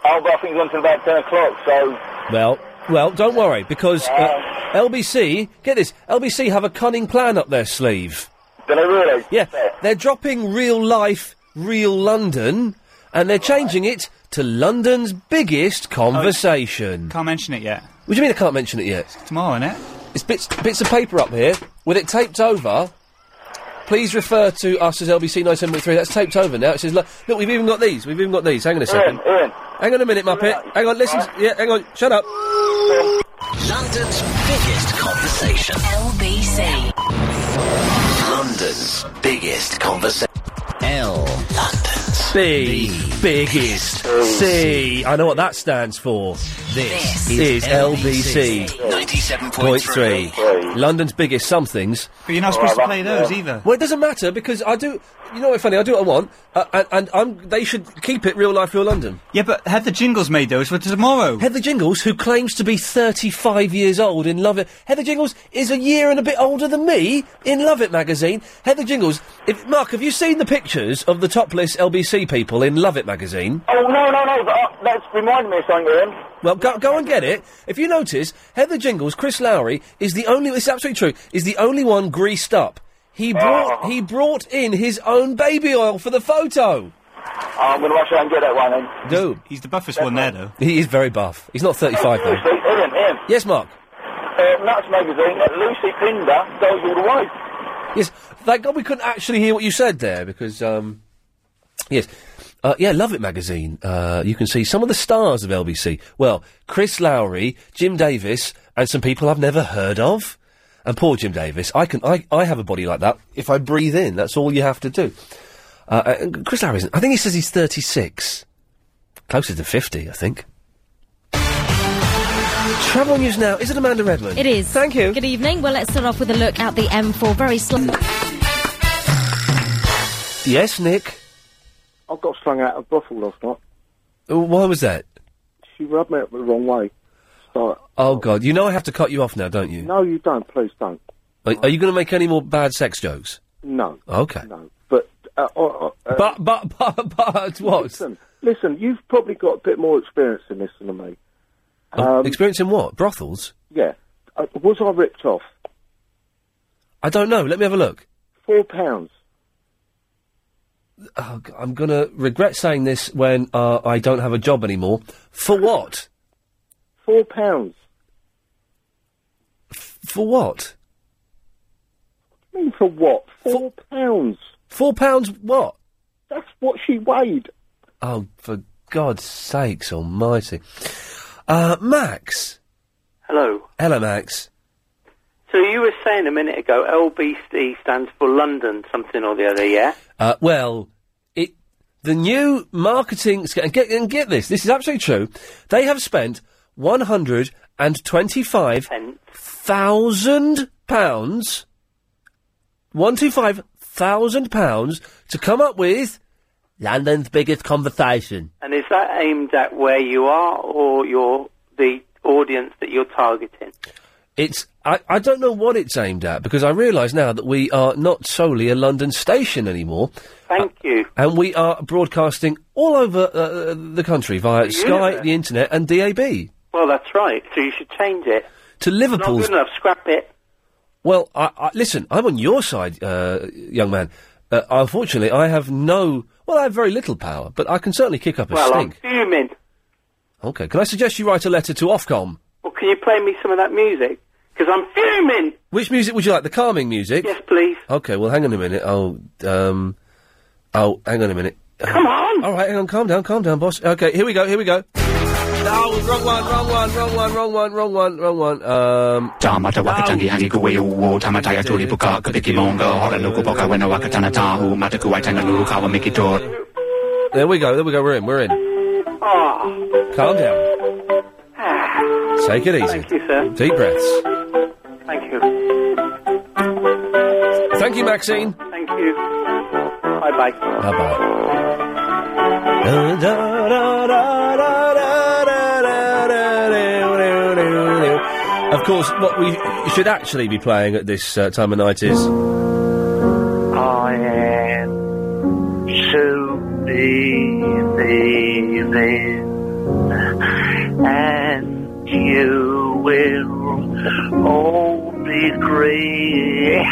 Speaker 12: Oh, but I think it's on till about ten o'clock, so
Speaker 8: Well, well, don't worry because uh, LBC, get this, LBC have a cunning plan up their sleeve.
Speaker 12: Do they really?
Speaker 8: Yeah, they're dropping real life, real London, and they're changing it to London's biggest conversation.
Speaker 31: Oh, Can't mention it yet.
Speaker 8: What do you mean I can't mention it yet? It's
Speaker 31: tomorrow, innit?
Speaker 8: It's bits bits of paper up here with it taped over. Please refer to us as LBC 97.3. That's taped over now. It says, lo- look, we've even got these. We've even got these. Hang on a second. Hang on a minute, Muppet. Hang on, listen. Yeah, hang on. Shut up.
Speaker 1: London's biggest conversation. LBC.
Speaker 32: London's biggest conversation. L.
Speaker 8: B. Biggest. C. I know what that stands for.
Speaker 33: This,
Speaker 8: is LBC
Speaker 33: 97.3.
Speaker 8: 97.3. London's biggest somethings.
Speaker 21: But you're not supposed to play those either.
Speaker 8: Well, it doesn't matter because I do. You know what, funny? I do what I want, uh, and, and I'm, they should keep it real life, real London.
Speaker 21: Yeah, but Heather Jingles made those for tomorrow.
Speaker 8: Heather Jingles, who claims to be 35 years old in Love It. Heather Jingles is a year and a bit older than me in Love It magazine. Heather Jingles, if, Mark, have you seen the pictures of the topless LBC people in Love It magazine?
Speaker 2: Oh, no, no, no. But, uh, that's reminding me of something, Ian.
Speaker 8: Well, go, go and get it. If you notice, Heather Jingles, Chris Lowry is the only. This is absolutely true. Is the only one greased up. He brought he brought in his own baby oil for the photo.
Speaker 11: Um,
Speaker 2: I'm going to rush out and get that one. Ian.
Speaker 8: Dude,
Speaker 21: He's the buffest one there, though.
Speaker 8: he is very buff. He's not thirty-five though.
Speaker 2: Seriously, Ian, Ian.
Speaker 8: Yes, Mark.
Speaker 2: Uh, Nuts magazine, Lucy Pinder goes all the way.
Speaker 8: Yes, thank God we couldn't actually hear what you said there because, um, yes. Uh, yeah, Love It magazine. Uh, you can see some of the stars of LBC. Well, Chris Lowry, Jim Davis, and some people I've never heard of. And poor Jim Davis. I can. I, I have a body like that. If I breathe in, that's all you have to do. Uh, and Chris Lowry isn't. I think he says he's 36. Closer to 50, I think. Travel news now. Is it Amanda Redmond?
Speaker 20: It is. Thank you. Good evening. Well, let's start off with a look at the M4. Very slow.
Speaker 8: Yes, Nick.
Speaker 25: I got slung out of brothel last night.
Speaker 8: Uh, Why was that?
Speaker 25: She rubbed me up the wrong way. So,
Speaker 8: Oh, God. You know I have to cut you off now, don't you?
Speaker 25: no, you don't. Please don't.
Speaker 8: Are, are you going to make any more bad sex jokes?
Speaker 25: No.
Speaker 8: Okay.
Speaker 25: No. But uh, I- I- uh,
Speaker 8: but but but but what?
Speaker 25: Listen, listen. You've probably got a bit more experience in this than me. Um,
Speaker 8: Oh, experiencing what? Brothels?
Speaker 25: Yeah. Uh, was I ripped off?
Speaker 8: I don't know. Let me have a look.
Speaker 25: Four pounds.
Speaker 8: Oh, g- I'm going to regret saying this when uh, I don't have a job anymore. For what?
Speaker 25: Four pounds.
Speaker 8: For what?
Speaker 25: I mean, for what? Four pounds.
Speaker 8: Four pounds what?
Speaker 25: That's what she weighed.
Speaker 8: Oh, for God's sakes almighty. Uh, Max.
Speaker 34: Hello.
Speaker 8: Hello, Max.
Speaker 34: So you were saying a minute ago, LBC stands for London something or the other, yeah?
Speaker 8: Uh, well, it the new marketing sca- and get and get this. This is absolutely true. They have spent one hundred and twenty-five thousand pounds. One two five thousand pounds to come up with London's biggest conversation.
Speaker 34: And is that aimed at where you are or your the audience that you're targeting?
Speaker 8: It's I, I don't know what it's aimed at because I realise now that we are not solely a London station anymore. Uh,
Speaker 34: Thank you.
Speaker 8: And we are broadcasting all over uh, the country via
Speaker 34: The
Speaker 8: Sky,
Speaker 34: universe.
Speaker 8: the internet, and DAB.
Speaker 34: Well, that's right. So you should change it.
Speaker 8: To Liverpool's.
Speaker 34: Not good enough. Scrap it.
Speaker 8: Well, I, I, listen, I'm on your side, uh, young man. Uh, unfortunately, I have no. Well, I have very little power, but I can certainly kick up a
Speaker 34: well, um,
Speaker 8: stink.
Speaker 34: I'm fuming.
Speaker 8: Okay, can I suggest you write a letter to Ofcom?
Speaker 34: Well, can you play me some of that music? Because I'm fuming.
Speaker 8: Which music would you like? The calming music?
Speaker 34: Yes, please.
Speaker 8: Okay, well, hang on a minute. I'll, um, oh, hang on a minute. Come
Speaker 34: on!
Speaker 8: All right, hang on, calm down, calm down, boss. Okay, here we go, here we go. No, wrong one, wrong one, wrong one, wrong one, wrong one, wrong one. Um,
Speaker 33: Tāmata wakatangi hangi ku weu wo tamatai aturi puka kadiki monga hora nuku poka wena wakatana tahu mataku aitanga nuru kawa miki tor.
Speaker 8: there we go, there we go, we're in, we're in.
Speaker 34: Oh,
Speaker 8: Calm down. Take it easy.
Speaker 34: Ah. thank you, sir.
Speaker 8: Deep breaths.
Speaker 34: Thank you.
Speaker 8: Thank you, Maxine.
Speaker 34: Thank you. Bye bye.
Speaker 8: Bye bye. Of course, what we should actually be playing at this uh, time of night is.
Speaker 35: I am so believing, and you will all be great.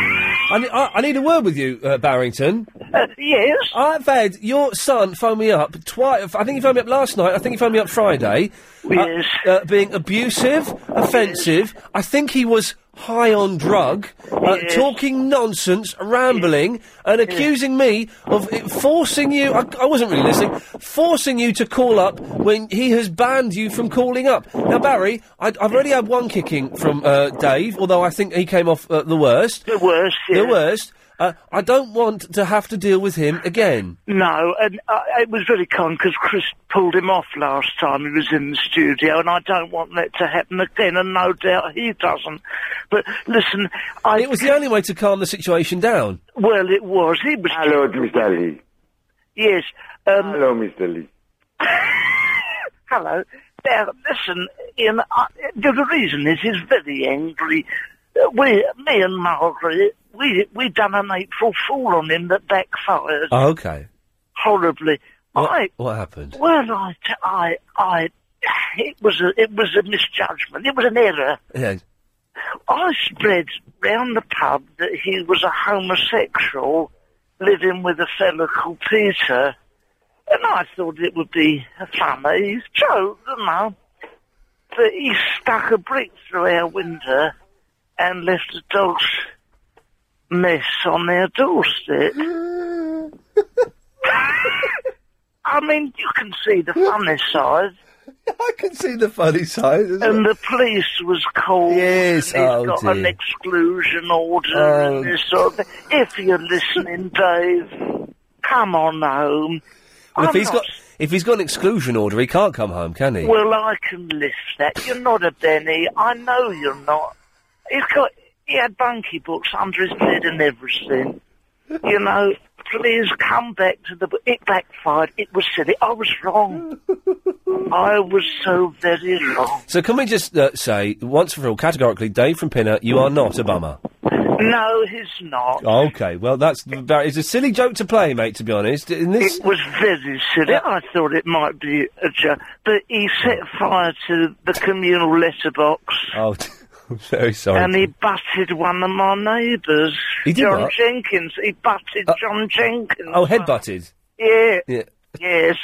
Speaker 8: I, ne- I, I need a word with you, uh, Barrington.
Speaker 35: Uh, yes.
Speaker 8: I've had your son phone me up twice. I think he phoned me up last night. I think he phoned me up Friday. Yes. Uh, uh, being abusive, offensive. I think he was high on drug, uh, talking nonsense, rambling, and accusing me of i- forcing you. I, I wasn't really listening. Forcing you to call up when he has banned you from calling up. Now, Barry, I, I've already had one kicking from uh, Dave, although I think he came off uh, the worst. The
Speaker 35: worst.
Speaker 8: The worst. Uh, I don't want to have to deal with him again.
Speaker 35: No, and uh, it was really con because Chris pulled him off last time he was in the studio, and I don't want that to happen again, and no doubt he doesn't. But listen, I.
Speaker 8: It was the only way to calm the situation down.
Speaker 35: Well, it was. He was.
Speaker 3: Hello, Mr. Lee.
Speaker 35: Yes. Um,
Speaker 3: Hello, Mr. Lee.
Speaker 35: Hello. Now, listen, Ian, I, the, the reason is he's very angry. Uh, We, me and Margaret, we we done an April Fool on him that backfired
Speaker 8: Oh, okay.
Speaker 35: horribly.
Speaker 8: What,
Speaker 35: I,
Speaker 8: what happened?
Speaker 35: well, I, t- I, I, it was a, it was a misjudgment. It was an error.
Speaker 8: Yeah.
Speaker 35: I spread round the pub that he was a homosexual living with a fellow called Peter, and I thought it would be a funny joke, you know. But he stuck a brick through our window and left a dog's mess on their doorstep. I mean, you can see the funny side.
Speaker 8: I can see the funny side. as well.
Speaker 35: And the police was called.
Speaker 8: Yes,
Speaker 35: and he's
Speaker 8: oh
Speaker 35: got an
Speaker 8: dear.
Speaker 35: exclusion order
Speaker 8: Oh.
Speaker 35: and this sort of thing. If you're listening, Dave, come on home.
Speaker 8: Well, if
Speaker 35: I'm
Speaker 8: he's
Speaker 35: not-
Speaker 8: got if he's got an exclusion order, he can't come home, can he?
Speaker 35: Well, I can lift that. You're not a Benny. I know you're not. He's got. He had bunkie books under his bed and everything. You know, please come back to the. It backfired. It was silly. I was wrong. I was so very wrong.
Speaker 8: so can we just uh, say once and for all, categorically, Dave from Pinner, you are not a bummer.
Speaker 35: No, he's not.
Speaker 8: Okay, well that's that is a silly joke to play, mate. To be honest, in this
Speaker 35: It was very silly. I thought it might be a joke. But he set fire to the communal letterbox
Speaker 8: oh, I'm very sorry.
Speaker 35: and he butted one of my neighbours.
Speaker 8: He did Uh,
Speaker 35: John
Speaker 8: what?
Speaker 35: Jenkins. He butted John Jenkins.
Speaker 8: oh, headbutted.
Speaker 35: Yeah.
Speaker 8: Yeah.
Speaker 35: Yes.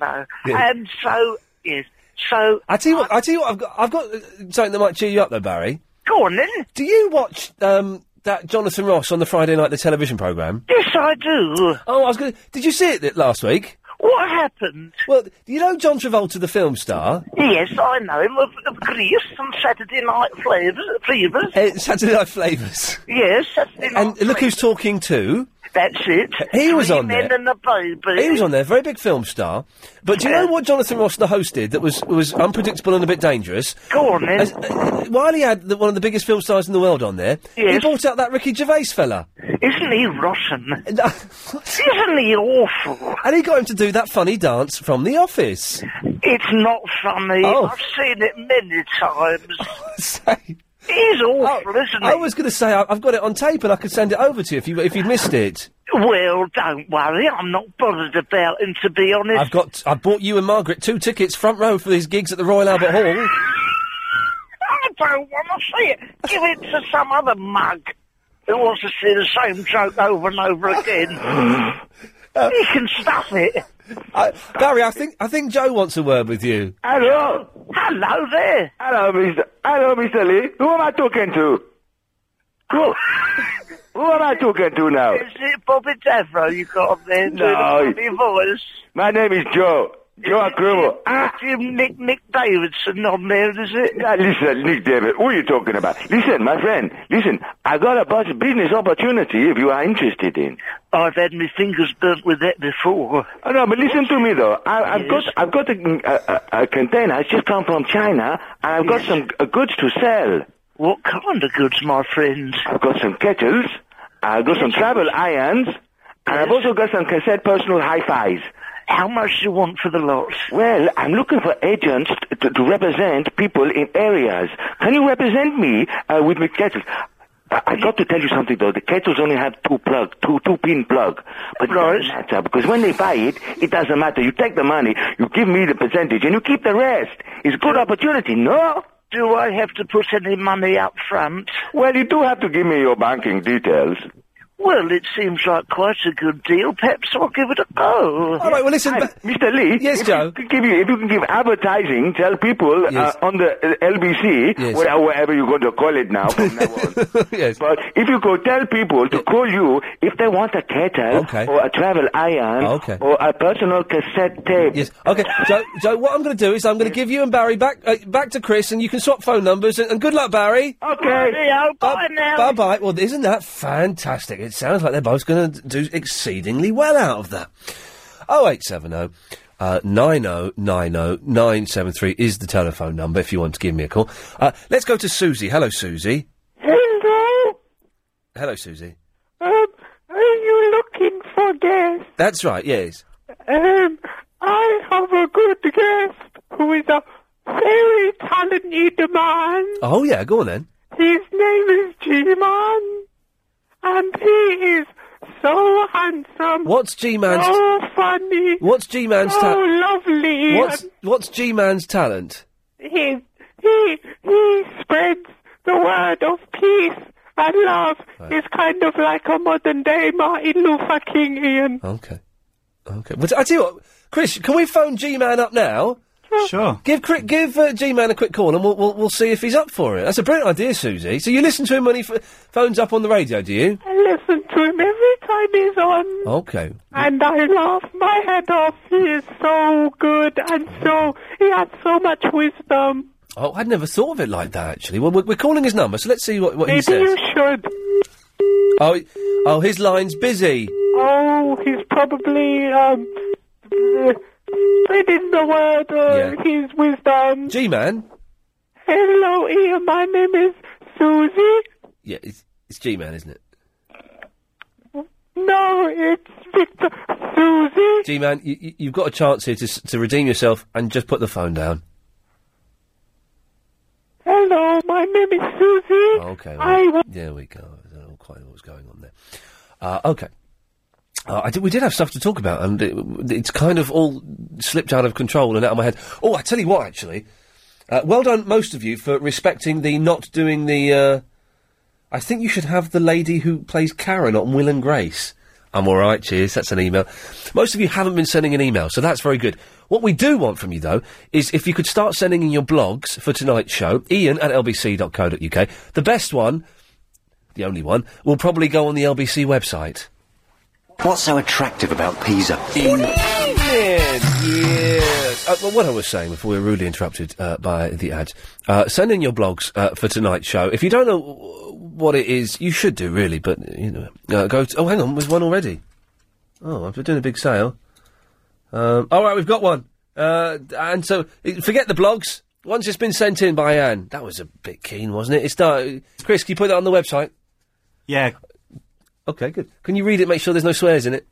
Speaker 35: no.
Speaker 8: Yeah.
Speaker 35: And so, yes. So,
Speaker 8: I tell you what, I tell you what, I've got, I've got uh, something that might cheer you up though, Barry.
Speaker 35: Go on then.
Speaker 8: Do you watch um, that Jonathan Ross on the Friday night the television program?
Speaker 35: Yes, I do.
Speaker 8: Oh, I was going. to... Did you see it th- last week?
Speaker 35: What happened?
Speaker 8: Well, you know John Travolta, the film star.
Speaker 35: yes, I know him of, of Greece and Saturday Night Flavours. Flavours.
Speaker 8: Uh, Saturday Night Flavours.
Speaker 35: Yes, Saturday Night
Speaker 8: And look who's talking to.
Speaker 35: That's it.
Speaker 8: He was
Speaker 35: Three
Speaker 8: on
Speaker 35: men
Speaker 8: there.
Speaker 35: and a baby.
Speaker 8: He was on there, very big film star. But do you know what Jonathan Ross, the host, did that was was unpredictable and a bit dangerous?
Speaker 35: Go on, then.
Speaker 8: As- uh, while he had the, one of the biggest film stars in the world on there, he
Speaker 35: Yes.
Speaker 8: brought out that Ricky Gervais fella.
Speaker 35: Isn't he Russian? Isn't he awful?
Speaker 8: And he got him to do that funny dance from The Office.
Speaker 35: It's not funny.
Speaker 8: Oh.
Speaker 35: I've seen it many times. He's awful, isn't he?
Speaker 8: Oh, I was going to say, I, I've got it on tape and I could send it over to you if, you, if you'd missed it.
Speaker 35: Well, don't worry. I'm not bothered about him, to be honest.
Speaker 8: I've got, I bought you and Margaret two tickets front row for these gigs at the Royal Albert Hall.
Speaker 35: I don't want to see it. Give it to some other mug who wants to see the same joke over and over again. he can stuff it.
Speaker 8: Uh, I, Barry, I think, I think Joe wants a word with you.
Speaker 35: Hello. Hello there.
Speaker 3: Hello, Mr. Hello, Mr. Lee. Who am I talking to?
Speaker 35: Who,
Speaker 3: who am I talking to now?
Speaker 35: Is it Bobby Davro you got up there doing
Speaker 3: No.
Speaker 35: a funny voice?
Speaker 3: My name is Joe. Joe Akrumo.
Speaker 35: Ah. Jim Nick Nick Davidson on there, is it?
Speaker 3: Now, listen, Nick David, who are you talking about? Listen, my friend, listen, I got a bus business opportunity if you are interested in.
Speaker 35: I've had my fingers burnt with that before.
Speaker 3: Oh, no, but listen to me though. I, I've got I've got a, a, a container. It's just come from China, and I've got some uh, goods to sell.
Speaker 35: What kind of goods, my friend?
Speaker 3: I've got some kettles. I've got some travel irons, and I've also got some cassette personal hi-fis.
Speaker 35: How much do you want for the lot?
Speaker 3: Well, I'm looking for agents t- to, to represent people in areas. Can you represent me uh, with my kettles? I, I got to tell you something though. The kettles only have two plug, two two pin plug, but it doesn't matter because when they buy it, it doesn't matter. You take the money, you give me the percentage, and you keep the rest. It's good opportunity, no?
Speaker 35: Do I have to put any money up front?
Speaker 3: Well, you do have to give me your banking details.
Speaker 35: Well, it seems like quite a good deal. Perhaps I'll give it a go.
Speaker 8: All right, well, listen,
Speaker 3: Mr. Lee.
Speaker 8: Yes,
Speaker 3: if
Speaker 8: Joe.
Speaker 3: You could give you, if you can give advertising, tell people
Speaker 8: Yes.
Speaker 3: uh, on the uh, LBC,
Speaker 8: Yes.
Speaker 3: where- wherever you're going to call it now. From now on. But if you could tell people to call you if they want a kettle or a travel iron or a personal cassette tape.
Speaker 8: Yes. Okay, Joe, Joe, what I'm going to do is I'm going to give you and Barry back uh, back to Chris, and you can swap phone numbers. And, and good luck, Barry.
Speaker 35: Okay. Leo, bye now.
Speaker 8: Bye bye. Well, isn't that fantastic? It sounds like they're both going to do exceedingly well out of that. 0870 uh, 9090 973 is the telephone number if you want to give me a call. Uh, let's go to Susie. Hello, Susie.
Speaker 11: Hello.
Speaker 8: Hello, Susie.
Speaker 11: Um, are you looking for guests?
Speaker 8: That's right, yes.
Speaker 11: Um, I have a good guest who is a very talented man.
Speaker 8: Oh, yeah, go on then.
Speaker 11: His name is G-Man, and he is so handsome.
Speaker 8: What's G-Man's-
Speaker 11: So funny.
Speaker 8: What's G Man's
Speaker 11: so
Speaker 8: talent?
Speaker 35: Oh,
Speaker 11: lovely.
Speaker 8: What's, what's G Man's talent?
Speaker 11: He he he spreads the word of peace and love. He's kind of like a modern day Martin Luther King, Ian.
Speaker 8: Okay. Okay. Well, I tell you what, Chris, can we phone G Man up now?
Speaker 2: Sure.
Speaker 8: Give Cri- give uh, G Man a quick call, and we'll, we'll we'll see if he's up for it. That's a brilliant idea, Susie. So you listen to him when he f- phones up on the radio, do you?
Speaker 11: I listen to him every time he's on,
Speaker 8: Okay.
Speaker 11: and I laugh my head off. He is so good, and so he has so much wisdom.
Speaker 8: Oh, I'd never thought of it like that. Actually, well, we're, we're calling his number, so let's see what, what he
Speaker 11: Maybe
Speaker 8: says.
Speaker 11: you should.
Speaker 8: Oh, he- oh, his line's busy.
Speaker 11: Oh, he's probably um spreading the word of his wisdom.
Speaker 8: G Man.
Speaker 11: Hello, Ian. My name is Susie.
Speaker 8: Yeah, it's, it's G Man, isn't it?
Speaker 11: No, it's Victor. Susie.
Speaker 8: G Man, you, you- you've got a chance here to s- to redeem yourself and just put the phone down.
Speaker 11: Hello, my name is Susie.
Speaker 8: Okay. Well,
Speaker 11: I wa-
Speaker 8: there we go. I don't know quite what's going on there. Uh, okay. Uh, I did, we did have stuff to talk about, and it, it's kind of all slipped out of control and out of my head. Oh, I tell you what, actually. Uh, well done, most of you, for respecting the not doing the. Uh, I think you should have the lady who plays Karen on Will and Grace. I'm all right, cheers. That's an email. Most of you haven't been sending an email, so that's very good. What we do want from you, though, is if you could start sending in your blogs for tonight's show, ian at lbc.co.uk. The best one, the only one, will probably go on the LBC website.
Speaker 36: What's so attractive about Pisa?
Speaker 8: Yes. Uh, well, what I was saying before we were rudely interrupted uh, by the ads. Uh, send in your blogs uh, for tonight's show. If you don't know w- what it is, you should do really. But you know, uh, go. To, oh, hang on, there's one already. Oh, I've been doing a big sale. Um, all right, we've got one. Uh, and so, i- forget the blogs. Once it's been sent in by Anne, that was a bit keen, wasn't it? It's done. Chris, can you put that on the website?
Speaker 2: Yeah.
Speaker 8: Okay, good. Can you read it? Make sure there's no swears in it.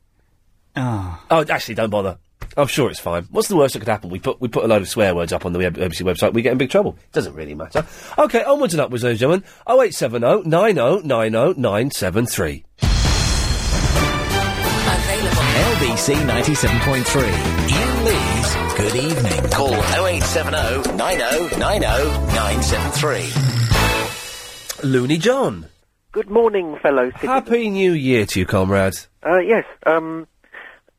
Speaker 2: Oh.
Speaker 8: Oh, actually, don't bother. I'm sure it's fine. What's the worst that could happen? We put we put a load of swear words up on the web- BBC website. We get in big trouble. Doesn't really matter. Okay, onwards and upwards, ladies and gentlemen. 0870 90 90 973.
Speaker 1: LBC 97.3. Ian Lee's Good Evening. Call 0870 90 90 oh, 973.
Speaker 8: Looney John.
Speaker 27: Good morning, fellow citizens.
Speaker 8: Happy New Year to you, comrades.
Speaker 27: Uh, yes, um,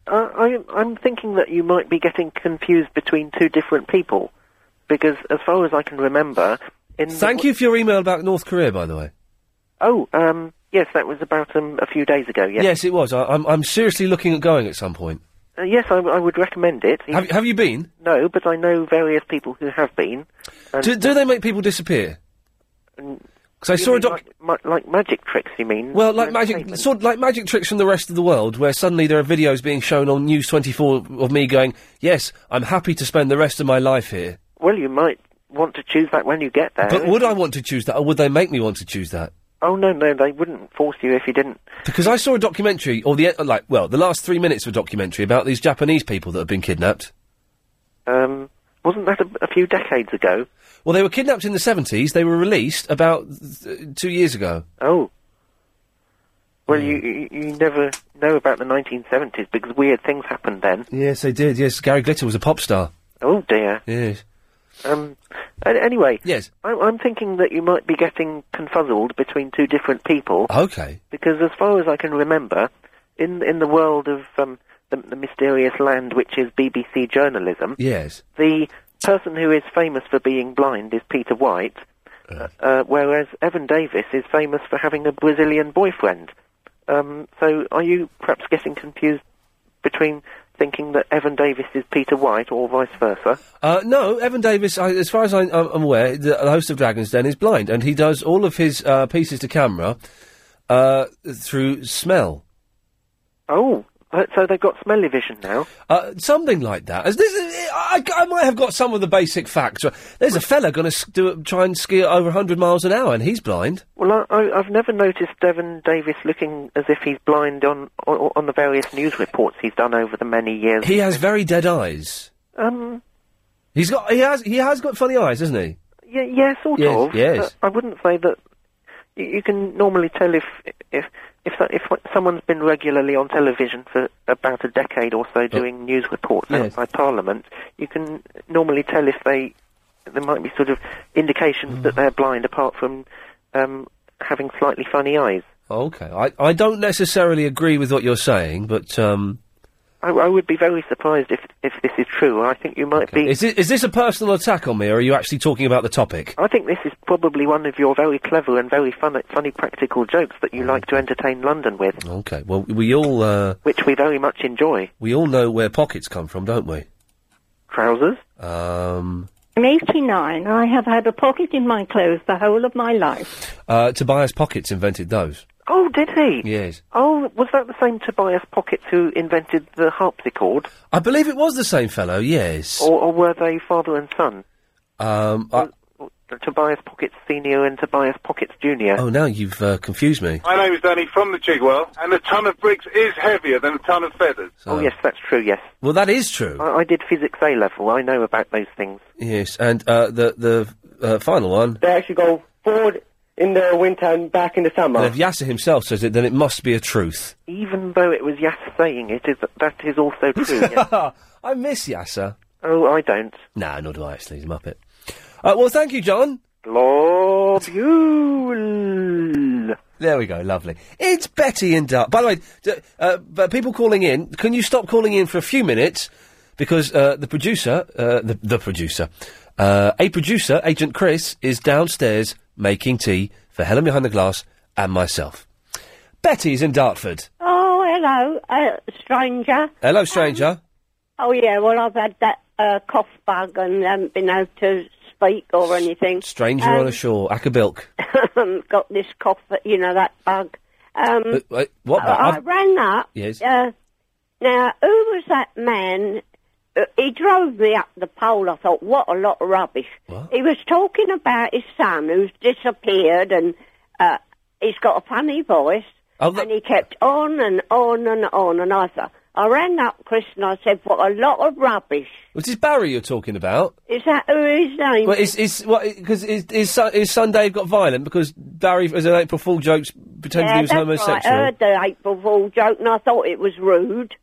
Speaker 27: uh, I, I'm thinking that you might be getting confused between two different people, because as far as I can remember, in the-
Speaker 8: Thank you for your email about North Korea, by the way.
Speaker 27: Oh, um, yes, that was about um, a few days ago. Yes,
Speaker 8: Yes, it was. I, I'm, I'm seriously looking at going at some point.
Speaker 27: uh, yes, I, I would recommend it.
Speaker 8: Have, have you been?
Speaker 27: No, but I know various people who have been. And
Speaker 8: Do, do they make people disappear? Because I
Speaker 27: You
Speaker 8: saw a
Speaker 27: mean
Speaker 8: doc.
Speaker 27: like, ma- like magic tricks, you mean? Uh,
Speaker 8: Well, like magic, sort of like magic tricks from the rest of the world, where suddenly there are videos being shown on News 24 of me going, "Yes, I'm happy to spend the rest of my life here."
Speaker 27: Well, you might want to choose that when you get there.
Speaker 8: But would I want to choose that, or would they make me want to choose that?
Speaker 27: Oh no, no, they wouldn't force you if you didn't.
Speaker 8: Because I saw a documentary, or the like, well, the last three minutes of a documentary about these Japanese people that have been kidnapped.
Speaker 27: Um, wasn't that a, a few decades ago?
Speaker 8: Well, they were kidnapped in the 70s. They were released about th- two years ago.
Speaker 27: Oh. Well, you, you you never know about the 1970s because weird things happened then.
Speaker 8: Yes, they did. Yes, Gary Glitter was a pop star.
Speaker 27: Oh dear.
Speaker 8: Yes.
Speaker 27: Um, An- Anyway,
Speaker 8: yes,
Speaker 27: I'm, I'm thinking that you might be getting confuzzled between two different people.
Speaker 8: Ah. Okay.
Speaker 27: Because as far as I can remember, in in the world of um, the, the mysterious land which is BBC journalism,
Speaker 8: Yes.
Speaker 27: the person who is famous for being blind is Peter White, uh, whereas Evan Davis is famous for having a Brazilian boyfriend. Um, so are you perhaps getting confused between thinking that Evan Davis is Peter White or vice versa?
Speaker 8: Uh, no, Evan Davis, I, as far as I, I'm I'm aware, the, the host of Dragon's Den is blind, and he does all of his uh, pieces to camera uh, through smell.
Speaker 27: Oh, so they've got smelly vision now?
Speaker 8: Uh, something like that. As this, is- I, I might have got some of the basic facts. There's a fella going to do try and ski at over 100 miles an hour, and he's blind.
Speaker 27: Well, I, I, I've never noticed Evan Davis looking as if he's blind on, on on the various news reports he's done over the many years.
Speaker 8: He has very dead eyes.
Speaker 27: Um,
Speaker 8: He's got, he has, he has got funny eyes, hasn't he?
Speaker 27: yeah, yeah, sort
Speaker 8: Yes,
Speaker 27: of.
Speaker 8: yes.
Speaker 27: but I wouldn't say that. You, you can normally tell if if if so- if someone's been regularly on television for about a decade or so doing news reports
Speaker 8: Oh. Yes.
Speaker 27: outside Parliament. You can normally tell if they there might be sort of indications
Speaker 8: Mm.
Speaker 27: that they're blind, apart from um, having slightly funny eyes.
Speaker 8: Okay, I, I don't necessarily agree with what you're saying, but um,
Speaker 27: I, I would be very surprised if if this is true. I think you might be.
Speaker 8: is, this, is this a personal attack on me, or are you actually talking about the topic?
Speaker 27: I think this is probably one of your very clever and very fun, funny practical jokes that
Speaker 8: Mm.
Speaker 27: you like to entertain London with,
Speaker 8: Okay, well, we all uh,
Speaker 27: which we very much enjoy.
Speaker 8: we all know where pockets come from, don't we?
Speaker 27: Trousers.
Speaker 8: Um,
Speaker 4: I'm 89 and I have had a pocket in my clothes the whole of my life.
Speaker 8: uh, Tobias Pockets invented those.
Speaker 27: Oh, did he?
Speaker 8: Yes,
Speaker 27: Oh, was that the same Tobias Pockets who invented the harpsichord,
Speaker 8: I believe it was the same fellow. Yes.
Speaker 27: or, or were they father and son?
Speaker 8: Um, I,
Speaker 27: Tobias Pockets Senior and Tobias Pockets Junior.
Speaker 8: oh, now you've uh, confused me.
Speaker 29: My name's Danny from the Jigwell, and a ton of bricks is heavier than a ton of feathers.
Speaker 27: Oh, yes, that's true. Yes.
Speaker 8: Well, that is true.
Speaker 27: I, I did physics A level. I know about those things.
Speaker 8: Yes, and uh, the the uh, final one.
Speaker 17: They actually go forward in the winter and back in the summer.
Speaker 8: And if Yasser himself says it, then it must be a truth.
Speaker 27: Even though it was Yas saying it, is that is also true. yes.
Speaker 8: Ah, I miss Yasser.
Speaker 27: Oh, I don't.
Speaker 8: No, nor do I actually. He's a muppet. Uh, well, thank you, John.
Speaker 27: Globule.
Speaker 8: There we go, lovely. It's Betty and Dart. By the way, d- uh, but people calling in, can you stop calling in for a few minutes? Because uh, the producer, uh, the, the producer, uh, a producer, Agent Chris, is downstairs making tea for Helen Behind the Glass and myself. Betty's in Dartford.
Speaker 4: Oh, hello, uh, stranger.
Speaker 8: Hello, stranger.
Speaker 4: Oh, yeah, well, I've had that uh, cough bug and haven't been able to speak or anything.
Speaker 8: Stranger on a shore, Ackerbilk.
Speaker 4: um, got this cough, that- you know, that bug. Um,
Speaker 8: Uh, wait, what?
Speaker 4: I, I
Speaker 8: I've-
Speaker 4: rang up.
Speaker 8: Yes.
Speaker 4: Uh, now, who was that man? Uh, he drove me up the pole. I thought, what a lot of rubbish. He was talking about his son who's disappeared and uh, he's got a funny voice.
Speaker 8: Oh,
Speaker 4: and he kept on and on and on. And I thought, I rang up Chris and I said, what a lot of rubbish.
Speaker 8: Which is Barry you're talking about?
Speaker 4: Is that who his name
Speaker 8: Well, is is what because is his son, his son Dave got violent because Barry as an April Fool joke pretended
Speaker 4: yeah,
Speaker 8: he was
Speaker 4: that's
Speaker 8: homosexual.
Speaker 4: Right. Uh, I heard the April Fool joke and I thought it was rude.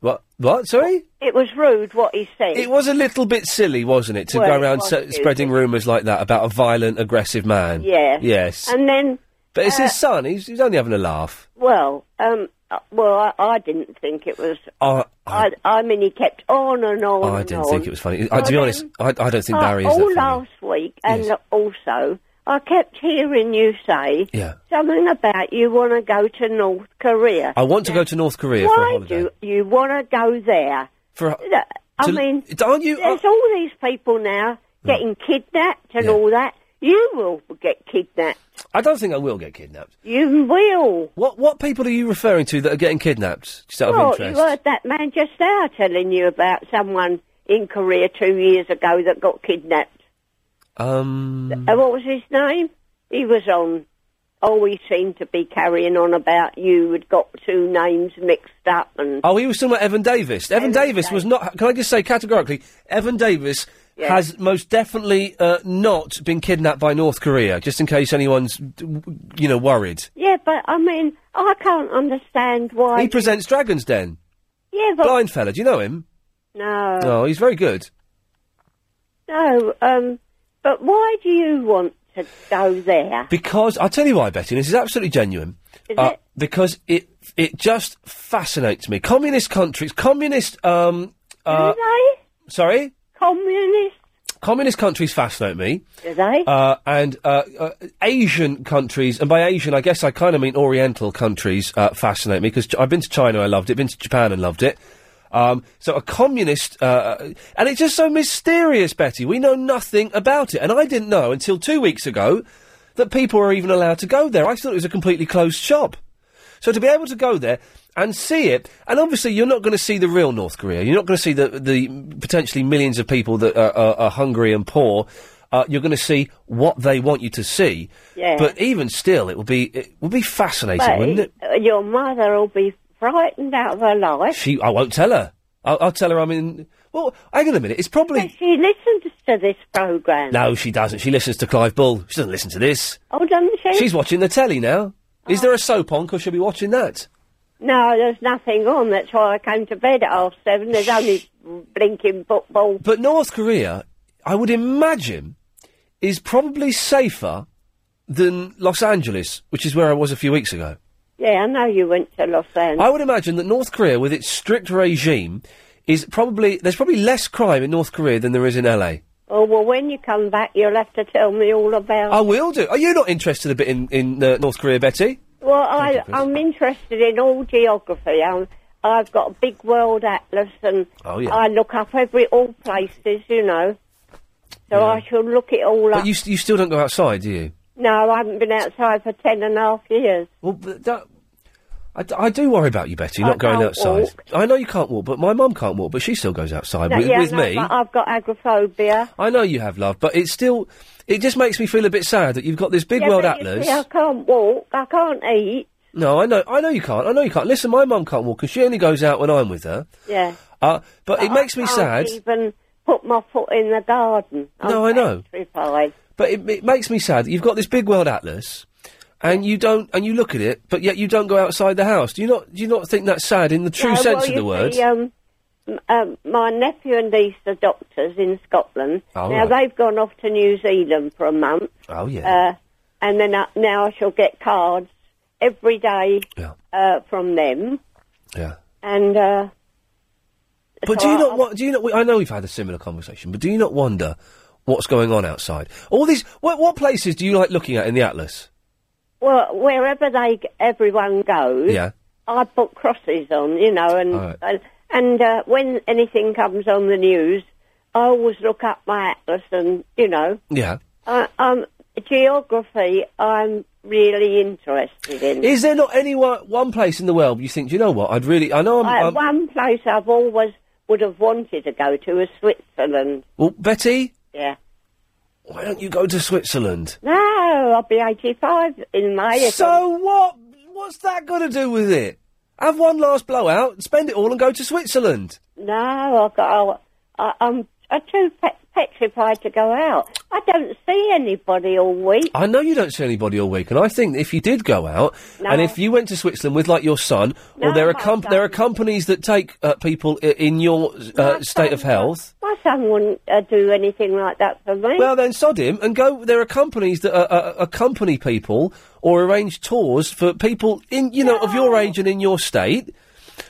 Speaker 8: What? What? Sorry.
Speaker 4: It was rude what he said.
Speaker 8: It was a little bit silly, wasn't it, to
Speaker 4: Well,
Speaker 8: go
Speaker 4: it
Speaker 8: around
Speaker 4: was,
Speaker 8: se-
Speaker 4: it
Speaker 8: spreading rumours like that about a violent, aggressive man?
Speaker 4: Yeah.
Speaker 8: Yes.
Speaker 4: And then
Speaker 8: but it's
Speaker 4: uh,
Speaker 8: his son. He's, he's only having a laugh.
Speaker 4: Well, um, uh, well, I, I didn't think it was.
Speaker 8: I,
Speaker 4: I, I mean, he kept on and on.
Speaker 8: I
Speaker 4: and
Speaker 8: didn't
Speaker 4: on.
Speaker 8: think it was funny. I, to be
Speaker 4: Well,
Speaker 8: honest, I, I don't think
Speaker 4: Uh,
Speaker 8: Barry is.
Speaker 4: all
Speaker 8: That funny.
Speaker 4: last week, and
Speaker 8: Yes.
Speaker 4: also I kept hearing you say
Speaker 8: Yeah.
Speaker 4: something about you want to go to North Korea.
Speaker 8: I want to go to North Oh, Korea for a
Speaker 4: Why
Speaker 8: holiday.
Speaker 4: do you want to go there?
Speaker 8: For a,
Speaker 4: Th- I
Speaker 8: to-
Speaker 4: mean,
Speaker 8: aren't you? uh Mm.
Speaker 4: There's all these people now getting kidnapped and all that. You will get kidnapped.
Speaker 8: I don't think I will get kidnapped.
Speaker 4: You will.
Speaker 8: What What people are you referring to that are getting kidnapped? Just out
Speaker 4: well,
Speaker 8: of interest.
Speaker 4: you heard that man just now telling you about someone in Korea two years ago that got kidnapped.
Speaker 8: Um.
Speaker 4: And what was his name? He was on. Oh, he seemed to be carrying on about you had got two names mixed up and.
Speaker 8: Oh, he was talking about Evan Davis. Evan, Davis, was not. Can I just say categorically, Evan Davis
Speaker 4: Yeah.
Speaker 8: has most definitely uh, not been kidnapped by North Korea. Just in case anyone's, d- w- you know, worried.
Speaker 4: Yeah, but I mean, I can't understand why.
Speaker 8: He presents Dragons Den.
Speaker 4: yeah, but Oh.
Speaker 8: Blind fella, do you know him?
Speaker 4: no,
Speaker 8: No, he's very good.
Speaker 4: no. Um, But why do you want to go there?
Speaker 8: Because I'll tell you why, Betty. and This is absolutely genuine. Uh,
Speaker 4: Is it?
Speaker 8: Because it it just fascinates me. Communist countries, communist um. Uh,
Speaker 4: do they?
Speaker 8: Sorry,
Speaker 4: Communists,
Speaker 8: communist countries fascinate me.
Speaker 4: do they?
Speaker 8: Uh, and uh, uh, Asian countries, and by Asian, I guess I kind of mean Oriental countries, uh, fascinate me because I've been to China, I loved it. Been to Japan and loved it. Um, so a communist, uh, and it's just so mysterious, Betty. We know nothing about it, and I didn't know until two weeks ago that people were even allowed to go there. I thought it was a completely closed shop. So to be able to go there and see it, and obviously you're not going to see the real North Korea. You're not going to see the the potentially millions of people that are, are, are hungry and poor. Uh, you're going to see what they want you to see.
Speaker 4: Yeah.
Speaker 8: But even still, it will be it will be fascinating,
Speaker 4: But
Speaker 8: wouldn't it?
Speaker 4: uh, your mother will be frightened out of her life.
Speaker 8: She, I won't tell her. I'll, I'll tell her I'm in. Well, hang on a minute. It's probably
Speaker 4: She listens to this program.
Speaker 8: no. She doesn't. She listens to Clive Bull. She doesn't listen to this.
Speaker 4: Oh, doesn't she?
Speaker 8: She's watching the telly now. Is there a soap on? Cause she'll be watching that.
Speaker 4: No, there's nothing on. That's why I came to bed at half seven. There's only blinking football.
Speaker 8: But North Korea, I would imagine, is probably safer than Los Angeles, which is where I was a few weeks ago.
Speaker 4: Yeah, I know you went to Los Angeles.
Speaker 8: I would imagine that North Korea, with its strict regime, is probably there's probably less crime in North Korea than there is in LA.
Speaker 4: Oh, well, when you come back, you'll have to tell me all about
Speaker 8: I will do. Are you not interested a bit in in uh, North Korea, Betty?
Speaker 4: Well, I, I'm interested in all geography. i I've got a big world atlas, and
Speaker 8: Oh, yeah.
Speaker 4: I look up every all places, you know. So I shall look it all up.
Speaker 8: But you st- you still don't go outside, do you?
Speaker 4: No, I haven't been outside for ten and a half years.
Speaker 8: Well, but that, I, d- I do worry about you, Betty,
Speaker 4: I
Speaker 8: not going
Speaker 4: can't
Speaker 8: outside.
Speaker 4: walk.
Speaker 8: I know you can't walk, but my mum can't walk, but she still goes outside
Speaker 4: No,
Speaker 8: with,
Speaker 4: yeah,
Speaker 8: with
Speaker 4: no,
Speaker 8: me.
Speaker 4: but I've got agoraphobia.
Speaker 8: I know you have, love, but it's still. It just makes me feel a bit sad that you've got this big
Speaker 4: Yeah,
Speaker 8: world
Speaker 4: but you
Speaker 8: atlas.
Speaker 4: see, I can't walk. I can't eat.
Speaker 8: No, I know, I know you can't. I know you can't. Listen, my mum can't walk, and she only goes out when I'm with her.
Speaker 4: Yeah.
Speaker 8: Uh, but it
Speaker 4: I
Speaker 8: makes me
Speaker 4: can't
Speaker 8: sad.
Speaker 4: Even put my foot in the garden. I'm
Speaker 8: No, I know.
Speaker 4: petrified.
Speaker 8: But it, it makes me sad that you've got this big world atlas, and you don't, and you look at it, but yet you don't go outside the house. Do you not? Do you not think that's sad in the true
Speaker 4: No,
Speaker 8: sense
Speaker 4: well,
Speaker 8: of
Speaker 4: you
Speaker 8: the word?
Speaker 4: See, um, m- um, my nephew and niece are doctors in Scotland.
Speaker 8: Oh,
Speaker 4: now
Speaker 8: right.
Speaker 4: they've gone off to New Zealand for a month,
Speaker 8: Oh yeah.
Speaker 4: uh, and then I, now I shall get cards every day uh, from them.
Speaker 8: Yeah.
Speaker 4: And uh,
Speaker 8: But
Speaker 4: so
Speaker 8: do you
Speaker 4: I-
Speaker 8: not? wa- Do you not? we- I know we've had a similar conversation, but do you not wonder what's going on outside? All these. What, what places do you like looking at in the atlas?
Speaker 4: Well, wherever they g- everyone goes,
Speaker 8: Yeah.
Speaker 4: I put crosses on, you know, and
Speaker 8: All right.
Speaker 4: and, and uh, when anything comes on the news, I always look up my atlas, and you know,
Speaker 8: Yeah.
Speaker 4: I, um, geography I'm really interested in.
Speaker 8: Is there not any one, one place in the world you think? Do you know what? I'd really. I know I'm.
Speaker 4: I,
Speaker 8: I'm-
Speaker 4: one place I've always would have wanted to go to is Switzerland.
Speaker 8: well, Betty,
Speaker 4: Yeah.
Speaker 8: why don't you go to Switzerland?
Speaker 4: No, I'll be 85 in May.
Speaker 8: So what? What's that got to do with it? Have one last blowout, spend it all, and go to Switzerland.
Speaker 4: No, I got. I, I'm I'm too pe- petrified to go out. I don't see anybody all week.
Speaker 8: I know you don't see anybody all week, and I think if you did go out,
Speaker 4: No.
Speaker 8: and if you went to Switzerland with like your son, or there are comp- there are companies that take uh, people i- in your uh, state of health.
Speaker 4: My son wouldn't uh, do anything like that for me.
Speaker 8: Well, then sod him and go. There are companies that uh, uh, accompany people or arrange tours for people in you know of your age and in your state.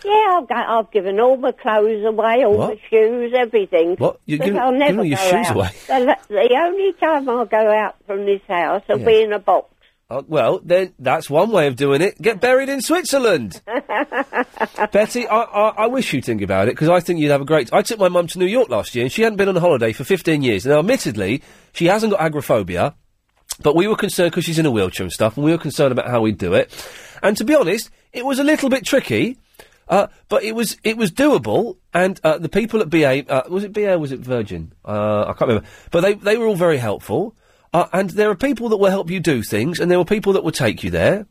Speaker 4: yeah, I've, got, I've given all my clothes away, all
Speaker 8: What?
Speaker 4: my shoes, everything.
Speaker 8: What? You're
Speaker 4: Because
Speaker 8: giving-
Speaker 4: I'll never
Speaker 8: giving all your
Speaker 4: go
Speaker 8: shoes
Speaker 4: out.
Speaker 8: away?
Speaker 4: The, the only time I'll go out from this house will
Speaker 8: Yeah.
Speaker 4: be in a box.
Speaker 8: Uh, well, then that's one way of doing it. Get buried in Switzerland. Betty, I, I, I wish you'd think about it because I think you'd have a great. I took my mum to New York last year, and she hadn't been on holiday for 15 years. Now, admittedly, she hasn't got agoraphobia, but we were concerned because she's in a wheelchair and stuff, and we were concerned about how we'd do it. And to be honest, it was a little bit tricky. Uh, but it was it was doable, and uh, the people at BA uh, was it BA or was it Virgin? Uh, I can't remember. But they they were all very helpful, uh, and there are people that will help you do things, and there were people that will take you there,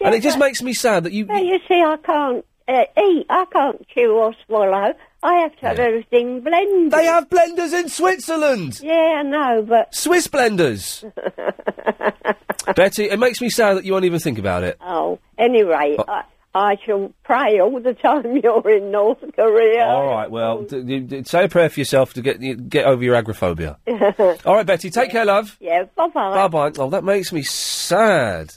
Speaker 8: and it just makes me sad that you
Speaker 4: Well, you see, I can't uh, eat. I can't chew or swallow. I have to have everything blended. They
Speaker 8: have blenders in Switzerland.
Speaker 4: Yeah, I know, but
Speaker 8: Swiss blenders. Betty, it makes me sad that you won't even think about it.
Speaker 4: oh, anyway, I, I shall pray all the time you're in North Korea.
Speaker 8: All right. Well, d- d- d- say a prayer for yourself to get you- get over your agoraphobia. All right, Betty. Take care, love.
Speaker 4: yeah,
Speaker 8: Bye
Speaker 4: bye-bye.
Speaker 8: bye. Oh, that makes me sad.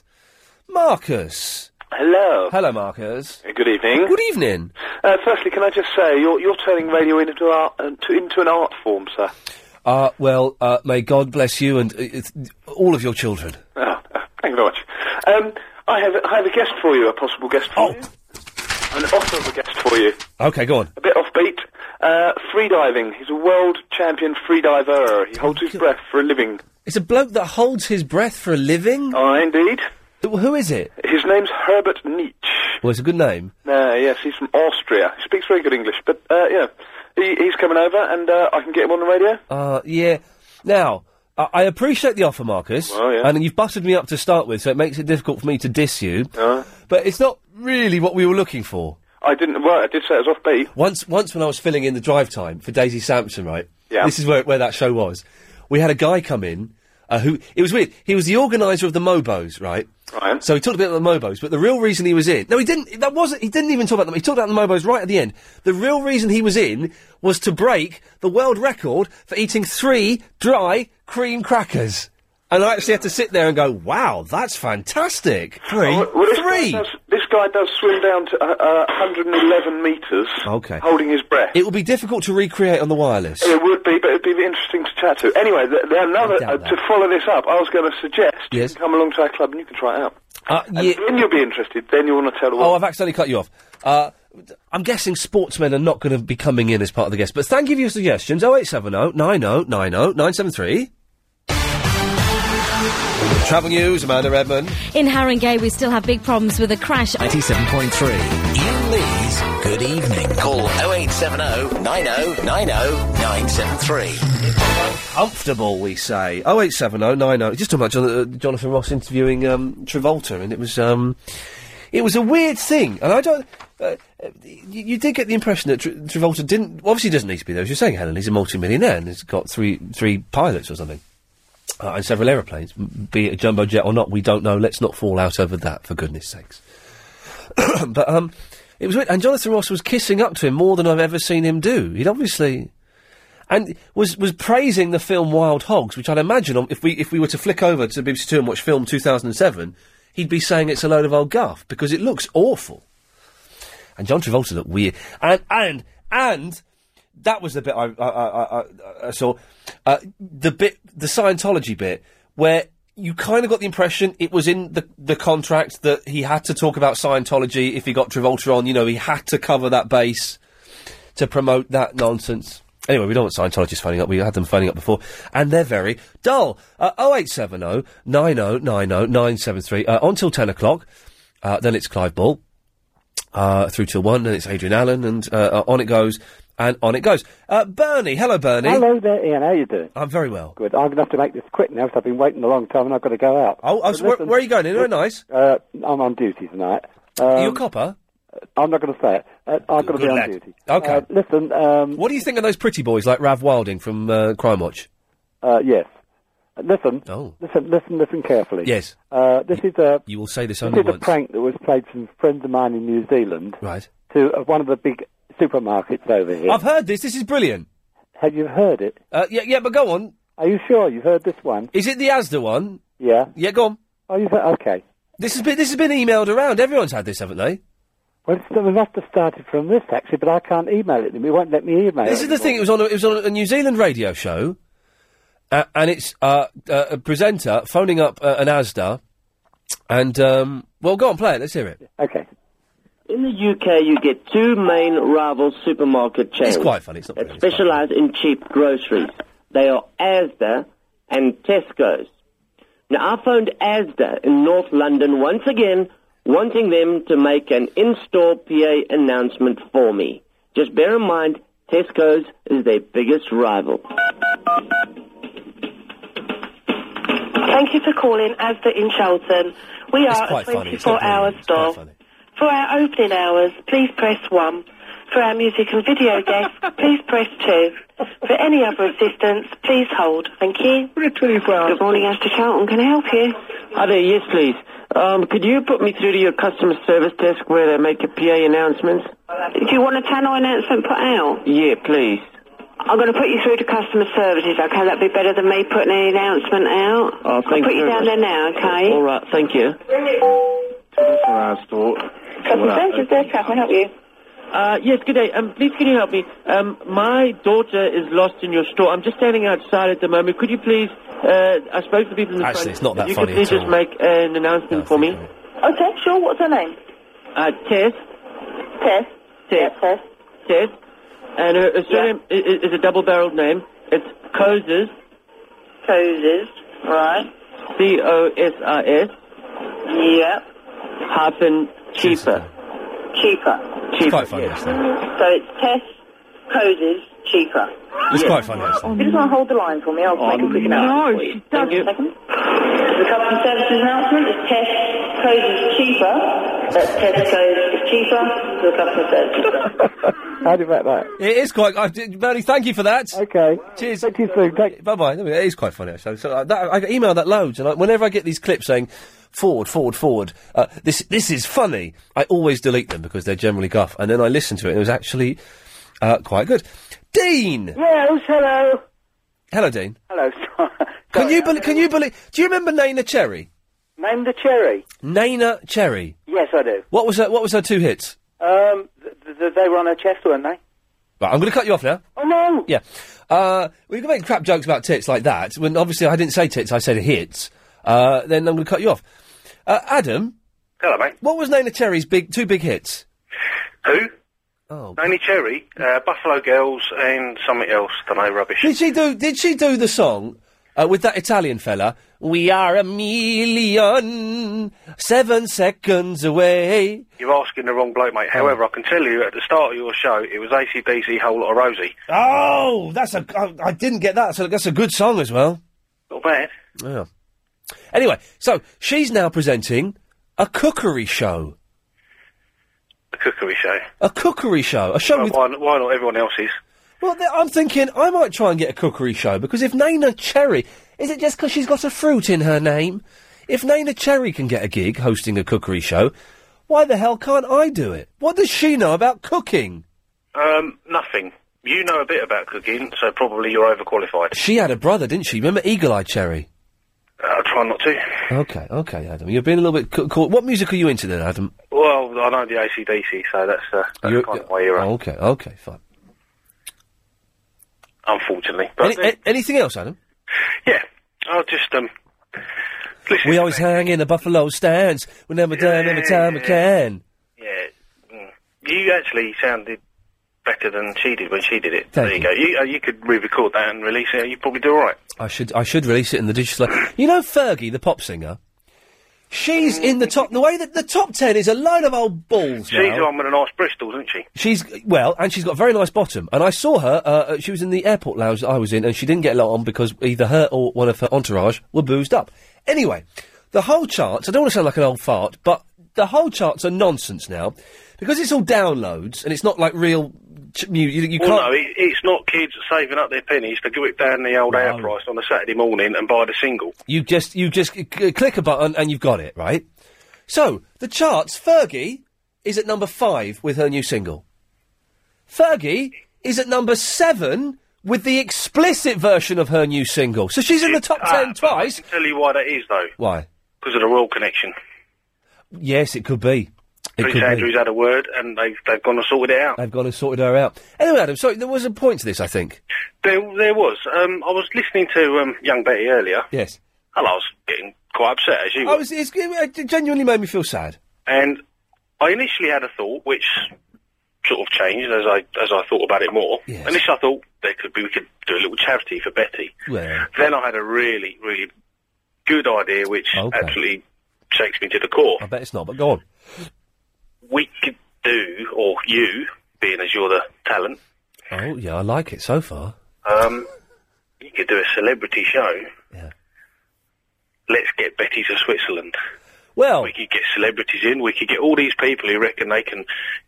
Speaker 8: Marcus.
Speaker 9: Hello.
Speaker 8: Hello, Marcus.
Speaker 9: Good evening.
Speaker 8: Good evening.
Speaker 9: Uh, firstly, can I just say you're, you're turning radio into art uh, to, into an art form, sir.
Speaker 8: Uh, well, uh, may God bless you and uh, it's- all of your children.
Speaker 9: Oh, uh, thank you very much. Um, I have I have a guest for you, a possible guest for you, an offer of a guest for you.
Speaker 8: Okay, go on.
Speaker 9: A bit offbeat. Uh, freediving. He's a world champion freediver. He holds his breath for a living.
Speaker 8: It's a bloke that holds his breath for a living.
Speaker 9: Ah, indeed.
Speaker 8: Who, who is it?
Speaker 9: His name's Herbert Nietzsche.
Speaker 8: Well, it's a good name.
Speaker 9: Uh, yes, he's from Austria. He speaks very good English, but uh, yeah, he, he's coming over, and uh, I can get him on the radio.
Speaker 8: Uh, yeah. Now, I, I appreciate the offer, Marcus.
Speaker 9: Well, yeah.
Speaker 8: And you've buttered me up to start with, so it makes it difficult for me to diss you.
Speaker 9: Uh,
Speaker 8: But it's not really what we were looking for.
Speaker 9: I didn't. Well, I did say it was offbeat.
Speaker 8: Once, once when I was filling in the drive time for Daisy Sampson, right?
Speaker 9: Yeah.
Speaker 8: This is where, where that show was. We had a guy come in uh, who it was weird. He was the organizer of the Mobos, right?
Speaker 9: Right.
Speaker 8: So he talked a bit about the Mobos, but the real reason he was in no, he didn't. That wasn't. He didn't even talk about them. He talked about the Mobos right at the end. The real reason he was in was to break the world record for eating three dry cream crackers. And I actually had to sit there and go, "Wow, that's fantastic!" Three,
Speaker 9: Well, well, this
Speaker 8: three.
Speaker 9: Guy does, this guy does swim down to uh, uh, 111 metres.
Speaker 8: Okay.
Speaker 9: Holding his breath.
Speaker 8: It will be difficult to recreate on the wireless.
Speaker 9: It would be, but it'd be interesting to chat to. Anyway, th- th- another uh, to follow this up. I was going to suggest
Speaker 8: Yes.
Speaker 9: you can come along to our club and you can try it out.
Speaker 8: Uh,
Speaker 9: And Then you'll be interested. Then you'll want to tell the world.
Speaker 8: Oh, I've accidentally cut you off. Uh, I'm guessing sportsmen are not going to be coming in as part of the guest, but thank you for your suggestions. 0870 90 90 973. Travel news, Amanda Redmond.
Speaker 20: In Haringey, we still have big problems with a
Speaker 37: Oh,
Speaker 20: crash.
Speaker 1: 97.3. Ian Lee's Good Evening. Call 0870 90 90 oh, 973.
Speaker 8: Comfortable, we say. Oh, 0870 90. Just talking about Jon- uh, Jonathan Ross interviewing um, Travolta, and it was um, it was a weird thing, and I don't. Uh, uh, you, you did get the impression that Tra- Travolta didn't. Obviously, doesn't need to be there. As you're saying, Helen, he's a multi-millionaire and he's got three three pilots or something. uh, and several aeroplanes, m- be it a jumbo jet or not, we don't know. Let's not fall out over that, for goodness sakes. but um, it was weird. And Jonathan Ross was kissing up to him more than I've ever seen him do. He'd obviously. And was was praising the film Wild Hogs, which I'd imagine on, if we if we were to flick over to BBC Two and watch film 2007, he'd be saying it's a load of old guff because it looks awful. And John Travolta looked weird. And and and that was the bit I, I, I, I, I saw. Uh, the bit, the Scientology bit, where you kind of got the impression it was in the the contract that he had to talk about Scientology if he got Travolta on. You know, he had to cover that base to promote that nonsense. Anyway, we don't want Scientologists phoning up. We had them phoning up before, and they're very dull. Uh, 0870 9090 973. Uh, until 10 o'clock, uh, then it's Clive Ball uh, through till one, and it's Adrian Allen, and uh, on it goes, and on it goes. Uh, Bernie, hello, Bernie.
Speaker 5: Hello there, Ian. How you doing?
Speaker 8: I'm very well.
Speaker 5: Good. I'm going to have to make this quick now because I've been waiting a long time and I've got to go out.
Speaker 8: Oh, oh, so where- where are you going? Anywhere nice?
Speaker 5: Uh, I'm on duty tonight. Um,
Speaker 8: Are you a copper?
Speaker 5: I'm not going to say it. Uh, I've got to
Speaker 8: Good
Speaker 5: be on
Speaker 8: lad.
Speaker 5: duty.
Speaker 8: Okay.
Speaker 5: Uh, listen. Um,
Speaker 8: what do you think of those pretty boys like Rav Wilding from uh, Crime Watch?
Speaker 5: Uh, yes. Uh, Listen. Listen. Listen. Listen carefully.
Speaker 8: Oh. Yes.
Speaker 5: Uh, this is a
Speaker 8: You will say this
Speaker 5: this
Speaker 8: only
Speaker 5: is a
Speaker 8: once.
Speaker 5: prank that was played from friends of mine in New Zealand.
Speaker 8: Right.
Speaker 5: To uh, one of the big supermarkets over here.
Speaker 8: I've heard this. This is brilliant.
Speaker 5: Have you heard it?
Speaker 8: Uh, yeah, yeah, but go on.
Speaker 5: Are you sure you've heard this one?
Speaker 8: Is it the Asda one?
Speaker 5: Yeah.
Speaker 8: Yeah, go on.
Speaker 5: Oh, you've heard, okay.
Speaker 8: This has been this has been emailed around. Everyone's had this, haven't they?
Speaker 5: Well, it's, we must have started from this actually, but I can't email it. to them. It won't let me email.
Speaker 8: This
Speaker 5: it
Speaker 8: is the thing. It was on a, it was on a New Zealand radio show, uh, and it's uh, uh, a presenter phoning up uh, an ASDA, and um, well, go on, play it. Let's hear it.
Speaker 5: Okay.
Speaker 11: In the UK, you get two main rival supermarket chains.
Speaker 8: It's quite funny. It's not
Speaker 11: That specialise in cheap groceries. They are Asda and Tesco's. Now, I phoned Asda in North London once again, wanting them to make an in-store PA announcement for me. Just bear in mind, Tesco's is their biggest rival.
Speaker 30: Thank you for calling Asda in Charlton. We
Speaker 11: It's
Speaker 30: are a
Speaker 11: quite funny, it's
Speaker 30: 24
Speaker 11: not
Speaker 30: hour store. For our opening hours, please press 1. for our music and video guest, please press 2. For any other assistance, please hold. Thank you. Good morning, Astor Charlton. Can I help you?
Speaker 11: Hi there, yes please. Um, could you put me through to your customer service desk where they make your PA announcements?
Speaker 30: Do you want a channel announcement put out?
Speaker 11: Yeah, please.
Speaker 30: I'm going to put you through to customer services, okay? That'd be better than me putting an announcement out.
Speaker 11: Oh,
Speaker 30: I'll
Speaker 11: thank
Speaker 30: put
Speaker 11: you very
Speaker 30: you down
Speaker 11: much.
Speaker 30: there now, okay?
Speaker 11: All right, thank you.
Speaker 30: Customer services desk, how can I help you?
Speaker 11: Uh, yes, good day. Um, please, can you help me? Um, my daughter is lost in your store. I'm just standing outside at the moment. Could you please? Uh, I spoke to people in the
Speaker 8: Actually,
Speaker 11: front.
Speaker 8: it's not that
Speaker 11: you
Speaker 8: funny
Speaker 11: could please
Speaker 8: at
Speaker 11: just
Speaker 8: all.
Speaker 11: make an announcement for me.
Speaker 30: Okay, sure. What's her name?
Speaker 11: Uh, Tess.
Speaker 30: Tess.
Speaker 11: Tess.
Speaker 30: Tess.
Speaker 11: Tess. And her her surname i is, is a double-barreled name. It's Cozes.
Speaker 30: Cozes. Right.
Speaker 11: C O S I S.
Speaker 30: Yep.
Speaker 11: Hyphen cheaper.
Speaker 30: Cheaper.
Speaker 11: Cheaper. Quite funny.
Speaker 30: So it's Tess Cozes Cheaper.
Speaker 8: It's quite funny.
Speaker 30: You just want to hold the line for me. I'll make a quick
Speaker 11: Oh,
Speaker 30: announcement. No, she does. Thank you. The customer services announcement is Tess Cozes Cheaper. Uh, That's Tess Cozes Cheaper. The customer services.
Speaker 8: How do you about that? It is quite. I did- Bernie, thank you for that. Okay. Cheers. Thank you soon. Bye bye. It is quite funny. Actually. So uh, that, I email that loads, and I, whenever I get these clips saying forward, forward, forward, uh, this this is funny, I always delete them because they're generally guff, and then I listen to it, and it was actually uh, quite good. Dean.
Speaker 26: Yes, hello.
Speaker 8: Hello, Dean.
Speaker 26: Hello.
Speaker 8: Can you bel can you believe? Do you remember Naina Cherry?
Speaker 26: Name the cherry.
Speaker 8: Naina Cherry.
Speaker 26: Yes, I do.
Speaker 8: What was her, What was her two hits?
Speaker 26: Um, th- th- they were on her chest, weren't they?
Speaker 8: Right, I'm going to cut you off now.
Speaker 26: Oh no.
Speaker 8: Yeah. Uh, well, you can make crap jokes about tits like that. When obviously I didn't say tits, I said hits. Uh, then I'm going to cut you off. Uh, Adam.
Speaker 23: Hello, mate.
Speaker 8: What was Naina Cherry's big two big hits?
Speaker 23: Who?
Speaker 8: Oh.
Speaker 23: Nanny Cherry, uh, Buffalo Girls, and something else. Don't know, rubbish.
Speaker 8: Did she do? Did she do the song uh, with that Italian fella? We are a million seven seconds away.
Speaker 23: You're asking the wrong bloke, mate.
Speaker 8: Oh.
Speaker 23: However, I can tell you at the start of your show, it was ACDC, Whole Lot of Rosie.
Speaker 8: Oh, that's a. I, I didn't get that. So that's a good song as well.
Speaker 23: Not bad.
Speaker 8: Yeah. Anyway, so she's now presenting a cookery show.
Speaker 23: A cookery show.
Speaker 8: A cookery show. A show
Speaker 23: Well,
Speaker 8: with.
Speaker 23: why, not- why not everyone else's?
Speaker 8: Well, th- I'm thinking I might try and get a cookery show because if Naina Cherry, is it just because she's got a fruit in her name? If Naina Cherry can get a gig hosting a cookery show, why the hell can't I do it? What does she know about cooking?
Speaker 23: Um, nothing. You know a bit about cooking, so probably you're overqualified.
Speaker 8: She had a brother, didn't she? Remember Eagle Eye Cherry?
Speaker 23: Uh, I try not to.
Speaker 8: Okay, okay, Adam. You're being a little bit ca- caught. What music are you into then, Adam?
Speaker 23: Well, I know the ACDC, so that's, uh, that's
Speaker 8: You're-
Speaker 23: kind of my era,
Speaker 8: Oh, okay, okay, fine.
Speaker 23: unfortunately. But
Speaker 8: Any- a- anything else, Adam?
Speaker 23: yeah, I'll just um,
Speaker 8: we always hang in the buffalo stands. We never done every time we can.
Speaker 23: Yeah, mm. you actually sounded better than she did when she did it.
Speaker 8: Thank
Speaker 23: there you,
Speaker 8: you.
Speaker 23: go. You, uh, you could re-record that and release it. You'd probably do all right.
Speaker 8: I should I should release it in the digital. you know Fergie, the pop singer. She's in the top. The way that the top ten is a load of old balls.
Speaker 23: She's the
Speaker 8: now.
Speaker 23: one with a nice Bristol, isn't she?
Speaker 8: She's well, and she's got a very nice bottom. And I saw her. Uh, uh, she was in the airport lounge that I was in, and she didn't get a lot on because either her or one of her entourage were boozed up. Anyway, the whole charts. I don't want to sound like an old fart, but the whole charts are nonsense now because it's all downloads and it's not like real. Ch- mu- you, you
Speaker 23: well,
Speaker 8: can't.
Speaker 23: no, it, it's not kids saving up their pennies to go it down the old air price on a Saturday morning and buy the single.
Speaker 8: You just you just c- c- click a button and you've got it, right? So the charts. Fergie is at number five with her new single. Fergie is at number seven with the explicit version of her new single. So she's in the
Speaker 23: uh,
Speaker 8: top ten twice.
Speaker 23: I can tell you why that is, though.
Speaker 8: Why?
Speaker 23: Because of the royal connection.
Speaker 8: Yes, it could be. It
Speaker 23: Prince
Speaker 8: could be.
Speaker 23: Andrew's had a word, and they've, they've gone and sorted it out.
Speaker 8: They've gone and sorted her out. Anyway, Adam, sorry, there was a point to this, I think.
Speaker 23: There, there was. Um, I was listening to um, Young Betty earlier,
Speaker 8: Yes.
Speaker 23: and I was getting quite upset, as you
Speaker 8: I
Speaker 23: were.
Speaker 8: was, it's, it genuinely made me feel sad.
Speaker 23: And I initially had a thought, which sort of changed as I as I thought about it more. Initially, I thought there could be we could do a little charity for Betty.
Speaker 8: Well,
Speaker 23: Then I had a really really good idea, which
Speaker 8: Okay.
Speaker 23: actually shakes me to the core.
Speaker 8: I bet it's not, but go on.
Speaker 23: We could do, or you, being as you're the talent,
Speaker 8: Oh, yeah, I like it so far.
Speaker 23: um, you could do a celebrity show. Let's get Betty to Switzerland.
Speaker 8: Well,
Speaker 23: we could get celebrities in. We could get all these people who reckon they can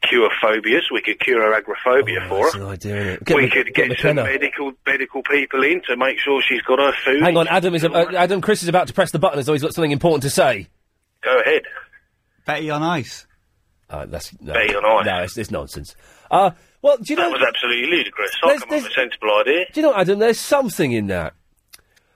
Speaker 23: cure phobias. We could cure agoraphobia
Speaker 8: Oh,
Speaker 23: for her.
Speaker 8: idea, innit? Get
Speaker 23: We
Speaker 8: Mc-
Speaker 23: could
Speaker 8: get
Speaker 23: get some
Speaker 8: McKenna.
Speaker 23: medical medical people in to make sure she's got her food.
Speaker 8: Hang on, Adam is uh, Adam Chris is about to press the button as though he's got something important to say.
Speaker 23: Go ahead.
Speaker 8: Betty on ice. Uh, that's no,
Speaker 23: Betty on ice.
Speaker 8: No, it's, it's nonsense. Uh, well, do you know?
Speaker 23: That was absolutely ludicrous. I come up with a sensible idea.
Speaker 8: Do you know, Adam? There's something in that.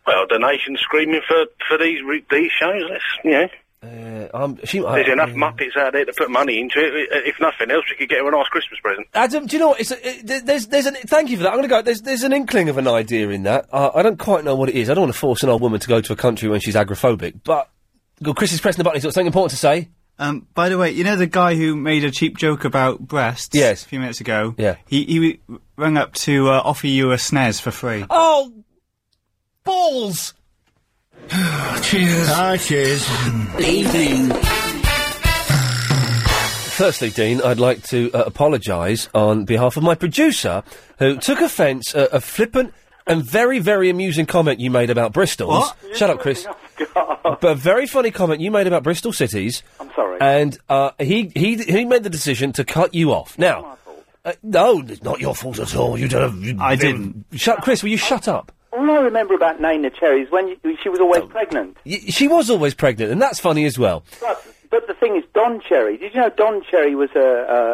Speaker 23: Well, the nation's screaming for for these re- these shows. Let's you know.
Speaker 8: Uh, um, she,
Speaker 23: There's
Speaker 8: I-
Speaker 23: enough muppets out there to put money into it. If nothing else, we could get her a nice Christmas present.
Speaker 8: Adam, do you know what? It's a, it, there- there's there's an thank you for that. I'm going to go. There's there's an inkling of an idea in that. Uh, I don't quite know what it is. I don't want to force an old woman to go to a country when she's agoraphobic. But well, Chris is pressing the button. He's got something important to say.
Speaker 12: Um, by the way, you know the guy who made a cheap joke about breasts yes. a few minutes ago? Yeah. He, he w- rang up to uh, offer you a snares for free.
Speaker 8: Oh, balls!
Speaker 12: cheers.
Speaker 8: Ah, cheers.
Speaker 1: Evening.
Speaker 8: Firstly, Dean, I'd like to uh, apologise on behalf of my producer, who took offence at a flippant and very, very amusing comment you made about Bristol.
Speaker 38: What?
Speaker 8: Shut up, Chris. but a very funny comment you made about Bristol cities. I'm sorry. And uh, he, he he made the decision to cut you off. Now, uh, no, it's not your fault at all. You don't. Have, you,
Speaker 12: I didn't.
Speaker 8: Shut, Chris. Will you shut up?
Speaker 11: All I remember about Naina Cherry is when you, she was
Speaker 8: Oh.
Speaker 11: always pregnant.
Speaker 8: Y- she was always pregnant, and that's funny as well.
Speaker 11: But, but the thing is, Don Cherry. Did you know Don Cherry was a,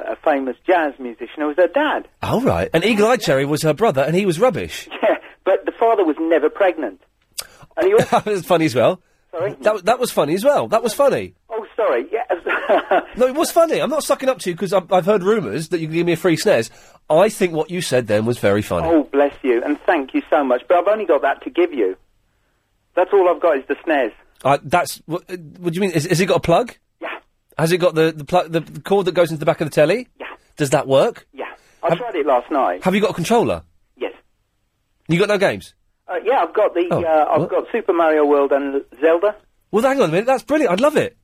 Speaker 11: a, a famous jazz musician? It was her dad.
Speaker 8: All right. And Eagle Eye Cherry was her brother, and he was rubbish.
Speaker 11: Yeah, but the father was never pregnant.
Speaker 8: that was funny as well. Sorry? That, that was funny as well. That was funny.
Speaker 11: Oh, sorry. Yeah.
Speaker 8: no, it was funny. I'm not sucking up to you because I've, I've heard rumours that you can give me a free snares. I think what you said then was very funny.
Speaker 11: Oh, bless you, and thank you so much. But I've only got that to give you. That's all I've got is the snares.
Speaker 8: Uh, that's. What, uh, what do you mean? Is, has it got a plug? Yeah. Has it got the, the, plug, the the cord that goes into the back of the telly? Yeah. Does that work?
Speaker 11: Yeah. I tried it last night.
Speaker 8: Have you got a controller?
Speaker 11: Yes.
Speaker 8: You got no games?
Speaker 11: Uh, yeah, I've got the.
Speaker 8: Oh,
Speaker 11: uh, I've got Super Mario World and Zelda.
Speaker 8: Well, hang on a minute. That's brilliant. I'd love it.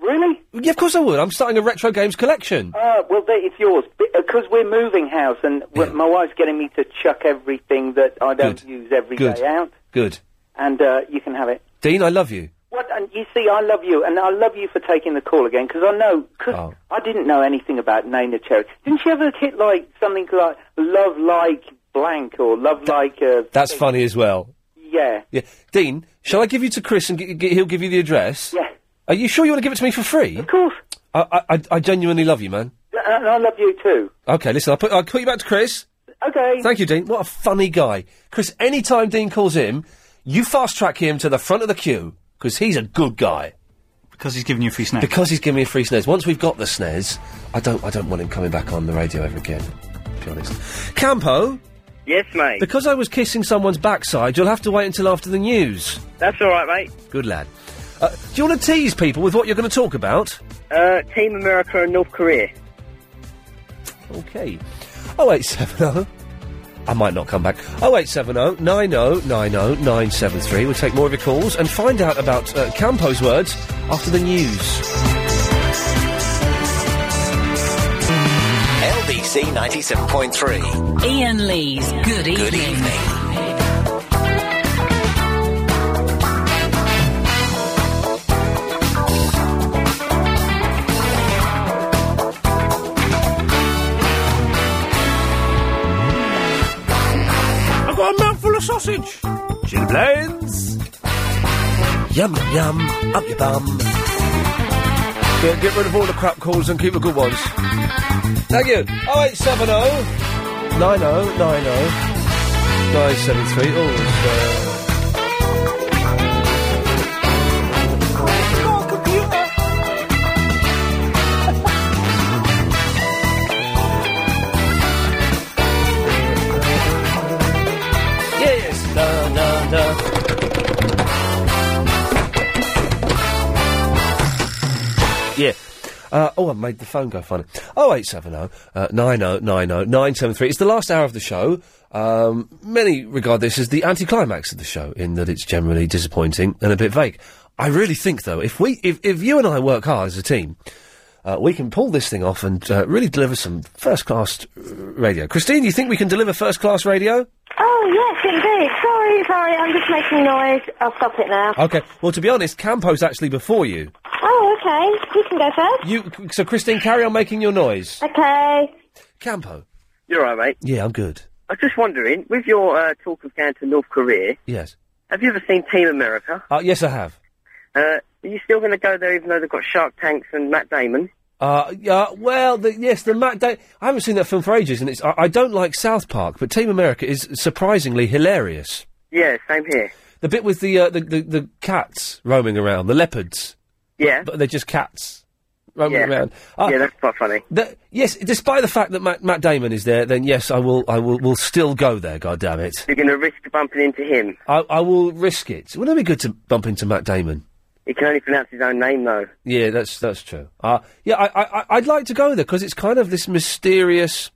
Speaker 11: Really?
Speaker 8: Yeah, of course I would. I'm starting a retro games collection.
Speaker 11: Uh, well, there, it's yours because we're moving house, and w my wife's getting me to chuck everything that I don't use every day
Speaker 8: Good.
Speaker 11: out,
Speaker 8: Good.
Speaker 11: and uh, you can have it.
Speaker 8: Dean, I love you.
Speaker 11: What? And you see, I love you, and I love you for taking the call again because I know because
Speaker 8: Oh,
Speaker 11: I didn't know anything about Naina Cherry. Didn't she ever hit like something like love like blank or love like uh,
Speaker 8: That's funny as well.
Speaker 11: yeah?
Speaker 8: Yeah, Dean, shall I give you to Chris and g- g- he'll give you the address?
Speaker 11: Yeah.
Speaker 8: Are you sure you want to give it to me for free? Of
Speaker 11: course.
Speaker 8: I I- I, I genuinely love you, man.
Speaker 11: Uh, And I love you too.
Speaker 8: Okay, listen, I'll put I'll call you back to Chris.
Speaker 11: Okay.
Speaker 8: Thank you, Dean. What a funny guy, Chris. Any time Dean calls him, you fast track him to the front of the queue because he's a good guy.
Speaker 12: Because he's giving you a free snares.
Speaker 8: Because he's giving me a free snares. Once we've got the snares, I don't I don't want him coming back on the radio ever again. To be honest, Campo.
Speaker 17: Yes, mate.
Speaker 8: Because I was kissing someone's backside, you'll have to wait until after the news.
Speaker 17: That's all right, mate.
Speaker 8: Good lad. Uh, do you want to tease people with what you're going to talk about?
Speaker 17: Uh, Team America and North Korea.
Speaker 8: Okay. 0870. I might not come back. 0870 90 90 973. We'll take more of your calls and find out about uh, Campo's words after the news.
Speaker 1: LBC 97.3.
Speaker 2: Ian Lee's Good Evening.
Speaker 1: Good evening.
Speaker 8: I've got a mouthful of sausage. Chili plains. Yum, yum, up your bum. Yeah, get rid of all the crap calls and keep the good ones. Thank you. 0870 90 90 973. Oh, uh, it's, uh, Yes, da da da. Yeah. Uh, oh, I made the phone go funny. Oh eight seven oh nine oh nine oh nine seven three. It's the last hour of the show. Um, many regard this as the anticlimax of the show, in that it's generally disappointing and a bit vague. I really think, though, if we, if, if you and I work hard as a team, uh, we can pull this thing off and uh, really deliver some first-class uh, radio. Christine, do you think we can deliver first-class radio?
Speaker 37: Oh, yes, indeed. Sorry, sorry, I'm just making noise. I'll stop it now.
Speaker 8: Okay. Well, to be honest, Campo's actually before you.
Speaker 37: Oh, okay. You can go first.
Speaker 8: You so Christine, carry on making your noise.
Speaker 37: Okay.
Speaker 8: Campo.
Speaker 25: You're all right, mate.
Speaker 8: Yeah, I'm good.
Speaker 25: I was just wondering, with your uh, talk of going to North Korea,
Speaker 8: Yes.
Speaker 25: have you ever seen Team America?
Speaker 8: Uh, yes, I have.
Speaker 25: Uh, are you still going to go there even though they've got Shark Tanks and Matt Damon?
Speaker 8: Uh, yeah, well, the, yes, the Matt. Da- I haven't seen that film for ages, and it's. I, I don't like South Park, but Team America is surprisingly hilarious.
Speaker 25: Yeah, same here.
Speaker 8: The bit with the uh, the, the the cats roaming around, the leopards.
Speaker 25: Yeah.
Speaker 8: but, but they're just cats roaming
Speaker 25: Yeah.
Speaker 8: around.
Speaker 25: yeah, that's quite funny.
Speaker 8: The, yes, despite the fact that Matt, Matt Damon is there, then yes, I will. I will. Will still go there. God damn it!
Speaker 25: You're going to risk bumping into him.
Speaker 8: I, I will risk it. Wouldn't it be good to bump into Matt Damon?
Speaker 25: He can only pronounce his own name, though.
Speaker 8: Yeah, that's that's true. Uh, yeah, I, I I- I'd like to go there because it's kind of this mysterious.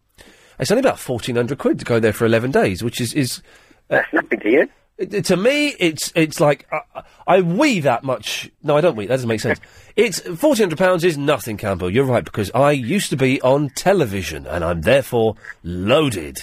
Speaker 8: It's only about fourteen hundred quid to go there for eleven days, which is is uh, that's
Speaker 25: nothing to you.
Speaker 8: To me, it's it's like uh, I wee that much. No, I don't wee. That doesn't make sense. it's fourteen hundred pounds is nothing, Campbell. You're right because I used to be on television and I'm therefore loaded.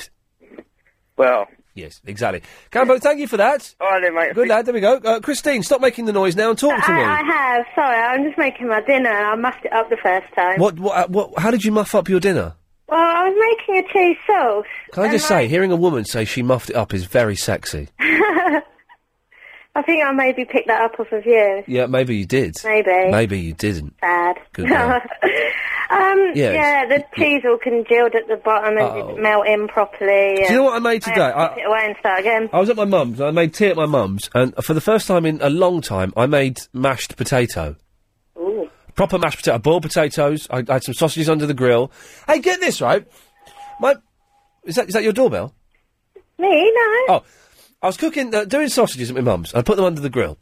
Speaker 25: Well,
Speaker 8: yes, exactly. Cambo, thank you for that.
Speaker 25: All right, then, mate.
Speaker 8: Good lad. There we go. Uh, Christine, stop making the noise now and talk to me.
Speaker 37: I, I have. Sorry, I'm just making my dinner and I muffed it up the first time.
Speaker 8: What, what, uh, what, how did you muff up your dinner?
Speaker 37: Well, I was making a cheese sauce.
Speaker 8: Can I just say, hearing a woman say she muffed it up is very sexy.
Speaker 37: I think I maybe picked that up off of you.
Speaker 8: Yeah, maybe you did.
Speaker 37: Maybe.
Speaker 8: Maybe you didn't.
Speaker 37: Sad.
Speaker 8: Good man.
Speaker 37: um,
Speaker 8: Yes.
Speaker 37: Yeah, the cheese all congealed at the bottom and
Speaker 8: Oh.
Speaker 37: didn't melt in properly.
Speaker 8: Do you know what I made today?
Speaker 37: I had to
Speaker 8: I-
Speaker 37: put it away and start again.
Speaker 8: I was at my mum's. I made tea at my mum's, and for the first time in a long time, I made mashed potato.
Speaker 37: Ooh.
Speaker 8: Proper mashed potato. I boiled potatoes. I, I had some sausages under the grill. Hey, get this right. My is that is that your doorbell?
Speaker 37: Me? No.
Speaker 8: Oh, I was cooking, uh, doing sausages at my mum's. I put them under the grill.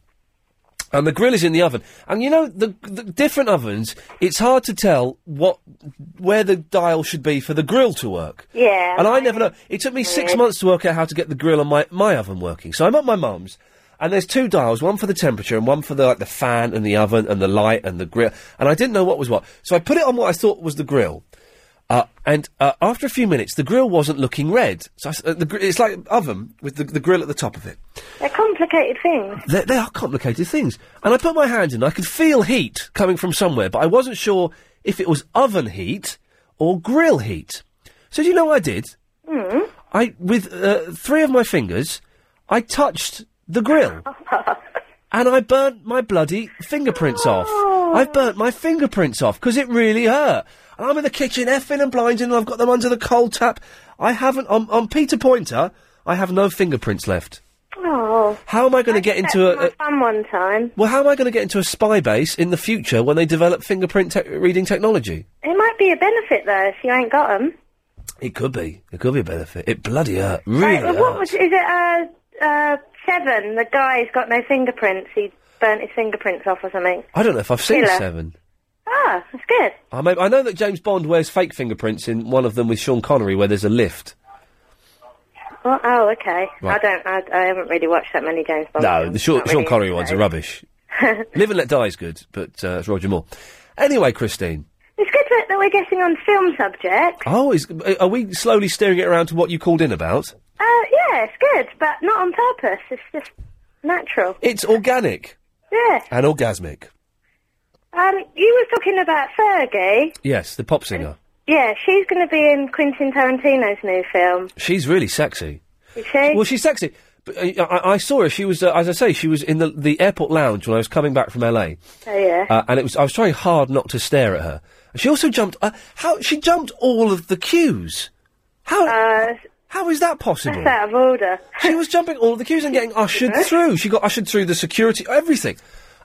Speaker 8: And the grill is in the oven. And you know, the, the different ovens, it's hard to tell what, where the dial should be for the grill to work.
Speaker 37: Yeah.
Speaker 8: And I never know. It took me six months to work out how to get the grill on my, my oven working. So I'm at my mum's, and there's two dials, one for the temperature and one for the like the fan and the oven and the light and the grill. And I didn't know what was what. So I put it on what I thought was the grill. Uh, and uh, after a few minutes, the grill wasn't looking red. So I s uh, the gr- it's like oven with the, the grill at the top of it.
Speaker 37: They're complicated things.
Speaker 8: They, they are complicated things. And I put my hand in. I could feel heat coming from somewhere, but I wasn't sure if it was oven heat or grill heat. So do you know what I did?
Speaker 37: Mm.
Speaker 8: I with uh, three of my fingers, I touched the grill, and I burnt my bloody fingerprints off. I burnt my fingerprints off because it really hurt. And I'm in the kitchen, effing and blinding, and I've got them under the cold tap. I haven't on, on Peter Pointer. I have no fingerprints left.
Speaker 37: Oh.
Speaker 8: How am I going to get into
Speaker 37: my
Speaker 8: a, a
Speaker 37: fun one time.
Speaker 8: well? How am I going to get into a spy base in the future when they develop fingerprint te- reading technology?
Speaker 37: It might be a benefit though if you ain't got 'em.
Speaker 8: It could be. It could be a benefit. It bloody hurt. Really Oh,
Speaker 37: Like,
Speaker 8: hurt.
Speaker 37: what was, is it? Uh, uh, seven. The guy's got no fingerprints. He burnt his fingerprints off or something.
Speaker 8: I don't know if I've seen
Speaker 37: Killer.
Speaker 8: seven.
Speaker 37: Ah, that's good.
Speaker 8: I, may, I know that James Bond wears fake fingerprints in one of them with Sean Connery, where there's a lift.
Speaker 37: Oh, oh okay. I
Speaker 8: Right.
Speaker 37: don't. I, I haven't really watched that many James Bond.
Speaker 8: No, the Sean,
Speaker 37: Not
Speaker 8: Sean
Speaker 37: really
Speaker 8: Connery ones are rubbish.
Speaker 37: it's
Speaker 8: Live and Let Die is good, but uh, it's Roger Moore. Anyway, Christine.
Speaker 37: good that, that we're getting on film subjects.
Speaker 8: Oh, is, are we slowly steering it around to what you called in about?
Speaker 37: Uh, yeah, it's good, but not on purpose. It's just natural.
Speaker 8: It's organic
Speaker 37: Yeah.
Speaker 8: and orgasmic.
Speaker 37: Um, you were talking about Fergie.
Speaker 8: Yes, the pop singer.
Speaker 37: Yeah, she's going to be in Quentin Tarantino's new film.
Speaker 8: She's really sexy.
Speaker 37: Is she?
Speaker 8: Well, she's sexy. But, uh, I, I saw her. She was, uh, as I say, she was in the, the airport lounge when I was coming back from LA.
Speaker 37: oh yeah.
Speaker 8: Uh, and it was I was trying hard not to stare at her. And she also jumped. Uh, how she jumped all of the cues. How how is that possible?
Speaker 37: That's Uh, out of order.
Speaker 8: she was jumping all of the queues and getting oh, ushered through. She got ushered through the security, everything.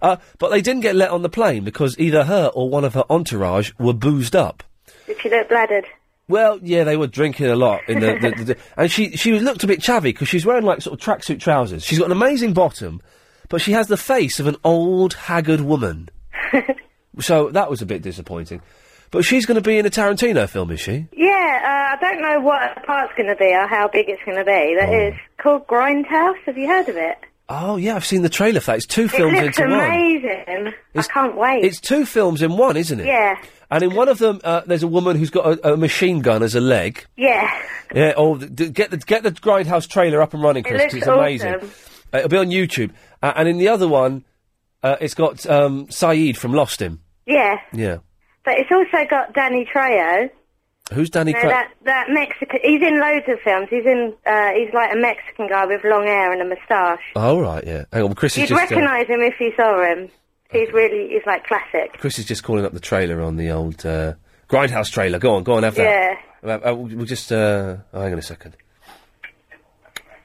Speaker 8: Uh, but they didn't get let on the plane because either her or one of her entourage were boozed up.
Speaker 37: Did she look bladdered?
Speaker 8: Well, yeah, they were drinking a lot in the, the, the, the and she she looked a bit chavvy because she's wearing like sort of tracksuit trousers. She's got an amazing bottom, but she has the face of an old haggard woman. so that was a bit disappointing. But she's going to be in a Tarantino film, is she?
Speaker 37: Yeah, uh, I don't know what the part's going to be or how big it's going to be. That is called Grindhouse. Have you heard of it?
Speaker 8: Oh yeah, I've seen the trailer for that. It's two films
Speaker 37: it looks
Speaker 8: into one.
Speaker 37: amazing. I can't wait.
Speaker 8: It's two films in one, isn't it?
Speaker 37: Yeah,
Speaker 8: And in one of them, uh, there's a woman who's got a, a machine gun as a leg.
Speaker 37: yeah.
Speaker 8: Yeah. Oh, th- th- get the get the grindhouse trailer up and running,
Speaker 37: It
Speaker 8: Chris. 'cause
Speaker 37: looks
Speaker 8: it's amazing.
Speaker 37: awesome.
Speaker 8: Uh, it'll be on YouTube. Uh, and in the other one, Uh, it's got um, Saeed from Lost Him.
Speaker 37: Yeah,
Speaker 8: Yeah.
Speaker 37: but it's also got Danny Trejo.
Speaker 8: Who's Danny?
Speaker 37: No,
Speaker 8: Cra-
Speaker 37: that that Mexican. He's in loads of films. He's in. Uh, he's like a Mexican guy with long hair and a moustache.
Speaker 8: Oh, right, yeah. Hang on, Chris is
Speaker 37: You'd
Speaker 8: just. uh,
Speaker 37: recognise him if you saw him. He's really. He's like classic.
Speaker 8: Chris is just calling up the trailer on the old uh, Grindhouse trailer. Go on, go on, have
Speaker 37: Yeah.
Speaker 8: that. Uh, uh, we'll just uh, hang on a second.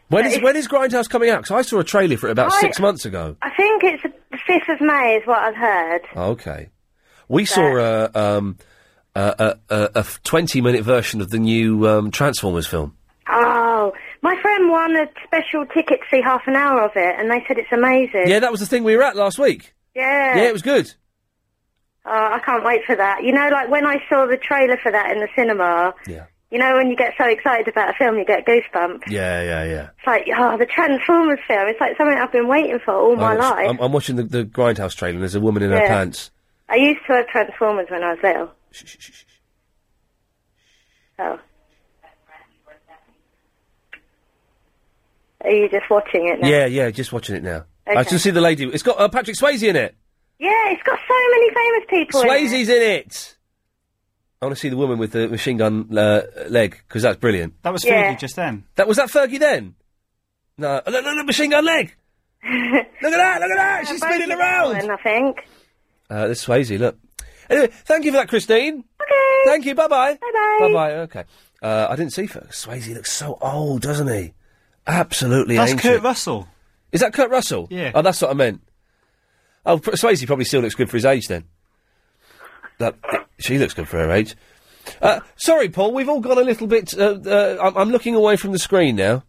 Speaker 8: When
Speaker 37: But
Speaker 8: is
Speaker 37: if-
Speaker 8: when is Grindhouse coming out? 'Cause I saw a trailer for it about
Speaker 37: I-
Speaker 8: six months ago.
Speaker 37: I think it's the fifth of May is what I've heard.
Speaker 8: Okay, we saw a um, a, a, a, a twenty minute version of the new um, Transformers film.
Speaker 37: Oh, my friend won a special ticket to see half an hour of it, and they said it's amazing.
Speaker 8: Yeah, that was the thing we were at last week.
Speaker 37: Yeah.
Speaker 8: Yeah, it was good.
Speaker 37: Oh, I can't wait for that. You know, like when I saw the trailer for that in the cinema.
Speaker 8: Yeah.
Speaker 37: You know, when you get so excited about a film, you get goosebumps.
Speaker 8: Yeah, yeah, yeah.
Speaker 37: It's like, oh, the Transformers film. It's like something I've been waiting for all my
Speaker 8: I'm, watch-
Speaker 37: life.
Speaker 8: I'm, I'm watching the, the Grindhouse trailer. and There's a woman in her
Speaker 37: Yeah.
Speaker 8: pants.
Speaker 37: I used to have Transformers when I was little. Oh. Are you just watching it now?
Speaker 8: Yeah, yeah, just watching it now. I
Speaker 37: Okay.
Speaker 8: can see the lady. It's got uh, Patrick Swayze in it.
Speaker 37: Yeah, it's got so many famous people. in it.
Speaker 8: Swayze's in it. I want to see the woman with the machine gun uh, leg because that's brilliant.
Speaker 21: That was
Speaker 8: Yeah.
Speaker 21: Fergie just then.
Speaker 8: That was that Fergie then. No, oh, look, look, look, machine gun leg. look at that! Look at that! She's spinning around.
Speaker 37: I think.
Speaker 8: Uh, there's Swayze. Look. Anyway, thank you for that, Christine. Okay. Thank you. Bye bye. Bye bye. Bye bye. Okay. Uh, I didn't see Fergie. Swayze looks so old, doesn't he? Absolutely.
Speaker 21: That's
Speaker 8: ancient.
Speaker 21: Kurt Russell.
Speaker 8: Is that Kurt Russell?
Speaker 21: Yeah.
Speaker 8: Oh, that's what I meant. Oh, P- Swayze probably still looks good for his age then. That she looks good for her age. Uh, sorry, Paul. We've all gone a little bit. Uh, uh, I'm, I'm looking away from the screen now.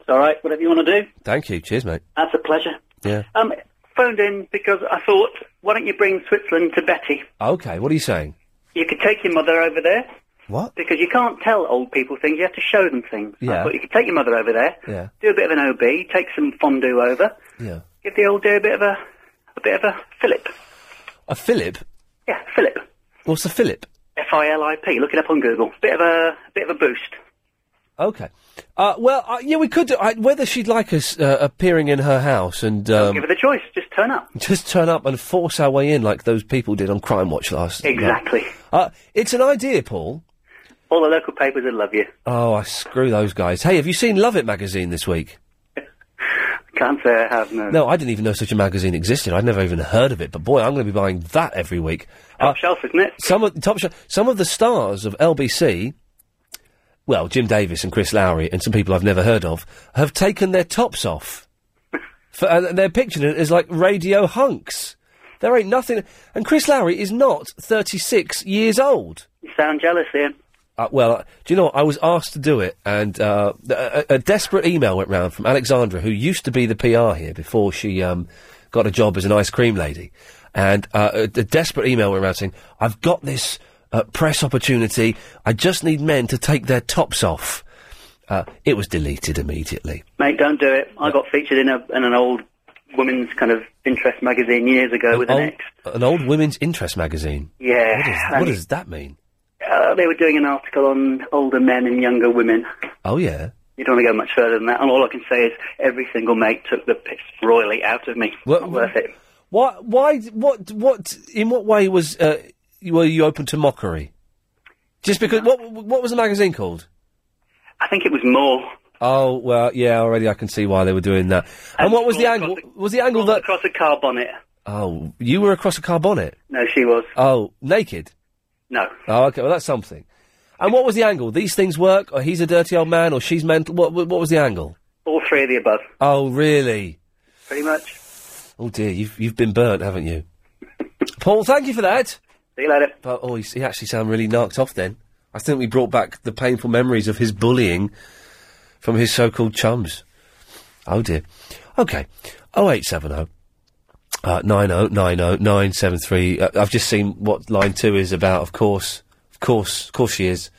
Speaker 3: It's all right, whatever you want to do.
Speaker 8: Thank you. Cheers, mate.
Speaker 3: That's a pleasure.
Speaker 8: Yeah.
Speaker 3: Um, phoned in because I thought, why don't you bring Switzerland to Betty?
Speaker 8: Okay. What are you saying?
Speaker 3: You could take your mother over there.
Speaker 8: What?
Speaker 3: Because you can't tell old people things, you have to show them things. I
Speaker 8: Yeah.
Speaker 3: thought you could take your mother over there,
Speaker 8: Yeah.
Speaker 3: do a bit of an OB, take some fondue over,
Speaker 8: Yeah.
Speaker 3: give the old dear a bit of a, a bit of a fillip.
Speaker 8: A Philip.
Speaker 3: Yeah, fillip.
Speaker 8: What's a Philip?
Speaker 3: F-I-L-I-P, look it up on Google. Bit of a, bit of a boost.
Speaker 8: Okay. Uh, well, uh, yeah, we could. do- I, whether she'd like us uh, appearing in her house and um,
Speaker 3: Give her the choice, just turn up.
Speaker 8: just turn up and force our way in like those people did on Crime Watch last. night.
Speaker 3: Exactly.
Speaker 8: Uh, it's an idea, Paul.
Speaker 3: All the local papers would love you.
Speaker 8: Oh, I screw those guys. Hey, have you seen Love It magazine this week?
Speaker 3: Can't say I have, no.
Speaker 8: No, I didn't even know such a magazine existed. I'd never even heard of it. But boy, I'm going to be buying that every week. Top
Speaker 3: shelf, isn't it?
Speaker 8: Some of top shelf. Some of the stars of LBC, well, Jim Davis and Chris Lowry and some people I've never heard of, have taken their tops off. For, and they're pictured as like radio hunks. There ain't nothing. And Chris Lowry is not 36 years old.
Speaker 3: You sound jealous, Ian.
Speaker 8: Uh, well, uh, do you know what? I was asked to do it, and uh, th- a, a desperate email went round from Alexandra, who used to be the PR here before she um, got a job as an ice cream lady. And uh, a, a desperate email went round saying, I've got this uh, press opportunity. I just need men to take their tops off. Uh, it was deleted immediately.
Speaker 3: Mate, don't do it. I got featured in, a, in an old women's kind of interest magazine years ago with an
Speaker 8: Old-
Speaker 3: ex.
Speaker 8: an old women's interest magazine.
Speaker 3: Yeah.
Speaker 8: What, is,
Speaker 3: and,
Speaker 8: what does that mean?
Speaker 3: uh, they were doing an article on older men and younger women.
Speaker 8: Oh, yeah.
Speaker 3: You don't want to go much further than that. And all I can say is every single mate took the piss royally out of me. Not worth it.
Speaker 8: Why? Why? What? What? In what way was uh, you- were you open to mockery? Just because? What? What was the magazine called?
Speaker 3: I think it was more.
Speaker 8: Oh well, yeah. Already, I can see why they were doing that. And, what was the angle? was the angle that
Speaker 3: across a car bonnet?
Speaker 8: Oh, you were across a car bonnet.
Speaker 3: No, she was.
Speaker 8: Oh, naked.
Speaker 3: No.
Speaker 8: Oh, okay. Well, that's something. And what was the angle? These things work, or he's a dirty old man, or she's mental. What? What what was the angle?
Speaker 3: All three of the above,
Speaker 8: Oh, really?
Speaker 3: pretty much.
Speaker 8: Oh dear, you've you've been burnt, haven't you? Paul, thank you for that.
Speaker 3: See you later.
Speaker 8: But oh, he's, he actually sounded really knocked off then. I think we brought back the painful memories of his bullying from his so-called chums. Oh dear. Okay. Oh eight seven oh. Uh, 9090973. Uh, I've just seen what line two is about, of course. Of course. Of course she is.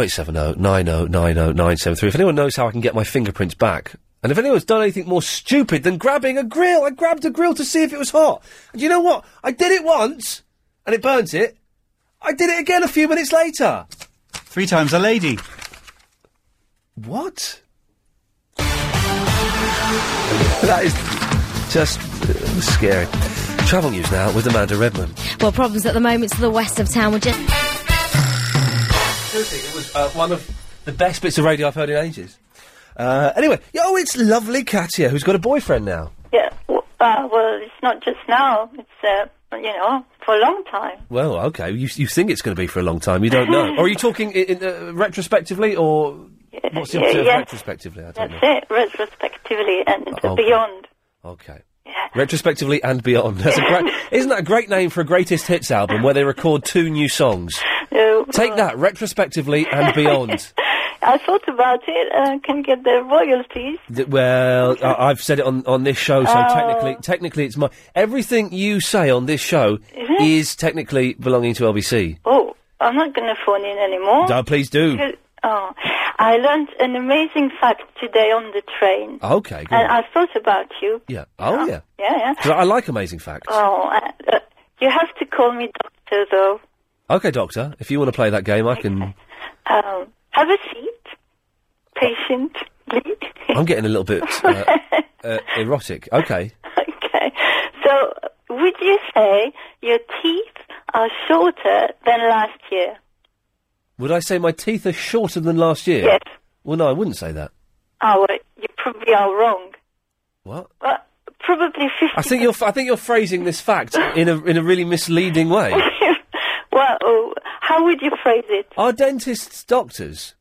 Speaker 8: 0870 oh, 9090973. If anyone knows how I can get my fingerprints back, and if anyone's done anything more stupid than grabbing a grill, I grabbed a grill to see if it was hot. And you know what? I did it once, and it burnt it. I did it again a few minutes later.
Speaker 21: Three times a lady.
Speaker 8: What? that is just uh, scary. Travel news now with Amanda Redman.
Speaker 20: Well, problems at the moment to the west of town. We're just
Speaker 8: Seriously, it was uh, one of the best bits of radio I've heard in ages. Uh, anyway, oh, it's lovely Katia, who's got a boyfriend now.
Speaker 2: Yeah. w- Uh, well, it's not just now. It's uh, you know for a long time.
Speaker 8: Well, okay, you, you think it's going to be for a long time, you don't know. or are you talking i in, uh, retrospectively, or what's the
Speaker 2: yeah,
Speaker 8: opposite of
Speaker 2: yeah.
Speaker 8: retrospectively? I don't
Speaker 2: That's
Speaker 8: know.
Speaker 2: it, retrospectively and
Speaker 8: Oh, okay.
Speaker 2: beyond.
Speaker 8: Okay. Retrospectively and beyond. That's a great, isn't that a great name for a greatest hits album where they record two new songs? Take that, retrospectively and beyond.
Speaker 2: I thought about it. I can get the royalties.
Speaker 8: Th- well, I- I've said it on, on this show, so
Speaker 2: Oh.
Speaker 8: technically, technically, it's my everything you say on this show
Speaker 2: Is it?
Speaker 8: is technically belonging to LBC.
Speaker 2: Oh, I'm not going to phone in anymore.
Speaker 8: No, please do.
Speaker 2: Because- Oh, I learned an amazing fact today on the train,
Speaker 8: Okay, good.
Speaker 2: and I thought about you.
Speaker 8: yeah. Oh, yeah.
Speaker 2: Yeah, yeah.
Speaker 8: 'Cause I like amazing facts.
Speaker 2: Oh, uh, uh, you have to call me doctor, though.
Speaker 8: Okay, Doctor, if you want to play that game, I can.
Speaker 2: Um, have a seat, patient.
Speaker 8: I'm getting a little bit uh, uh, erotic. Okay.
Speaker 2: So, would you say your teeth are shorter than last year?
Speaker 8: Would I say my teeth are shorter than last year?
Speaker 2: Yes.
Speaker 8: Well, no, I wouldn't say that.
Speaker 2: Oh, well, you probably are wrong.
Speaker 8: What?
Speaker 2: Well, probably 50.
Speaker 8: I think you're. f- I think you're phrasing this fact in a in a really misleading way.
Speaker 2: Well, oh, how would you phrase it?
Speaker 8: Are dentists doctors?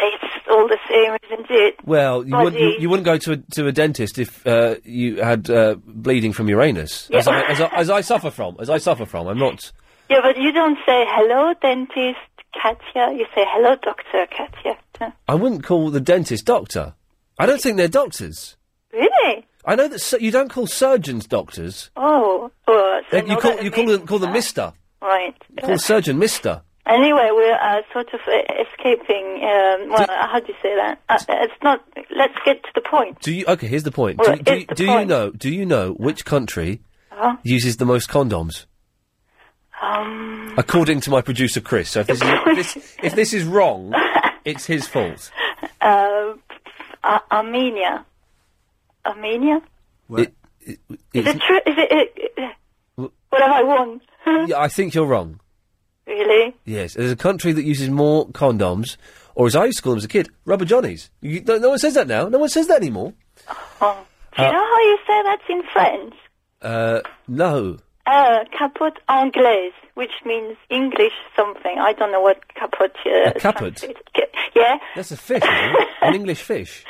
Speaker 2: It's all the same, isn't it?
Speaker 8: Well, you
Speaker 2: Are
Speaker 8: wouldn't, you,
Speaker 2: they?
Speaker 8: you wouldn't go to a, to a dentist if uh, you had uh, bleeding from Uranus, as,
Speaker 2: Yeah.
Speaker 8: I, as, I, as I suffer from. As I suffer from, I'm not.
Speaker 2: Yeah, but you don't say hello, dentist Katya. You say hello, doctor Katya.
Speaker 8: I wouldn't call the dentist doctor. I don't think they're doctors.
Speaker 2: Really?
Speaker 8: I know that sur- you don't call surgeons doctors.
Speaker 2: Oh, well, so
Speaker 8: They- you
Speaker 2: now
Speaker 8: call
Speaker 2: that
Speaker 8: you call them call them Mister.
Speaker 2: right.
Speaker 8: You Call the surgeon Mister.
Speaker 2: Anyway, we are sort of uh, escaping. Um, well, how do you say that? Uh, it's not. Let's get to the point.
Speaker 8: Do you? Okay, here's the point.
Speaker 2: Well,
Speaker 8: do do,
Speaker 2: it's the
Speaker 8: do you
Speaker 2: point.
Speaker 8: know? Do you know which country
Speaker 2: Uh,
Speaker 8: uses the most condoms?
Speaker 2: um,
Speaker 8: According to my producer Chris. So if this is, if this, if this is wrong, it's his fault.
Speaker 2: uh, Ar- Armenia. Armenia?
Speaker 8: It- it-
Speaker 2: Is
Speaker 8: it's-
Speaker 2: it true? Is it? Uh, uh,
Speaker 8: Wh-
Speaker 2: what have I won?
Speaker 8: yeah, I think you're wrong.
Speaker 2: Really?
Speaker 8: Yes, there's a country that uses more condoms, or as I used to call them as a kid, rubber johnnies. You, no, no one says that now. No one says that anymore.
Speaker 2: Oh. Do you know how you say that in French?
Speaker 8: Uh, no.
Speaker 2: Uh, capote anglaise, which means English something. I don't know what capote. Uh,
Speaker 8: a cupboard.
Speaker 2: yeah.
Speaker 8: That's a fish, isn't it? An English fish.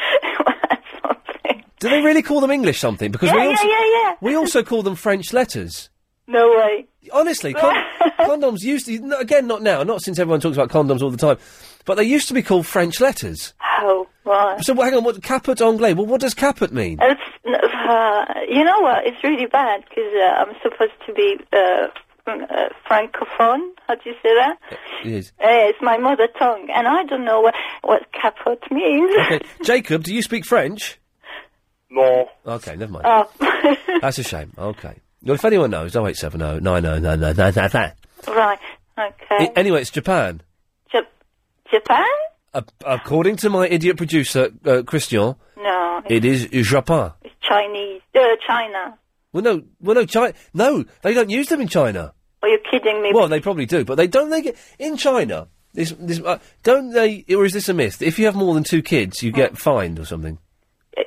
Speaker 8: Do they really call them English something? Because
Speaker 2: Yeah,
Speaker 8: we
Speaker 2: yeah,
Speaker 8: also
Speaker 2: yeah, yeah.
Speaker 8: we also call them French letters.
Speaker 2: No way.
Speaker 8: Honestly, con- condoms used to no, again not now, not since everyone talks about condoms all the time, but they used to be called French letters.
Speaker 2: Oh, right.
Speaker 8: So well, hang on, what caput anglais? Well, what does caput mean?
Speaker 2: It's, uh, you know what? It's really bad because uh, I'm supposed to be uh, uh, francophone. How do you say that?
Speaker 8: Yes.
Speaker 2: Uh, it's my mother tongue, and I don't know what what capote means.
Speaker 8: Okay, Jacob, do you speak French?
Speaker 23: No.
Speaker 8: Okay, never mind.
Speaker 2: Oh,
Speaker 8: That's a shame. Okay. Well, if anyone knows, 0870 oh, 909
Speaker 2: right. Okay.
Speaker 8: Anyway, it's Japan.
Speaker 2: Ja- Japan?
Speaker 8: A- according to my idiot producer, uh, Christian,
Speaker 2: No, it's
Speaker 8: it is Japan.
Speaker 2: Chinese. Uh, China.
Speaker 8: Well, no, well, no, China. No, they don't use them in China.
Speaker 2: Are you kidding me?
Speaker 8: Well, they probably do, but they don't. They get in China. This, this, uh, don't they? Or is this a myth? If you have more than two kids, you get fined or something.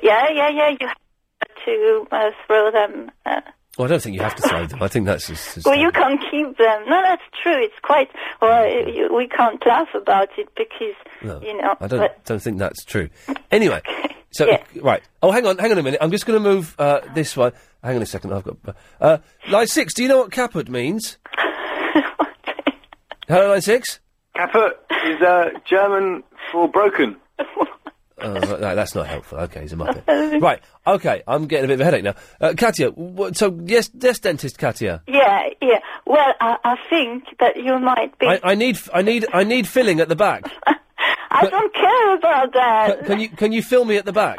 Speaker 2: Yeah, yeah, yeah. You have to uh, throw them. Uh,
Speaker 8: Well, I don't think you have to throw them. I think that's just. just-
Speaker 2: well, you can't keep them. No, that's true. It's quite. Well, you, we can't laugh about it because
Speaker 8: No,
Speaker 2: you know.
Speaker 8: I don't
Speaker 2: But,
Speaker 8: don't think that's true. Anyway, so
Speaker 2: Yeah.
Speaker 8: right. Oh, hang on, hang on a minute. I'm just going to move uh, this one. Hang on a second. I've got uh, line six. Do you know what caput means? Hello, line six.
Speaker 9: Kappa is uh, German for broken.
Speaker 8: Oh, no, that's not helpful. Okay, he's a muppet. right. Okay, I'm getting a bit of a headache now. Uh, Katia, what, so yes, yes, dentist Katia.
Speaker 2: yeah, yeah. Well, I, I think that you might be.
Speaker 8: I, I need, I need, I need filling at the back.
Speaker 2: I don't care about that.
Speaker 8: Can you, can you fill me at the back?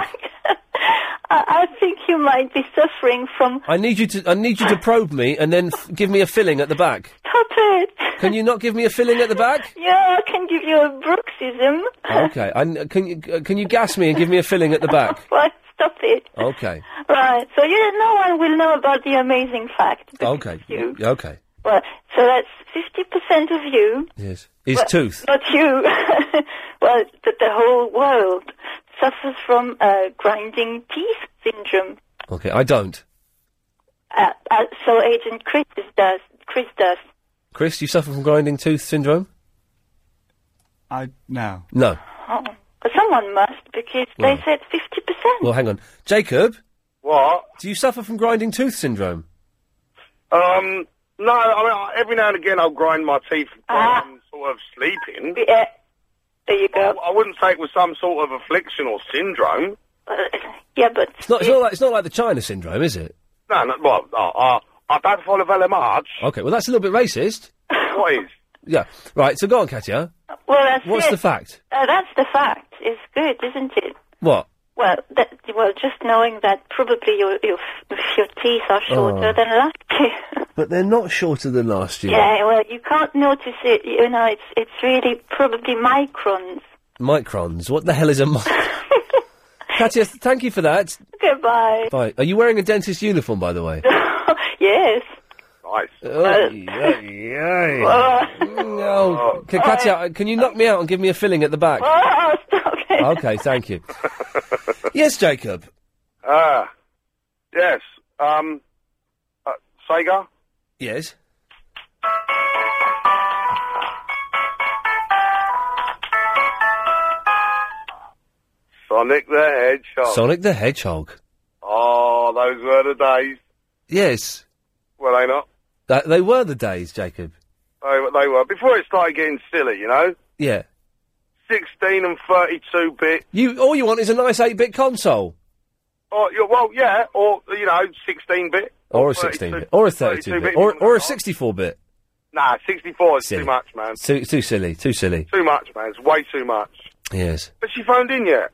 Speaker 2: I, I think you might be suffering from.
Speaker 8: I need you to, I need you to probe me and then f- give me a filling at the back.
Speaker 2: Stop it!
Speaker 8: Can you not give me a filling at the back?
Speaker 2: Yeah, I can give you a Brooksism.
Speaker 8: uh, Okay. I, can you can you gas me and give me a filling at the back?
Speaker 2: Well, stop it.
Speaker 8: Okay.
Speaker 2: Right. So you, no one will know about the amazing fact.
Speaker 8: Okay.
Speaker 2: You.
Speaker 8: Yeah, Okay.
Speaker 2: Well, so that's fifty percent of you.
Speaker 8: Yes. His
Speaker 2: well,
Speaker 8: tooth.
Speaker 2: Not you. well, the, the whole world suffers from uh, grinding teeth syndrome.
Speaker 8: Okay. I don't.
Speaker 2: Uh, uh, so Agent Chris does. Chris does.
Speaker 8: Chris, you suffer from grinding tooth syndrome?
Speaker 39: I no.
Speaker 8: No.
Speaker 2: Oh. But someone must because they
Speaker 8: Well.
Speaker 2: said fifty percent.
Speaker 8: Well, hang on. Jacob,
Speaker 40: What?
Speaker 8: do you suffer from grinding tooth syndrome?
Speaker 40: Um, no, I mean, I- every now and again I'll grind my teeth while I'm sort of sleeping.
Speaker 2: Ah. Yeah. There you go.
Speaker 40: I, I wouldn't say it was some sort of affliction or syndrome.
Speaker 2: Yeah, but
Speaker 8: It's not. It's not like. It's not like the China syndrome, is it?
Speaker 40: No, no well, I, I, I bad follow very much.
Speaker 8: Okay. Well, that's a little bit racist.
Speaker 40: What is?
Speaker 8: Yeah. Right. So go on, Katya.
Speaker 2: Well, that's
Speaker 8: What's
Speaker 2: it.
Speaker 8: the fact?
Speaker 2: Uh, that's the fact. It's good, isn't it?
Speaker 8: What?
Speaker 2: Well, that, well, just knowing that probably your your, f- your teeth are shorter
Speaker 8: Oh.
Speaker 2: than last year.
Speaker 8: But they're not shorter than last year.
Speaker 2: Yeah, well, you can't notice it. You know, it's it's really probably microns.
Speaker 8: Microns. What the hell is a micron? Katya, th- thank you for that.
Speaker 2: Goodbye.
Speaker 8: Bye. Are you wearing a dentist uniform, by the way?
Speaker 2: yes.
Speaker 40: Nice.
Speaker 8: Oh, yeah,
Speaker 2: Oh.
Speaker 8: yeah. no. K- Katya, uh, can you knock me out and give me a filling at the back?
Speaker 25: Ah!
Speaker 2: Oh, stop it.
Speaker 8: okay, thank you. yes, Jacob.
Speaker 40: Ah, yes. Um, uh, Sega.
Speaker 8: Yes.
Speaker 40: Sonic the Hedgehog.
Speaker 8: Sonic the Hedgehog.
Speaker 40: Oh, those were the days.
Speaker 8: Yes.
Speaker 40: Were they not?
Speaker 8: That, they were the days, Jacob.
Speaker 40: They, were- they were. Before it started getting silly, you know?
Speaker 8: Yeah.
Speaker 40: 16 and 32 bit.
Speaker 8: You all you want is a nice eight bit console.
Speaker 40: Oh, yeah, well, yeah, or, you know, 16 bit.
Speaker 8: Or a sixteen bit. Or a thirty two bit. Or or a sixty four bit.
Speaker 40: Nah, 64 is
Speaker 8: Silly.
Speaker 40: too much, man.
Speaker 8: Too too silly, too silly.
Speaker 40: Too much, man. It's way too much.
Speaker 8: Yes.
Speaker 40: Has she phoned in yet?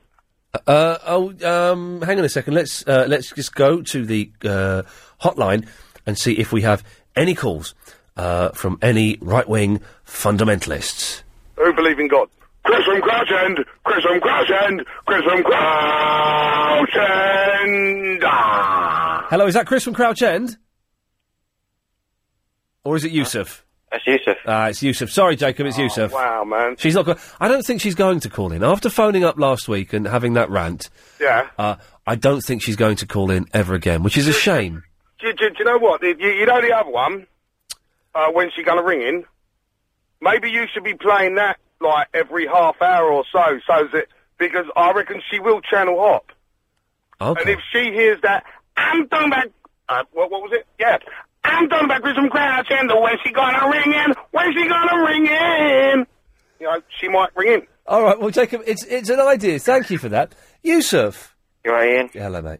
Speaker 8: Uh, oh, um, hang on a second. Let's uh, let's just go to the uh, hotline and see if we have any calls uh, from any right wing fundamentalists.
Speaker 40: Who believe in God? Chris from Crouch End! Chris from Crouch End! Chris from Crouch End!
Speaker 8: Hello, is that Chris from Crouch End? Or is it Yusuf?
Speaker 27: That's Yusuf.
Speaker 8: Ah, it's Yusuf. Sorry, Jacob, it's Yusuf.
Speaker 40: Wow, man.
Speaker 8: She's not. Go- I don't think she's going to call in after phoning up last week and having that rant.
Speaker 40: Yeah.
Speaker 8: Uh, I don't think she's going to call in ever again, which is a shame.
Speaker 40: Do, do, do you know what? You, you know the other one? Uh, when she going to ring in? Maybe you should be playing that, like, every half hour or so, so that... Because I reckon she will channel hop. And
Speaker 8: Okay.
Speaker 40: if she hears that, I'm done back. Uh, what, what was it? Yeah. I'm done back with some crowds and when's she gonna ring in? When's she gonna ring in? You know, she might ring in.
Speaker 8: All right. Well, Jacob, it's it's an idea. Thank you for that, Yusuf.
Speaker 27: You right, Ian?
Speaker 8: Hello, mate.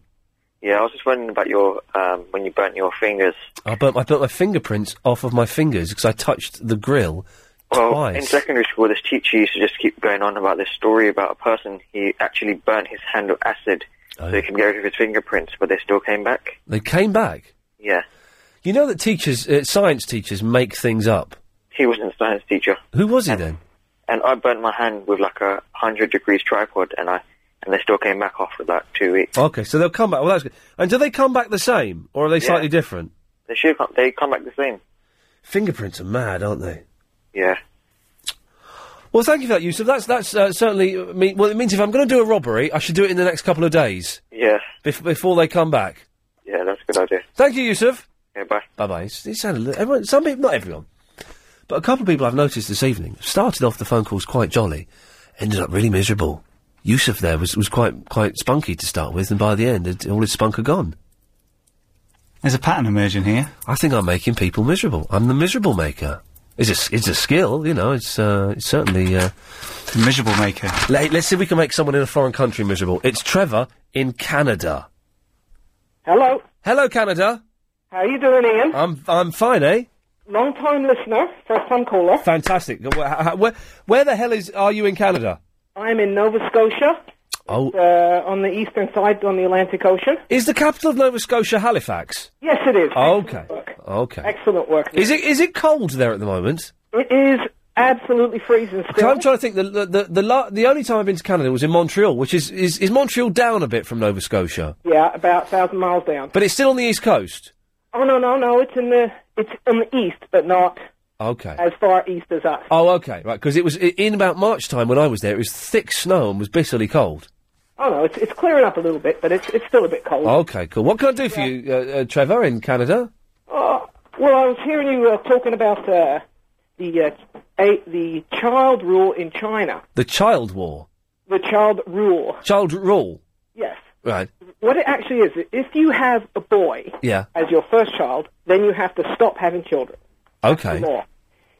Speaker 27: Yeah, I was just wondering about your um, when you burnt your fingers.
Speaker 8: I burnt, I burnt my fingerprints off of my fingers because I touched the grill
Speaker 27: Well, in
Speaker 8: twice.
Speaker 27: secondary school, this teacher used to just keep going on about this story about a person he actually burnt his hand with acid so
Speaker 8: Oh.
Speaker 27: he could get rid of his fingerprints, but they still came back.
Speaker 8: They came back.
Speaker 27: Yeah,
Speaker 8: You know that teachers, uh, science teachers, make things up.
Speaker 27: he wasn't a science teacher,
Speaker 8: Who was he then?
Speaker 27: and I burnt my hand with like a hundred degrees tripod, and I and they still came back after like two weeks.
Speaker 8: Okay, so they'll come back. Well, that's good. And do they come back the same, or are they
Speaker 27: Yeah.
Speaker 8: slightly different?
Speaker 27: They should come, they come back the same.
Speaker 8: Fingerprints are mad, aren't they?
Speaker 27: Yeah.
Speaker 8: Well, thank you for that, Yusuf. That's that's uh, certainly uh, mean. Well, it means if I'm going to do a robbery, I should do it in the next couple of days
Speaker 27: Yeah,
Speaker 8: bef- before they come back.
Speaker 27: yeah, that's a good idea.
Speaker 8: Thank you, Yusuf.
Speaker 27: Yeah, bye.
Speaker 8: Bye bye. It sounded li- everyone, some people, not everyone, but a couple of people I've noticed this evening started off the phone calls quite jolly, ended up really miserable. Yusuf there was, was quite quite spunky to start with, and by the end, it, all his spunk had gone.
Speaker 39: There's a pattern emerging here.
Speaker 8: I think I'm making people miserable. I'm the miserable maker. It's a, s- it's a skill, you know. It's, uh, it's certainly uh,
Speaker 39: miserable maker.
Speaker 8: Let, us see if we can make someone in a foreign country miserable. It's Trevor in Canada.
Speaker 33: Hello.
Speaker 8: Hello, Canada.
Speaker 33: How you doing, Ian?
Speaker 8: I'm I'm fine, eh?
Speaker 33: Long time listener, first time caller.
Speaker 8: Fantastic. Wh- h- h- Where, where the hell is are you in Canada?
Speaker 33: I'm in Nova Scotia,
Speaker 8: Oh,
Speaker 33: uh, on the eastern side on the Atlantic Ocean.
Speaker 8: is the capital of Nova Scotia Halifax?
Speaker 33: Yes, it is.
Speaker 8: Okay. Okay.
Speaker 33: Excellent work.
Speaker 8: Is it is it cold there at the moment?
Speaker 33: It is absolutely freezing
Speaker 8: So
Speaker 33: still.
Speaker 8: I'm trying to think. The the the, the, la- the only time I've been to Canada was in Montreal, which is, is is Montreal down a bit from Nova Scotia,
Speaker 33: Yeah, about a thousand miles down.
Speaker 8: but it's still on the east coast.
Speaker 33: Oh no, no, no! It's in the it's in the east, but not
Speaker 8: Okay.
Speaker 33: as far east as us.
Speaker 8: Oh, okay, right. Because it was i- in about March time when I was there. It was thick snow and was bitterly cold.
Speaker 33: Oh no, it's it's clearing up a little bit, but it's it's still a bit cold.
Speaker 8: Okay, cool. What can I do for you, uh, uh, Trevor, in Canada?
Speaker 33: Oh, well, I was hearing you uh, talking about uh, the uh, a, the child rule in China.
Speaker 8: The child war,
Speaker 33: The child rule.
Speaker 8: child rule.
Speaker 33: Yes.
Speaker 8: Right.
Speaker 33: What it actually is, if you have a boy
Speaker 8: Yeah.
Speaker 33: as your first child, then you have to stop having children.
Speaker 8: Okay.
Speaker 33: Law.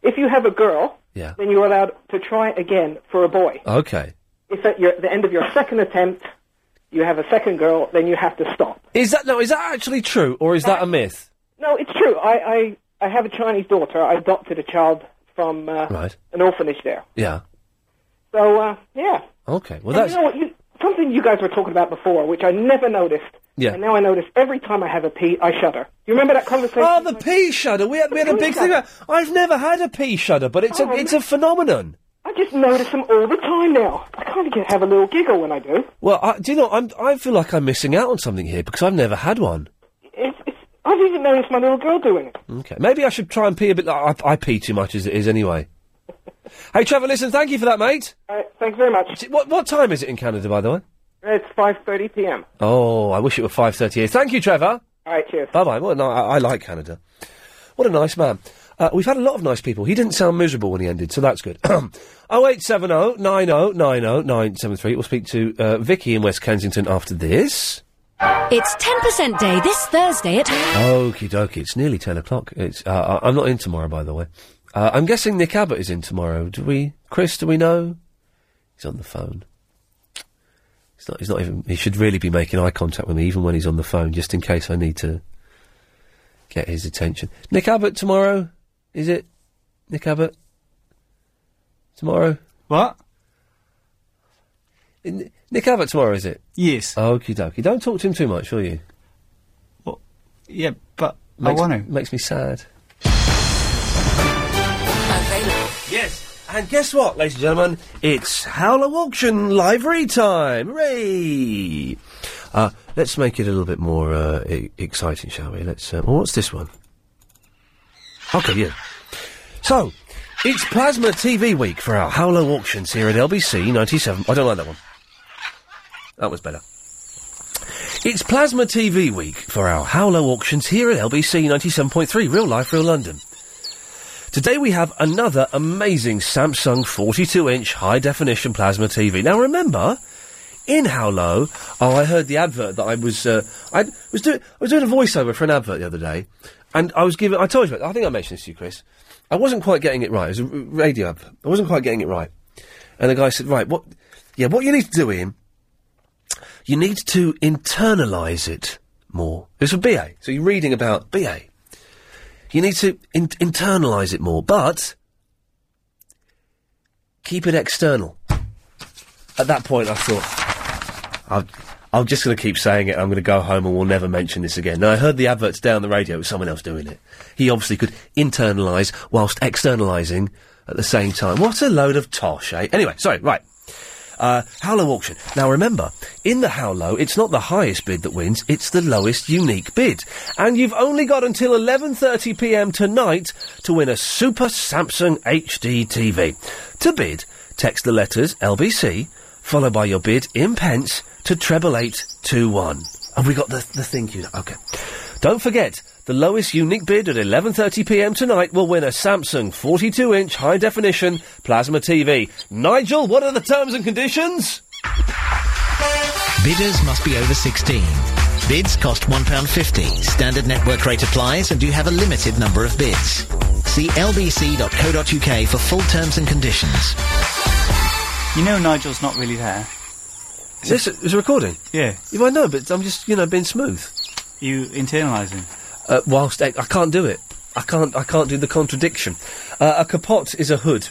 Speaker 33: If you have a girl,
Speaker 8: Yeah.
Speaker 33: then you're allowed to try again for a boy.
Speaker 8: Okay.
Speaker 33: If at your, the end of your second attempt you have a second girl, then you have to stop.
Speaker 8: Is that no? Is that actually true, or is that a myth?
Speaker 33: No, it's true. I, I, I have a Chinese daughter. I adopted a child from uh,
Speaker 8: Right.
Speaker 33: an orphanage there.
Speaker 8: Yeah.
Speaker 33: So, uh, yeah.
Speaker 8: Okay. Well,
Speaker 33: And
Speaker 8: that's
Speaker 33: you know what? You, something you guys were talking about before, which I never noticed.
Speaker 8: Yeah.
Speaker 33: And now I notice every time I have a pee, I shudder. Do you remember that conversation?
Speaker 8: Oh, the pea shudder. We had, we had a
Speaker 33: pea
Speaker 8: big thing.
Speaker 33: shudder.
Speaker 8: About, I've never had a pea shudder, but it's a
Speaker 33: Oh.
Speaker 8: it's a phenomenon.
Speaker 33: I just notice them all the time now. I kind of get have a little giggle when I do.
Speaker 8: Well, I, do you know? I'm, I feel like I'm missing out on something here because I've never had one.
Speaker 33: It's, it's, I've even noticed my little girl doing it.
Speaker 8: Okay, maybe I should try and pee a bit. Like, I, I pee too much as it is anyway. hey, Trevor, listen. Thank you for that, mate.
Speaker 33: All right, thanks very much.
Speaker 8: What what time is it in Canada, by the way?
Speaker 33: It's 5.30 p.m.
Speaker 8: Oh, I wish it were five thirty here. Thank you, Trevor.
Speaker 33: All right, cheers.
Speaker 8: Bye bye. Well, no, I, I like Canada. What a nice man. Uh, we've had a lot of nice people. He didn't sound miserable Oh when he ended, so that's good. 0870 90 90 973. We'll speak to uh, Vicky in West Kensington after this.
Speaker 20: It's 10% day this Thursday at.
Speaker 8: Okie dokie. It's nearly 10 o'clock. It's, uh, I- I'm not in tomorrow, by the way. Uh, I'm guessing Nick Abbott is in tomorrow. Do we, Chris, do we know? He's on the phone. He's not, he's not even, he should really be making eye contact with me, even when he's on the phone, just in case I need to get his attention. Nick Abbott tomorrow, is it? Nick Abbott? Tomorrow? What? Nick Abbott tomorrow, is it? Yes. Okie dokie. Don't talk to him too much, will you?
Speaker 21: Yeah, but
Speaker 8: Makes-
Speaker 21: I want to.
Speaker 8: Makes me sad. Yes, and guess what, ladies and gentlemen? It's Howler Auction livery time! Hooray! Uh, let's make it a little bit more uh, e- exciting, shall we? Let's. Uh, well, what's this one? Okay, yeah. So, it's Plasma TV week for our Howler auctions here at LBC 97. I don't like that one. That was better. It's Plasma TV week for our Howler auctions here at LBC 97.3, Real Life, Real London. Today we have another amazing Samsung 42-inch high-definition plasma TV. Now remember, in How Low, oh, I heard the advert that I was, uh, I was doing, I was doing a voiceover for an advert the other day, and I was giving, I told you, about- I think I mentioned this to you, Chris. I wasn't quite getting it right. It was a r- radio advert. I wasn't quite getting it right, and the guy said, "Right, what? Yeah, what you need to do, Ian, you need to internalise it more." It's a BA, so you're reading about BA. You need to in- internalise it more, but keep it external. At that point, I thought, I'm, I'm just going to keep saying it. I'm going to go home and we'll never mention this again. Now, I heard the adverts down the radio. It was someone else doing it. He obviously could internalise whilst externalising at the same time. What a load of tosh, eh? Anyway, sorry, right. Uh, Howlow auction. Now remember, in the Howlow, it's not the highest bid that wins, it's the lowest unique bid. And you've only got until 11.30pm tonight to win a Super Samsung HD TV. To bid, text the letters LBC, followed by your bid in pence to 88821. Have we got the, the thing you... Okay. Don't forget, the lowest unique bid at 11.30pm tonight will win a Samsung 42-inch high-definition plasma TV. Nigel, what are the terms and conditions?
Speaker 28: Bidders must be over 16. Bids cost £1.50. Standard network rate applies and you have a limited number of bids. See lbc.co.uk for full terms and conditions.
Speaker 21: You know, Nigel's not really there.
Speaker 8: Is this is it recording?
Speaker 21: Yeah.
Speaker 8: You might know, but I'm just, you know, being smooth.
Speaker 21: You internalising?
Speaker 8: Uh, whilst I, I can't do it. I can't. I can't do the contradiction. Uh, a capote is a hood.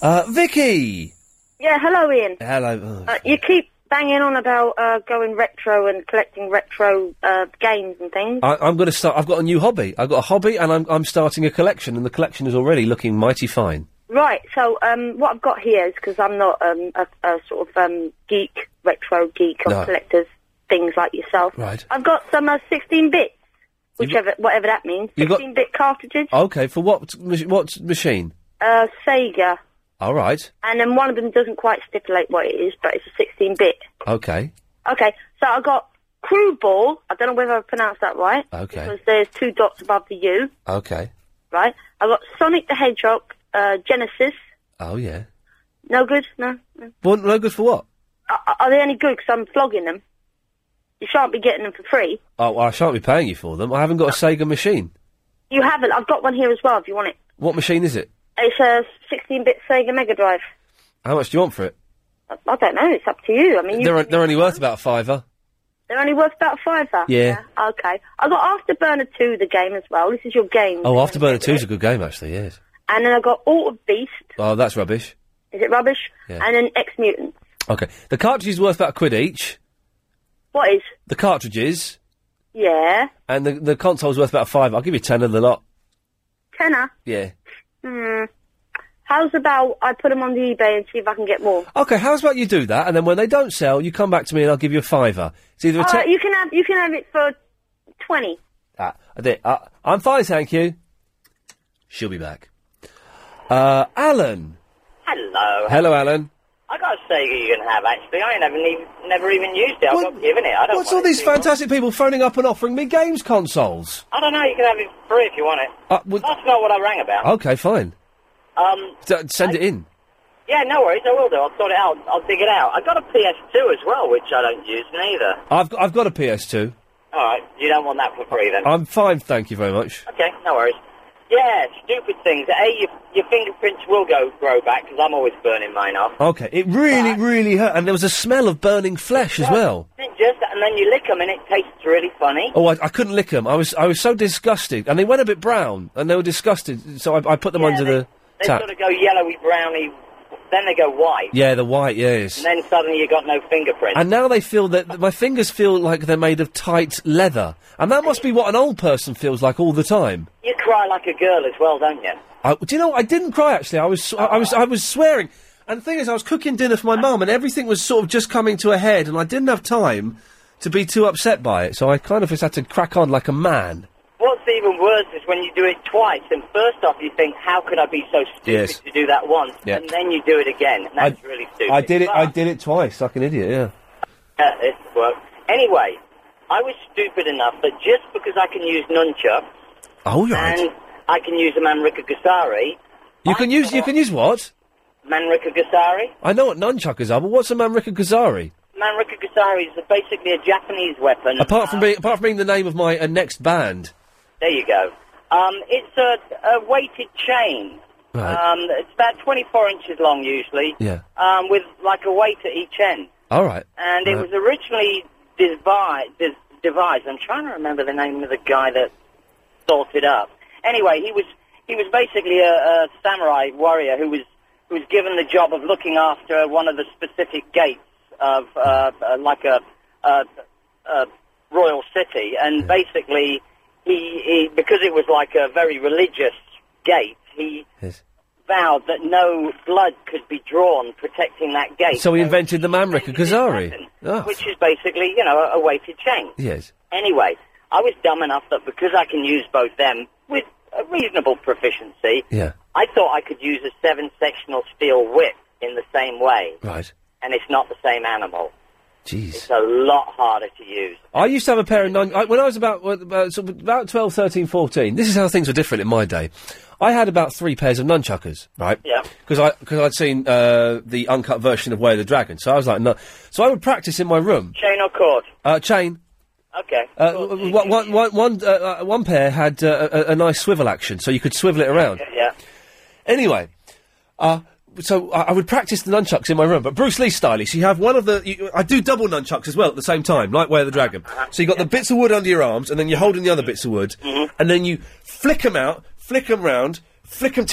Speaker 8: Uh, Vicky.
Speaker 17: Yeah, hello, Ian.
Speaker 8: Hello.
Speaker 17: Uh, you keep
Speaker 41: banging on about uh, going retro and collecting retro uh, games and things.
Speaker 8: I, I'm going to start. I've got a new hobby. I've got a hobby, and I'm I'm starting a collection, and the collection is already looking mighty fine.
Speaker 41: Right, so um, what I've got here is because I'm not um, a, a sort of um, geek, retro geek or
Speaker 8: No.
Speaker 41: collectors, things like yourself.
Speaker 8: Right.
Speaker 41: I've got some uh, 16 bits, whichever, whatever that means.
Speaker 8: You've got-
Speaker 41: 16 bit cartridges,
Speaker 8: Okay, for what mach- what machine?
Speaker 41: uh, Sega,
Speaker 8: All right.
Speaker 41: and then one of them doesn't quite stipulate what it is, but it's a 16 bit.
Speaker 8: Okay.
Speaker 41: Okay, so I've got Crew Ball, I don't know whether I've pronounced that right,
Speaker 8: Okay.
Speaker 41: because there's two dots above the U,
Speaker 8: Okay.
Speaker 41: right? I've got Sonic the Hedgehog, uh, Genesis,
Speaker 8: Oh yeah.
Speaker 41: no good, no, no.
Speaker 8: Well, no good for what?
Speaker 41: Are, are they any good? Because I'm flogging them. You shan't be getting them for free.
Speaker 8: Oh, well, I shan't be paying you for them. I haven't got a Sega machine.
Speaker 41: You haven't. I've got one here as well. If you want it,
Speaker 8: What machine is it?
Speaker 41: it's a 16-bit Sega Mega Drive.
Speaker 8: How much do you want for it?
Speaker 41: I, I don't know. It's up to you. I mean, you,
Speaker 8: They're they're only worth about a fiver.
Speaker 41: they're only worth about a fiver.
Speaker 8: Yeah.
Speaker 41: Okay. I got Afterburner 2, the game as well. This is your game.
Speaker 8: Oh, Afterburner Two is a good game actually. Yes.
Speaker 41: And then I got Auto Beast.
Speaker 8: Oh, that's rubbish.
Speaker 41: Is it rubbish?
Speaker 8: Yeah.
Speaker 41: And then X Mutant.
Speaker 8: Okay. The cartridge is worth about a quid each.
Speaker 41: What is?
Speaker 8: The cartridges
Speaker 41: Yeah.
Speaker 8: and the the console's worth about a five. I'll give you ten of the lot.
Speaker 41: Tenner.
Speaker 8: Yeah.
Speaker 41: Hmm. How's about I put them on the eBay and see if I can get more?
Speaker 8: Okay. How's about you do that, and then when they don't sell, you come back to me and I'll give you a fiver. It's either a
Speaker 41: All
Speaker 8: ten.
Speaker 41: right, Uh, you can have you can have it for twenty.
Speaker 8: Ah, I did. Ah, I'm fine, thank you. She'll be back. Uh, Alan.
Speaker 17: Hello.
Speaker 8: Hello, Alan.
Speaker 17: I got a Sega you can have actually. I ain't never, ne- never even used it. I got given it. I don't.
Speaker 8: What's
Speaker 17: want it
Speaker 8: all these
Speaker 17: too much.
Speaker 8: fantastic people phoning up and offering me games consoles?
Speaker 17: I don't know. You can have it free if you want it.
Speaker 8: Uh, well-
Speaker 17: That's not what I rang about.
Speaker 8: Okay, fine.
Speaker 17: Um.
Speaker 8: D- send it in.
Speaker 17: Yeah, no worries. I will do. I'll sort it out. I'll dig it out. I got a PS2 as well, which I don't use neither.
Speaker 8: I've got, I've got a PS2.
Speaker 17: All right. You don't want that for free then?
Speaker 8: I'm fine, thank you very much.
Speaker 17: Okay, no worries. Yeah, stupid things. A, your, your fingerprints will go grow back because I'm always burning mine off.
Speaker 8: Okay, it really, really hurt, and there was a smell of burning flesh as well.
Speaker 17: Then Just and then you lick them and it tastes really funny.
Speaker 8: Oh, I, I couldn't lick them. I was I was so disgusted, and they went a bit brown, and they were disgusted. So I, I put them under the
Speaker 17: They
Speaker 8: tap.
Speaker 17: sort of go yellowy, browny. Then they go white.
Speaker 8: Yeah, the white. Yes.
Speaker 17: And then suddenly you got no fingerprints.
Speaker 8: And now they feel that my fingers feel like they're made of tight leather, and that must be what an old person feels like all the time.
Speaker 17: you cry like a girl as well, don't you?
Speaker 8: I, do you know? I didn't cry actually. I was I, I was I was swearing. And the thing is, I was cooking dinner for my mum, and everything was sort of just coming to a head, and I didn't have time to be too upset by it. So I kind of just had to crack on like a man.
Speaker 17: What's even worse is when you do it twice, and first off you think, how could I be so stupid
Speaker 8: Yes.
Speaker 17: to do that once?
Speaker 8: Yeah.
Speaker 17: And then you do it again. And that's
Speaker 8: I-
Speaker 17: really stupid.
Speaker 8: I did it. I did it twice, like an idiot. Yeah.
Speaker 17: Uh, it worked. Anyway, I was stupid enough that just because I can use nunchucks
Speaker 8: Oh, you're right.
Speaker 17: and I can use a Manrika Gasari,
Speaker 8: You can use. You can use what?
Speaker 17: Manrika Gasari,
Speaker 8: I know what nunchuckers are, but what's a Manrika Gazari?
Speaker 17: Manrika Gasari is basically a Japanese weapon.
Speaker 8: Apart from being, apart from being the name of my uh, next band.
Speaker 17: There you go. Um, it's a, a weighted chain.
Speaker 8: Right.
Speaker 17: Um, it's about 24 inches long usually,
Speaker 8: Yeah.
Speaker 17: um, with like a weight at each end.
Speaker 8: All right. Uh,
Speaker 17: And it
Speaker 8: Right.
Speaker 17: was originally devised, dis- devised. I'm trying to remember the name of the guy that thought it up. Anyway, he was he was basically a, a samurai warrior who was who was given the job of looking after one of the specific gates of uh, uh, like a, a, a royal city. And basically, he, he because it was like a very religious gate, he vowed that no blood could be drawn protecting that gate.
Speaker 8: So he invented the Manrika Gazari.
Speaker 17: Which is basically, you know, a, a weighted chain.
Speaker 8: Yes.
Speaker 17: Anyway, I was dumb enough that because I can use both them with a reasonable proficiency,
Speaker 8: Yeah.
Speaker 17: I thought I could use a seven sectional steel whip in the same way,
Speaker 8: Right.
Speaker 17: and it's not the same animal.
Speaker 8: Jeez.
Speaker 17: It's a lot harder to use.
Speaker 8: I used to have a pair of nun. I, when I was about well, about, sort of about 12, 13, 14, this is how things were different in my day. I had about three pairs of nunchuckers, right?
Speaker 17: Yeah.
Speaker 8: Because I because I'd seen uh, the uncut version of Way of the Dragon, so I was like, no. So I would practice in my room.
Speaker 17: Chain or cord?
Speaker 8: Uh, chain.
Speaker 17: Okay.
Speaker 8: Uh, w- w- one, one, one, uh, uh, one pair had uh, a, a nice swivel action, so you could swivel it around.
Speaker 17: Yeah.
Speaker 8: Anyway, uh, so I, I would practice the nunchucks in my room, but Bruce Lee stylish. you have one of the. You, I do double nunchucks as well at the same time, like Way of the Dragon. So you got the bits of wood under your arms, and then you're holding the other bits of wood, and then you flick them out, flick them round, flick them,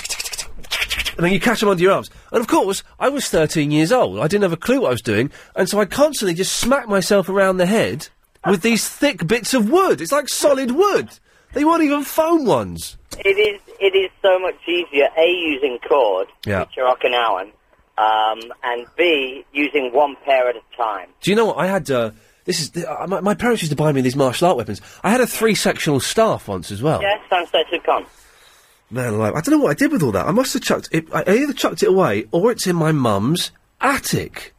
Speaker 8: and then you catch them under your arms. And of course, I was 13 years old. I didn't have a clue what I was doing, and so I constantly just smacked myself around the head with these thick bits of wood. It's like solid wood. They weren't even foam ones.
Speaker 17: It is it is so much easier a using cord,
Speaker 8: Yeah.
Speaker 17: which are Okinawan, um, and b using one pair at a time.
Speaker 8: Do you know what I had? Uh, this is th- uh, my, my parents used to buy me these martial art weapons. I had a three-sectional staff once as well.
Speaker 17: Yes, I'm so con.
Speaker 8: Man alive! I don't know what I did with all that. I must have chucked it. I either chucked it away or it's in my mum's attic.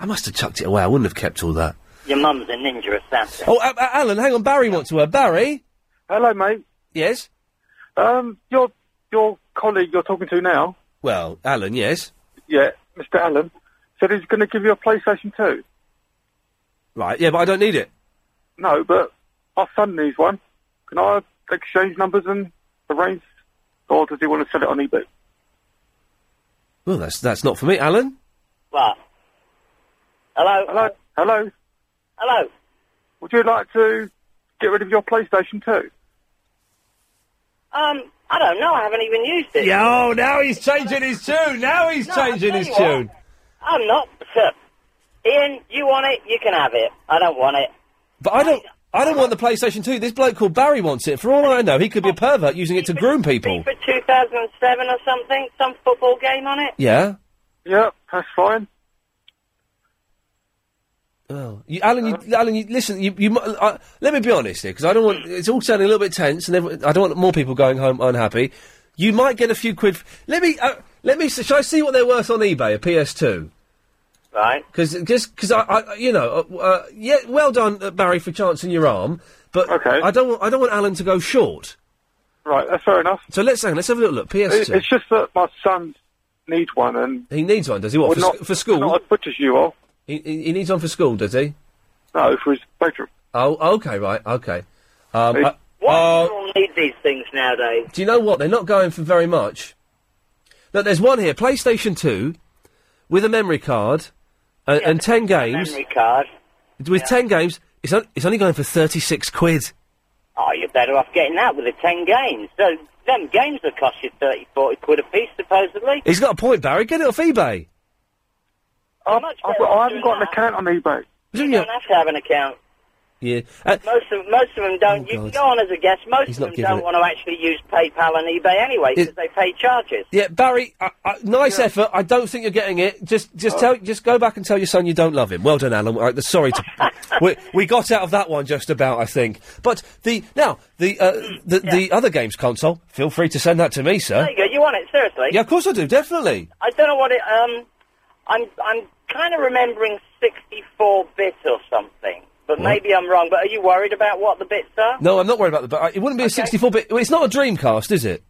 Speaker 8: I must have chucked it away. I wouldn't have kept all that.
Speaker 17: Your mum's a ninja assassin.
Speaker 8: Oh, A- A- Alan, hang on. Barry wants to. Uh, Barry.
Speaker 4: Hello, mate.
Speaker 8: Yes.
Speaker 4: Um, your your colleague you're talking to now,
Speaker 8: Well, Alan. Yes.
Speaker 4: yeah, Mr. Allen, said he's going to give you a PlayStation Two.
Speaker 8: Right. Yeah, but I don't need it.
Speaker 4: No, but our son needs one. Can I exchange numbers and arrange, or does he want to sell it on eBay?
Speaker 8: Well, that's that's not for me, Alan.
Speaker 17: Well, hello,
Speaker 4: hello, hello,
Speaker 17: hello.
Speaker 4: Would you like to get rid of your PlayStation Two?
Speaker 17: Um, I don't know. I haven't even used it.
Speaker 8: Yeah, oh, now he's changing his tune. Now he's
Speaker 17: No,
Speaker 8: changing
Speaker 17: I'll
Speaker 8: his
Speaker 17: tell you
Speaker 8: tune.
Speaker 17: I'm not. Ian, you want it? You can have it. I don't want it.
Speaker 8: But I don't. I don't want the PlayStation 2. This bloke called Barry wants it. For all I know, he could be a pervert using it to groom people.
Speaker 17: For 2007 or something, some football game on it.
Speaker 8: Yeah.
Speaker 4: Yep, that's fine.
Speaker 8: Well, you, Alan, you, Alan, you, listen. You, you, mu- uh, let me be honest here, because I don't want. It's all sounding a little bit tense, and everyone- I don't want more people going home unhappy. You might get a few quid. f- Let me. Uh, let me. s- Shall I see what they're worth on eBay? A PS2.
Speaker 17: Right.
Speaker 8: Because just because I, I, you know, uh, uh, yeah. Well done, uh, Barry, for chancing your arm. But I don't. Want, I don't want Alan to go short.
Speaker 4: Right, that's fair enough.
Speaker 8: So let's hang. on, Let's have a little look. PS2.
Speaker 4: It- It's just that my son needs one, and
Speaker 8: he needs one. Does he what for, sc- for school?
Speaker 4: Not as much as you are.
Speaker 8: He, he he needs one for school, does he?
Speaker 4: No, for his bedroom.
Speaker 8: Oh, okay, right, okay. Um, I-
Speaker 17: Why do people need these things nowadays?
Speaker 8: Do you know what? They're not going for very much. Look, there's one here PlayStation 2 with a memory card uh, and 10 games.
Speaker 17: Memory card.
Speaker 8: With 10 games, it's, on, it's only going for 36 quid.
Speaker 17: Oh, you're better off getting that with the 10 games. So, them games will cost you 30, 40 quid a piece, supposedly.
Speaker 8: He's got a point, Barry. Get it off eBay.
Speaker 4: I've, I've, got- I haven't got an account on eBay.
Speaker 17: You don't have to have an account.
Speaker 8: Yeah. Uh,
Speaker 17: Most of most of them don't. you can
Speaker 8: Oh, God.
Speaker 17: go on as a guest. Most
Speaker 8: He's
Speaker 17: of
Speaker 8: not
Speaker 17: them
Speaker 8: giving
Speaker 17: don't
Speaker 8: it.
Speaker 17: want to actually use PayPal and eBay anyway because they pay charges.
Speaker 8: Yeah, Barry, uh, uh, nice effort. I don't think you're getting it. Just,
Speaker 17: Oh.
Speaker 8: just tell, just go back and tell your son you don't love him. Well done, Alan. Uh, sorry, to, we we got out of that one just about, I think. But the now the uh, the, the other games console. Feel free to send that to me, sir.
Speaker 17: There you go. You want it seriously?
Speaker 8: Yeah, of course I do. Definitely.
Speaker 17: I don't know what it. Um, I'm I'm kind of remembering 64 bit or something, but
Speaker 8: What?
Speaker 17: maybe I'm wrong. But are you worried about what the bits are?
Speaker 8: No, I'm not worried about the. But uh, it wouldn't be a 64-bit. Well, it's not a Dreamcast, is it?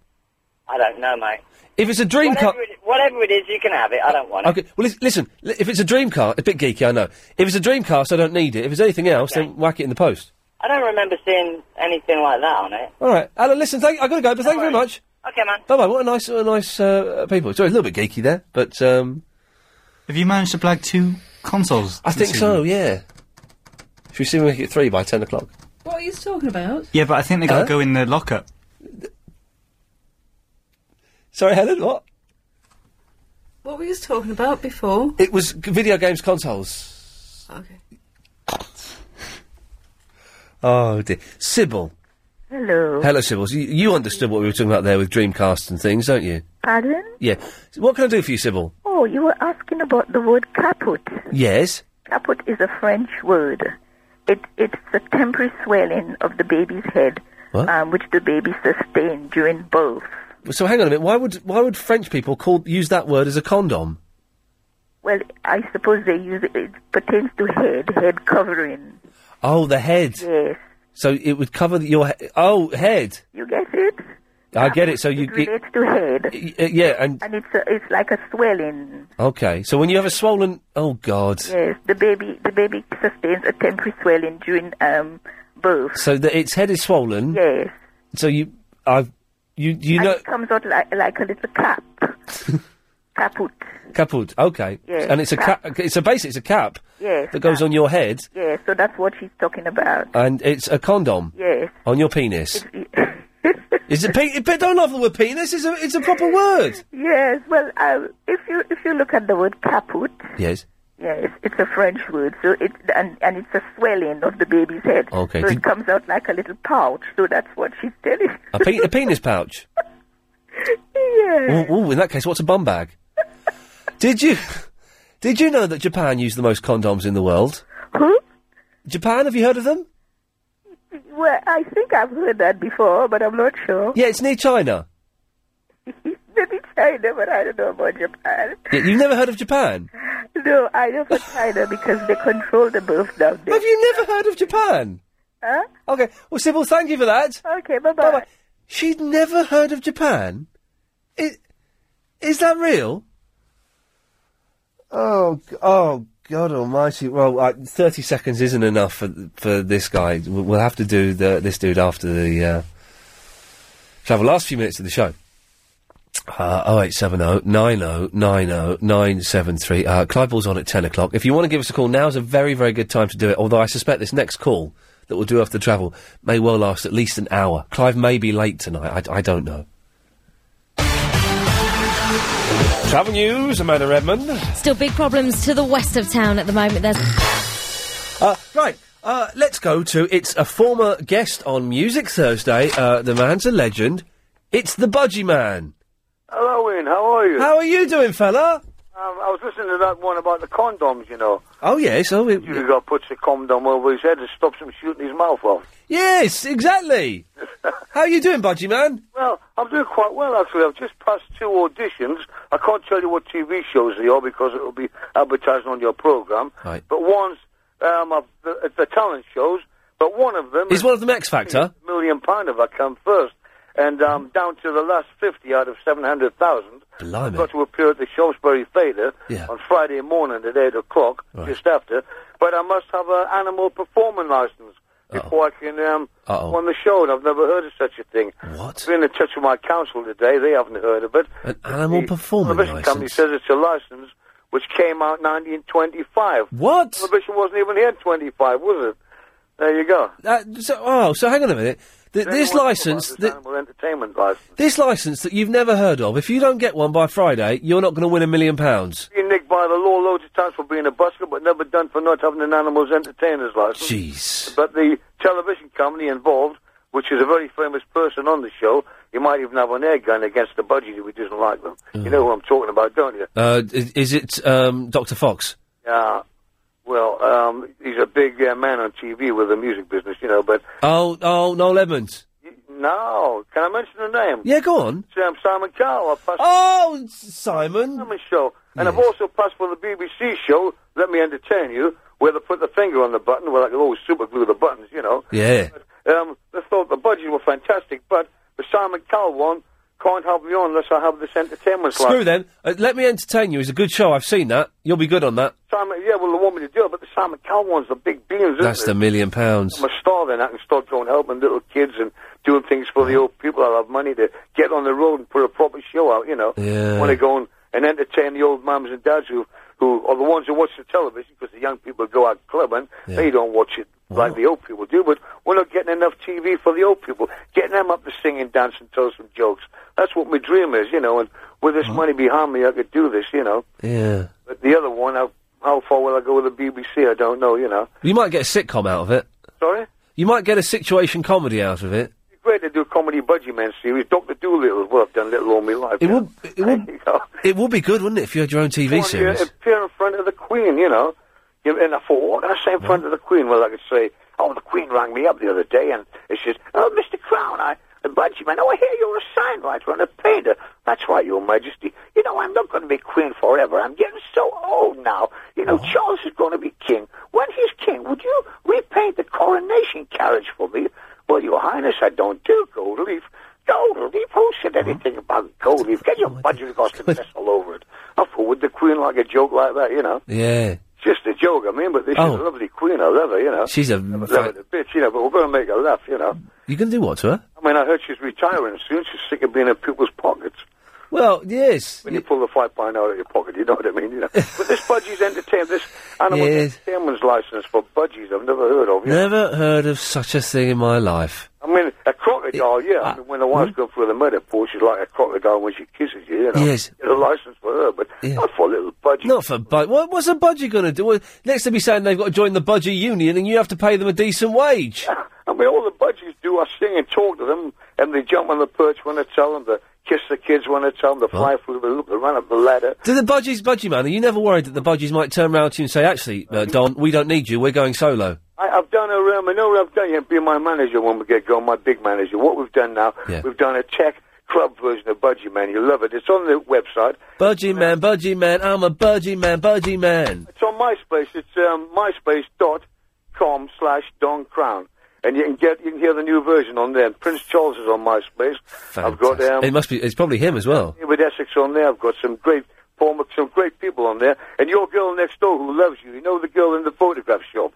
Speaker 17: I don't know, mate.
Speaker 8: If it's a Dreamcast.
Speaker 17: Whatever it, whatever it is, you can have it. I don't want it.
Speaker 8: Okay. Well, lis- listen. li- If it's a Dreamcast, a bit geeky, I know. If it's a Dreamcast, I don't need it. If it's anything else, then whack it in the post.
Speaker 17: I don't remember seeing anything like that on it.
Speaker 8: All right, Alan. Listen, thank, I gotta go, but thank you very much.
Speaker 17: Okay, man.
Speaker 8: Bye bye. What a nice, what a nice uh, people. Sorry, a little bit geeky there, but um,
Speaker 21: Have you managed to blag two consoles?
Speaker 8: I think so. Yeah. Should we see if we make it three by ten o'clock?
Speaker 27: What are you talking about?
Speaker 21: Yeah, but I think they got
Speaker 8: Huh?
Speaker 21: to go in the lockup.
Speaker 8: Sorry, Helen. What?
Speaker 27: What were you talking about before?
Speaker 8: It was g- video games consoles.
Speaker 27: Okay.
Speaker 8: Oh dear, Sybil.
Speaker 34: Hello.
Speaker 8: Hello, Sybil. So You, you understood what we were talking about there with Dreamcast and things, don't you?
Speaker 34: Pardon?
Speaker 8: Yeah. So What can I do for you, Sybil?
Speaker 34: Oh, you were asking about the word caput.
Speaker 8: Yes.
Speaker 34: Caput is a French word. It it's the temporary swelling of the baby's head,
Speaker 8: What?
Speaker 34: Um, which the baby sustained during birth.
Speaker 8: So hang on a minute. Why would why would French people call use that word as a condom?
Speaker 34: Well, I suppose they use it. It pertains to head, head covering.
Speaker 8: Oh, the head.
Speaker 34: Yes.
Speaker 8: So it would cover the- your he- oh head.
Speaker 34: You get it?
Speaker 8: I get it. So you
Speaker 34: It relates to head,
Speaker 8: y- uh, yeah, and
Speaker 34: and it's a, it's like a swelling.
Speaker 8: okay. So when you have a swollen oh god.
Speaker 34: Yes, the baby the baby sustains a temporary swelling during um birth.
Speaker 8: So that its head is swollen.
Speaker 34: Yes.
Speaker 8: So you I you you
Speaker 34: and
Speaker 8: know
Speaker 34: it comes out like like a little cap. Caput.
Speaker 8: caput. Okay.
Speaker 34: Yes,
Speaker 8: And it's a cap. It's a basically it's a cap
Speaker 34: Yes.
Speaker 8: that goes on your head
Speaker 34: Yes, so that's what she's talking about.
Speaker 8: and it's a condom
Speaker 34: Yes.
Speaker 8: on your penis. Is it? Pe- but don't love the word penis. It's a it's a proper word.
Speaker 34: Yes, well, uh, if you if you look at the word caput,
Speaker 8: Yes.
Speaker 34: yes, it's a French word, so it and and it's a swelling of the baby's head.
Speaker 8: Okay,
Speaker 34: so
Speaker 8: did-
Speaker 34: it comes out like a little pouch. So that's what she's telling.
Speaker 8: A, pe- a penis pouch.
Speaker 34: yes.
Speaker 8: Ooh, ooh, in that case, what's a bum bag? did you did you know that Japan used the most condoms in the world?
Speaker 34: Who?
Speaker 8: Japan. Have you heard of them?
Speaker 34: Well, I think I've heard that before, but I'm not sure.
Speaker 8: Yeah, it's near China.
Speaker 34: Maybe China, but I don't know about Japan.
Speaker 8: Yeah, you've never heard of Japan?
Speaker 34: No, I know for China because they control the birth down there.
Speaker 8: Have you never heard of Japan?
Speaker 34: Huh?
Speaker 8: Okay. Well, Sybil, thank you for that.
Speaker 34: Okay. Bye bye.
Speaker 8: She'd never heard of Japan. Is, is that real? Oh, g- oh, God Almighty! Well, uh, thirty seconds isn't enough for for this guy. W- We'll have to do the, this dude after the uh, travel. Last few minutes of the show. Oh eight seven oh nine oh nine oh nine seven three. Uh, Clyde Ball's on at ten o'clock. If you want to give us a call, now's a very very good time to do it. Although I suspect this next call that we'll do after the travel may well last at least an hour. Clive may be late tonight. I, I don't know. Travel news, Amanda Redmond.
Speaker 20: Still big problems to the west of town at the moment. There's
Speaker 8: Uh, right. Uh, let's go to it's a former guest on Music Thursday. Uh, the man's a legend. It's the Budgie Man.
Speaker 5: Hello, Ian. How are you?
Speaker 8: How are you doing, fella?
Speaker 5: Um, I was listening to that one about the condoms, you know.
Speaker 8: Oh yes, oh it,
Speaker 5: You got puts a condom over his head and stops him shooting his mouth off.
Speaker 8: yes, exactly. How are you doing, Budgie Man?
Speaker 5: Well, I'm doing quite well, actually. I've just passed two auditions. I can't tell you what TV shows they are because it will be advertised on your programme.
Speaker 8: Right.
Speaker 5: But one's um, of the, at the talent shows, but one of them
Speaker 8: Is one of them X Factor?
Speaker 5: million pound if I come first. And um, down to the last 50 out of 700,000.
Speaker 8: Blimey.
Speaker 5: Got to appear at the Salisbury Theatre
Speaker 8: Yeah.
Speaker 5: on Friday morning at 8 o'clock,
Speaker 8: Right.
Speaker 5: just after. But I must have an animal performing license
Speaker 8: Oh.
Speaker 5: before I can um,
Speaker 8: Uh-oh.
Speaker 5: on the show, and I've never heard of such a thing.
Speaker 8: Oh. What?
Speaker 5: Been in touch with my council today. They haven't heard of it.
Speaker 8: An animal performing
Speaker 5: Prohibition company
Speaker 8: license.
Speaker 5: says it's a license which came out 1925.
Speaker 8: What?
Speaker 5: Prohibition wasn't even here in 25, was it? There you go.
Speaker 8: Uh, so, oh, so hang on a minute. Th-
Speaker 5: Then
Speaker 8: this
Speaker 5: what about
Speaker 8: license,
Speaker 5: this
Speaker 8: th-
Speaker 5: animal entertainment license.
Speaker 8: this license that you've never heard of. If you don't get one by Friday, you're not going to win a million pounds.
Speaker 5: Been nicked by the law loads of times for being a busker, but never done for not having an animals entertainers license.
Speaker 8: Jeez.
Speaker 5: But the television company involved, which is a very famous person on the show, you might even have an air gun against the budgie if he doesn't like them. You
Speaker 8: Mm.
Speaker 5: know who I'm talking about, don't you?
Speaker 8: Uh, is, is it um, Dr. Fox?
Speaker 5: Uh, well, um, he's a big uh, man on TV with the music business, you know, but
Speaker 8: Oh, oh, Noel Edmonds.
Speaker 5: no. Can I mention the name?
Speaker 8: Yeah, go on.
Speaker 5: It's, um, Simon Cowell. I passed
Speaker 8: oh, Simon.
Speaker 5: Simon show. And I've also passed for the BBC show, Let Me Entertain You, where they put the finger on the button, where I could always super glue the buttons, you know.
Speaker 8: Yeah.
Speaker 5: Um, they thought the budgies were fantastic, but the Simon Cowell one can't help me on unless I have this entertainment
Speaker 8: Screw
Speaker 5: license.
Speaker 8: them. Uh, Let me entertain you. It's a good show. I've seen that. You'll be good on that.
Speaker 5: Simon, yeah, well, they want me to do it, but the Simon Cowell one's the big beans, isn't
Speaker 8: That's
Speaker 5: it?
Speaker 8: the million pounds.
Speaker 5: I'm a star then. I can start going helping little kids and doing things for the old people. I'll have money to get on the road and put a proper show out, you know.
Speaker 8: Yeah.
Speaker 5: Want to go and, and entertain the old mums and dads who, who are the ones who watch the television because the young people go out clubbing.
Speaker 8: Yeah.
Speaker 5: They don't watch it like the old people do, but we're not getting enough TV for the old people. Getting them up to sing and dance and tell some jokes. That's what my dream is, you know, and with this money behind me, I could do this, you know.
Speaker 8: Yeah.
Speaker 5: But the other one, how, how far will I go with the BBC? I don't know, you know.
Speaker 8: You might get a sitcom out of it.
Speaker 5: Sorry?
Speaker 8: You might get a situation comedy out of it.
Speaker 5: great to do a comedy budgie man series. Doctor Doolittle is what I've done little all my life.
Speaker 8: It would. It would. It would be good, wouldn't it, if you had your own TV
Speaker 5: You
Speaker 8: series?
Speaker 5: appear in front of the Queen, you know. You- And I thought, what can I say in front of the Queen? Well, I could say, oh, the Queen rang me up the other day and it says, oh, Mr. Crown, I, a budgie man, oh, I hear you're a sign writer and a painter. That's right, Your Majesty. You know, I'm not going to be Queen forever. I'm getting so old now. You know, Charles is going to be King. When he's King, would you repaint the coronation carriage for me? Well, Your Highness, I don't do gold leaf. Gold leaf? Who said anything about gold leaf? Get your budget got to mess all over it. I fool with the Queen like a joke like that, you know.
Speaker 8: Yeah.
Speaker 5: Just a joke, I mean, but this
Speaker 8: Oh.
Speaker 5: is a lovely Queen. I love her, you know.
Speaker 8: She's a.
Speaker 5: I love her to bits, you know, but we're going to make her laugh, you know.
Speaker 8: You can do what to her?
Speaker 5: I mean, I heard she's retiring soon. She's sick of being in people's pockets.
Speaker 8: Well, yes.
Speaker 5: When you pull the five pound out of your pocket, you know what I mean, you know. but this budgie's entertainment, this animal
Speaker 8: Yes.
Speaker 5: entertainment's license for budgies I've never heard of. you know.
Speaker 8: Never heard of such a thing in my life.
Speaker 5: I mean, a crocodile, yeah. I mean, when the
Speaker 8: Mm.
Speaker 5: wife's gone through the murder pool, she's like a crocodile when she kisses you, you know.
Speaker 8: Yes.
Speaker 5: Get a license for her, but not for a little budgie.
Speaker 8: Not for budgie. What, what's a budgie going to do? Well, next to be saying they've got to join the budgie union and you have to pay them a decent wage.
Speaker 5: I mean, all the budgies do are sing and talk to them, and they jump on the perch when I tell them, they kiss the kids when I tell them, they fly through the loop, they run up the ladder.
Speaker 8: Do the budgies, budgie man, are you never worried that the budgies might turn round to you and say, actually, uh, Don, we don't need you, we're going solo?
Speaker 5: I, I've done a room. I know what I've done. You've been my manager when we get going, my big manager. What we've done now,
Speaker 8: Yeah.
Speaker 5: we've done a tech club version of Budgie Man. You love it. It's on the website.
Speaker 8: Budgie man, budgie man, I'm a budgie man, budgie man.
Speaker 5: It's on MySpace. It's um, myspace.com slash Don Crown. And you can get you can hear the new version on there. And Prince Charles is on MySpace. I've got um,
Speaker 8: It must be, it's probably him as well.
Speaker 5: David Essex on there. I've got some great former, some great people on there. And your girl next door who loves you. You know the girl in the photograph shop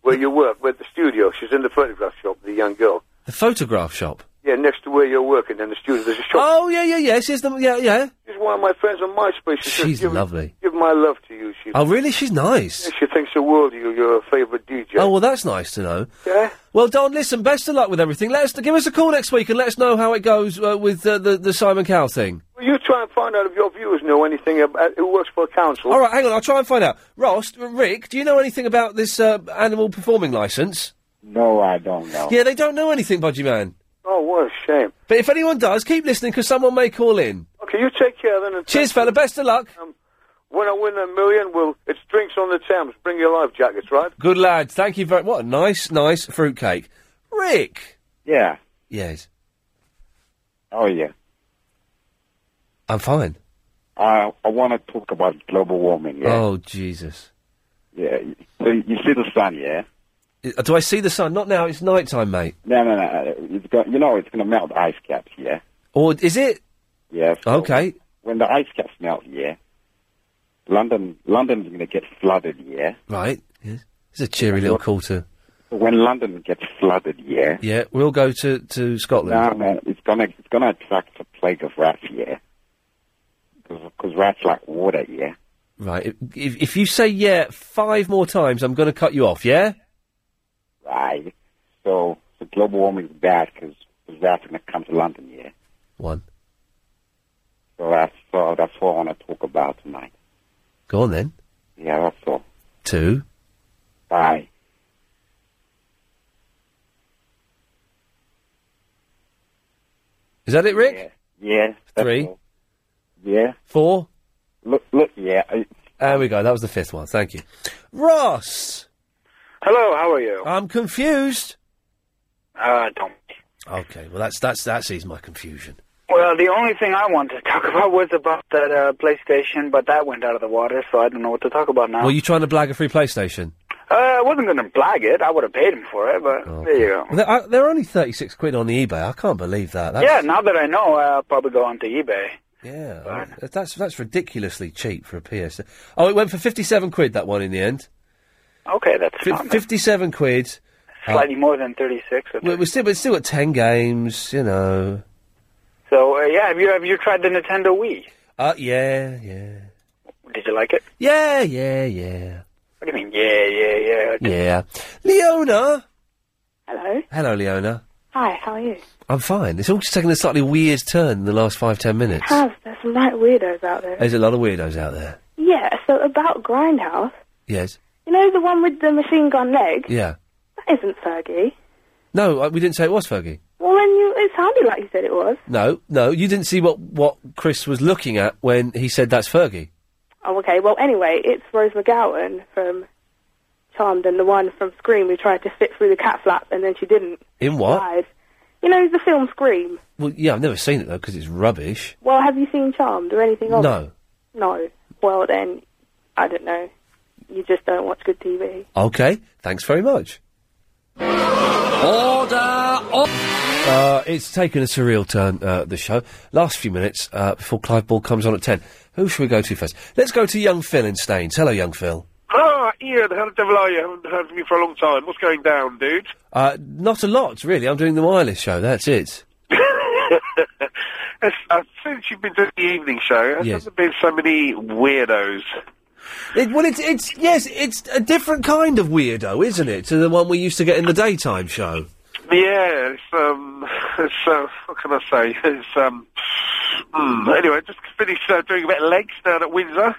Speaker 5: where you work, where the studio. She's in the photograph shop. The young girl.
Speaker 8: The photograph shop.
Speaker 5: Yeah, next to where you're working in the studio. There's a shop.
Speaker 8: Oh, yeah, yeah, yeah, she's the, yeah, yeah.
Speaker 5: She's one of my friends on MySpace. She
Speaker 8: She's
Speaker 5: says, give,
Speaker 8: lovely.
Speaker 5: give my love to you. She,
Speaker 8: Oh, really? She's nice.
Speaker 5: she thinks the world of you. You're her favourite DJ.
Speaker 8: Oh, well, that's nice to know.
Speaker 5: Yeah.
Speaker 8: Well, Don, listen, best of luck with everything. Let us, give us a call next week and let us know how it goes uh, with uh, the, the Simon Cowell thing.
Speaker 5: Well, you try and find out if your viewers know anything about who works for a council.
Speaker 8: All right, hang on. I'll try and find out. Ross, Rick, do you know anything about this uh, animal performing license?
Speaker 26: No, I don't know.
Speaker 8: Yeah, they don't know anything, Budgie Man.
Speaker 5: Oh, what a shame.
Speaker 8: But if anyone does, keep listening because someone may call in.
Speaker 5: Okay, you take care then. And
Speaker 8: Cheers, fella. Best of luck.
Speaker 5: When I win a million, well, it's drinks on the Thames. Bring your life jackets, right?
Speaker 8: Good lad. Thank you very What a nice, nice fruitcake. Rick.
Speaker 26: Yeah.
Speaker 8: Yes.
Speaker 26: Oh, yeah.
Speaker 8: I'm fine.
Speaker 26: I I want to talk about global warming. Yeah.
Speaker 8: Oh, Jesus.
Speaker 26: Yeah. So you see the sun, yeah?
Speaker 8: I- Uh, Do I see the sun? Not now. It's night time, mate.
Speaker 26: No, no, uh, no. It's go- you know, it's going to melt ice caps, yeah?
Speaker 8: Or is it?
Speaker 26: Yeah. so
Speaker 8: Okay.
Speaker 26: When the ice caps melt, yeah, London London's going to get flooded, yeah?
Speaker 8: Right. Yes. It's a cheery little call to.
Speaker 26: So when London gets flooded, yeah?
Speaker 8: Yeah, we'll go to, to Scotland.
Speaker 26: No, man, it's gonna it's gonna attract a plague of rats, yeah. Because rats like water, yeah.
Speaker 8: Right. If, if, if you say yeah five more times, I'm going to cut you off, yeah?
Speaker 26: Right. So, so global warming's bad because rats are gonna come to London, yeah.
Speaker 8: One.
Speaker 26: So that's all. That's all I want to talk about tonight.
Speaker 8: Go on then.
Speaker 26: Yeah, that's all.
Speaker 8: Two.
Speaker 26: Bye.
Speaker 8: Is that it, Rick?
Speaker 26: Yeah.
Speaker 8: Three.
Speaker 26: Yeah.
Speaker 8: Four.
Speaker 26: Look, look, yeah.
Speaker 8: There we go. That was the fifth one. Thank you. Ross!
Speaker 11: Hello, how are you?
Speaker 8: I'm confused.
Speaker 11: Uh, don't.
Speaker 8: Okay, well, that's that's that's eased my confusion.
Speaker 11: Well, the only thing I wanted to talk about was about that uh, PlayStation, but that went out of the water, so I don't know what to talk about now.
Speaker 8: Were you trying to blag a free PlayStation?
Speaker 11: uh, I wasn't going to blag it. I would have paid him for it, but
Speaker 8: Oh.
Speaker 11: there you go.
Speaker 8: They're, I, they're only 36 quid on the eBay. I can't believe that. That's,
Speaker 11: Yeah, now that I know, I'll probably go onto eBay.
Speaker 8: Yeah, I mean, that's that's ridiculously cheap for a PS. Oh, it went for 57 quid, that one, in the end.
Speaker 11: Okay, that's
Speaker 8: Fi 57 quid. Uh,
Speaker 11: slightly more than 36.
Speaker 8: well, it was still, but it's still at 10 games, you know.
Speaker 11: So, uh, yeah, have you have you tried the Nintendo Wii?
Speaker 8: Uh, yeah, yeah.
Speaker 11: Did you like it?
Speaker 8: Yeah, yeah, yeah.
Speaker 11: What do you mean, yeah, yeah, yeah?
Speaker 8: Yeah. Leona!
Speaker 30: Hello.
Speaker 8: Hello, Leona.
Speaker 30: Hi, how are you?
Speaker 8: I'm fine. It's all just taken a slightly weird turn in the last five, ten minutes.
Speaker 30: Have there's some right weirdos out there.
Speaker 8: There's a lot of weirdos out there.
Speaker 30: yeah, so about Grindhouse,
Speaker 8: Yes.
Speaker 30: you know the one with the machine gun leg?
Speaker 8: Yeah.
Speaker 30: That isn't Fergie.
Speaker 8: No, I, we didn't say it was Fergie.
Speaker 30: Well, then you, it sounded like you said it was.
Speaker 8: No, no, you didn't see what, what Chris was looking at when he said that's Fergie.
Speaker 30: Oh, okay. Well, anyway, it's Rose McGowan from Charmed and the one from Scream who tried to fit through the cat flap and then she didn't.
Speaker 8: In what?
Speaker 30: Died. You know the film Scream.
Speaker 8: Well, yeah, I've never seen it though because it's rubbish.
Speaker 30: Well, have you seen Charmed or anything of it?
Speaker 8: No.
Speaker 30: No. Well, then I don't know. You just don't watch good TV.
Speaker 8: Okay, thanks very much. Order. Uh, it's taken a surreal turn, uh, the show. Last few minutes uh, before Clive Ball comes on at 10. Who should we go to first? Let's go to young Phil in Staines. Hello, young Phil.
Speaker 35: Ah, Ian, how the devil are you? Haven't heard from you for a long time. What's going down, dude?
Speaker 8: Uh, not a lot, really. I'm doing the wireless show, that's it.
Speaker 25: It's, uh, since you've been doing the evening show, there
Speaker 8: Yes.
Speaker 25: hasn't been so many weirdos.
Speaker 8: It, well, it's it's yes, it's a different kind of weirdo, isn't it, to the one we used to get in the daytime show?
Speaker 25: Yeah, it's um, it's uh, what can I say? It's um, hmm, anyway, just finished uh, doing a bit of legs down at Windsor.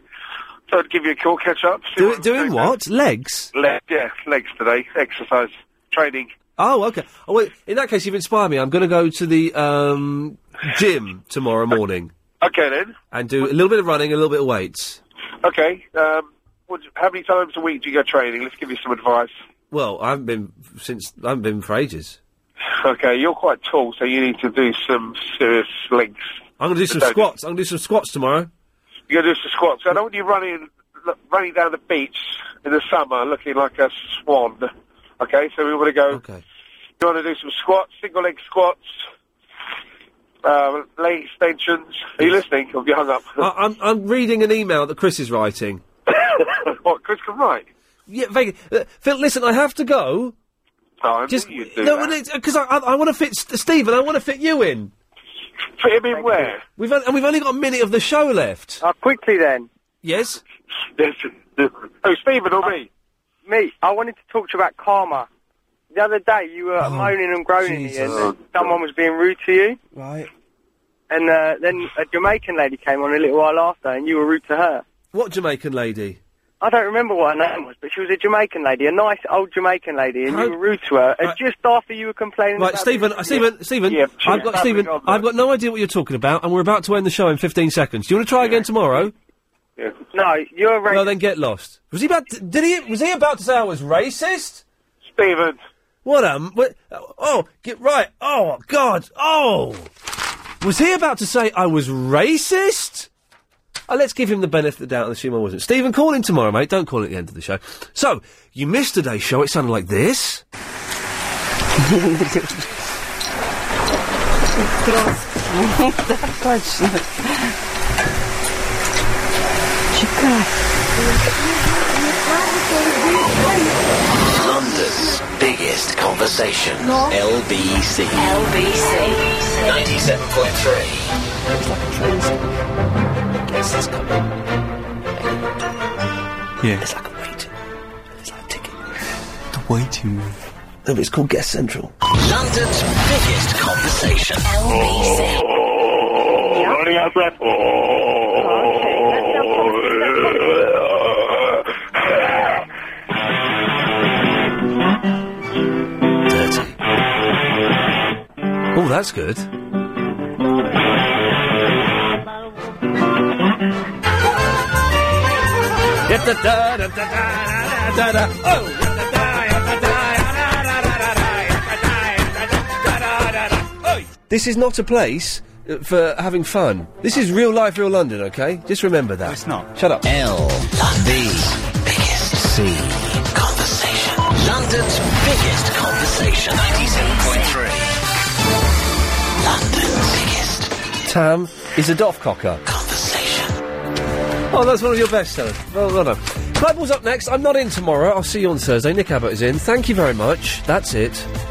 Speaker 25: So I'd give you a call, catch up. see
Speaker 8: Do, doing what? Legs?
Speaker 25: Le- yeah, legs today, exercise, training.
Speaker 8: Oh, okay. Oh, wait, in that case, you've inspired me. I'm going to go to the um, gym tomorrow morning
Speaker 25: Okay then.
Speaker 8: and do a little bit of running, a little bit of weights.
Speaker 25: Okay. Um, what, how many times a week do you go training? Let's give you some advice.
Speaker 8: Well, I haven't been since I haven't been for ages.
Speaker 25: Okay, you're quite tall, so you need to do some serious legs.
Speaker 8: I'm going to do some
Speaker 25: Don't-
Speaker 8: squats. I'm going to do some squats tomorrow.
Speaker 25: You're going to do some squats. I don't want you running look, running down the beach in the summer looking like a swan. Okay, so we want to go.
Speaker 8: Okay.
Speaker 25: You want to do some squats, single leg squats, uh, leg extensions. Are you listening? Or have you hung up?
Speaker 8: I, I'm I'm reading an email that Chris is writing.
Speaker 25: what, Chris can write?
Speaker 8: Yeah, vaguely. Uh, Phil, listen, I have to go.
Speaker 25: Oh, I
Speaker 8: Just
Speaker 25: knew you'd do that.
Speaker 8: because I, I, I want to fit St- Steve and I want to fit you in.
Speaker 25: Fit him in where?
Speaker 8: We've on- and we've only got a minute of the show left.
Speaker 11: Uh, quickly then.
Speaker 8: Yes.
Speaker 25: Yes. Oh, Stephen or me?
Speaker 11: Me. I wanted to talk to you about karma. The other day you uh, were moaning and groaning,
Speaker 8: Jesus.
Speaker 11: Ian, that someone was being rude to you,
Speaker 8: Right.
Speaker 11: and uh, then a Jamaican lady came on a little while after, and you were rude to her.
Speaker 8: What Jamaican lady?
Speaker 11: I don't remember what her name was, but she was a Jamaican lady, a nice old Jamaican lady, and
Speaker 8: How-
Speaker 11: you were rude to her. And just after you were complaining,
Speaker 8: Right,
Speaker 11: about
Speaker 8: Stephen, uh, Stephen, Stephen, I've got
Speaker 11: yeah.
Speaker 8: Stephen. I've got no idea what you're talking about, and we're about to end the show in 15 seconds. Do you want to try again tomorrow?
Speaker 11: No, you're
Speaker 8: right. No, then get lost. Was he about? To, did he? Was he about to say I was racist?
Speaker 25: Stephen,
Speaker 8: what a m- what, oh, get right. Oh God. Oh, was he about to say I was racist? Oh, let's give him the benefit of the doubt and assume I wasn't. Stephen, call in tomorrow, mate. Don't call in at the end of the show. So you missed today's show. It sounded like this.
Speaker 28: Точно.
Speaker 1: London's biggest conversation.
Speaker 28: No.
Speaker 1: LBC. LBC. 97.3. Guess that's coming.
Speaker 9: Yeah.
Speaker 1: It's like a wait. It's like a ticket.
Speaker 9: The waiting room.
Speaker 8: No, but it's called Guest Central.
Speaker 1: London's biggest conversation. LBC.
Speaker 25: running out of breath.
Speaker 1: Dirty.
Speaker 8: Oh, that's good. This is not a place uh, for having fun. This is real life, real London, okay? Just remember that. it's not. Shut up.
Speaker 1: L. The biggest C. Conversation. London's biggest conversation. 97.3.
Speaker 8: Tam is a doff cocker. Oh, that's one of your best sellers. Well, well done. Claypool's up next. I'm not in tomorrow. I'll see you on Thursday. Nick Abbott is in. Thank you very much. That's it.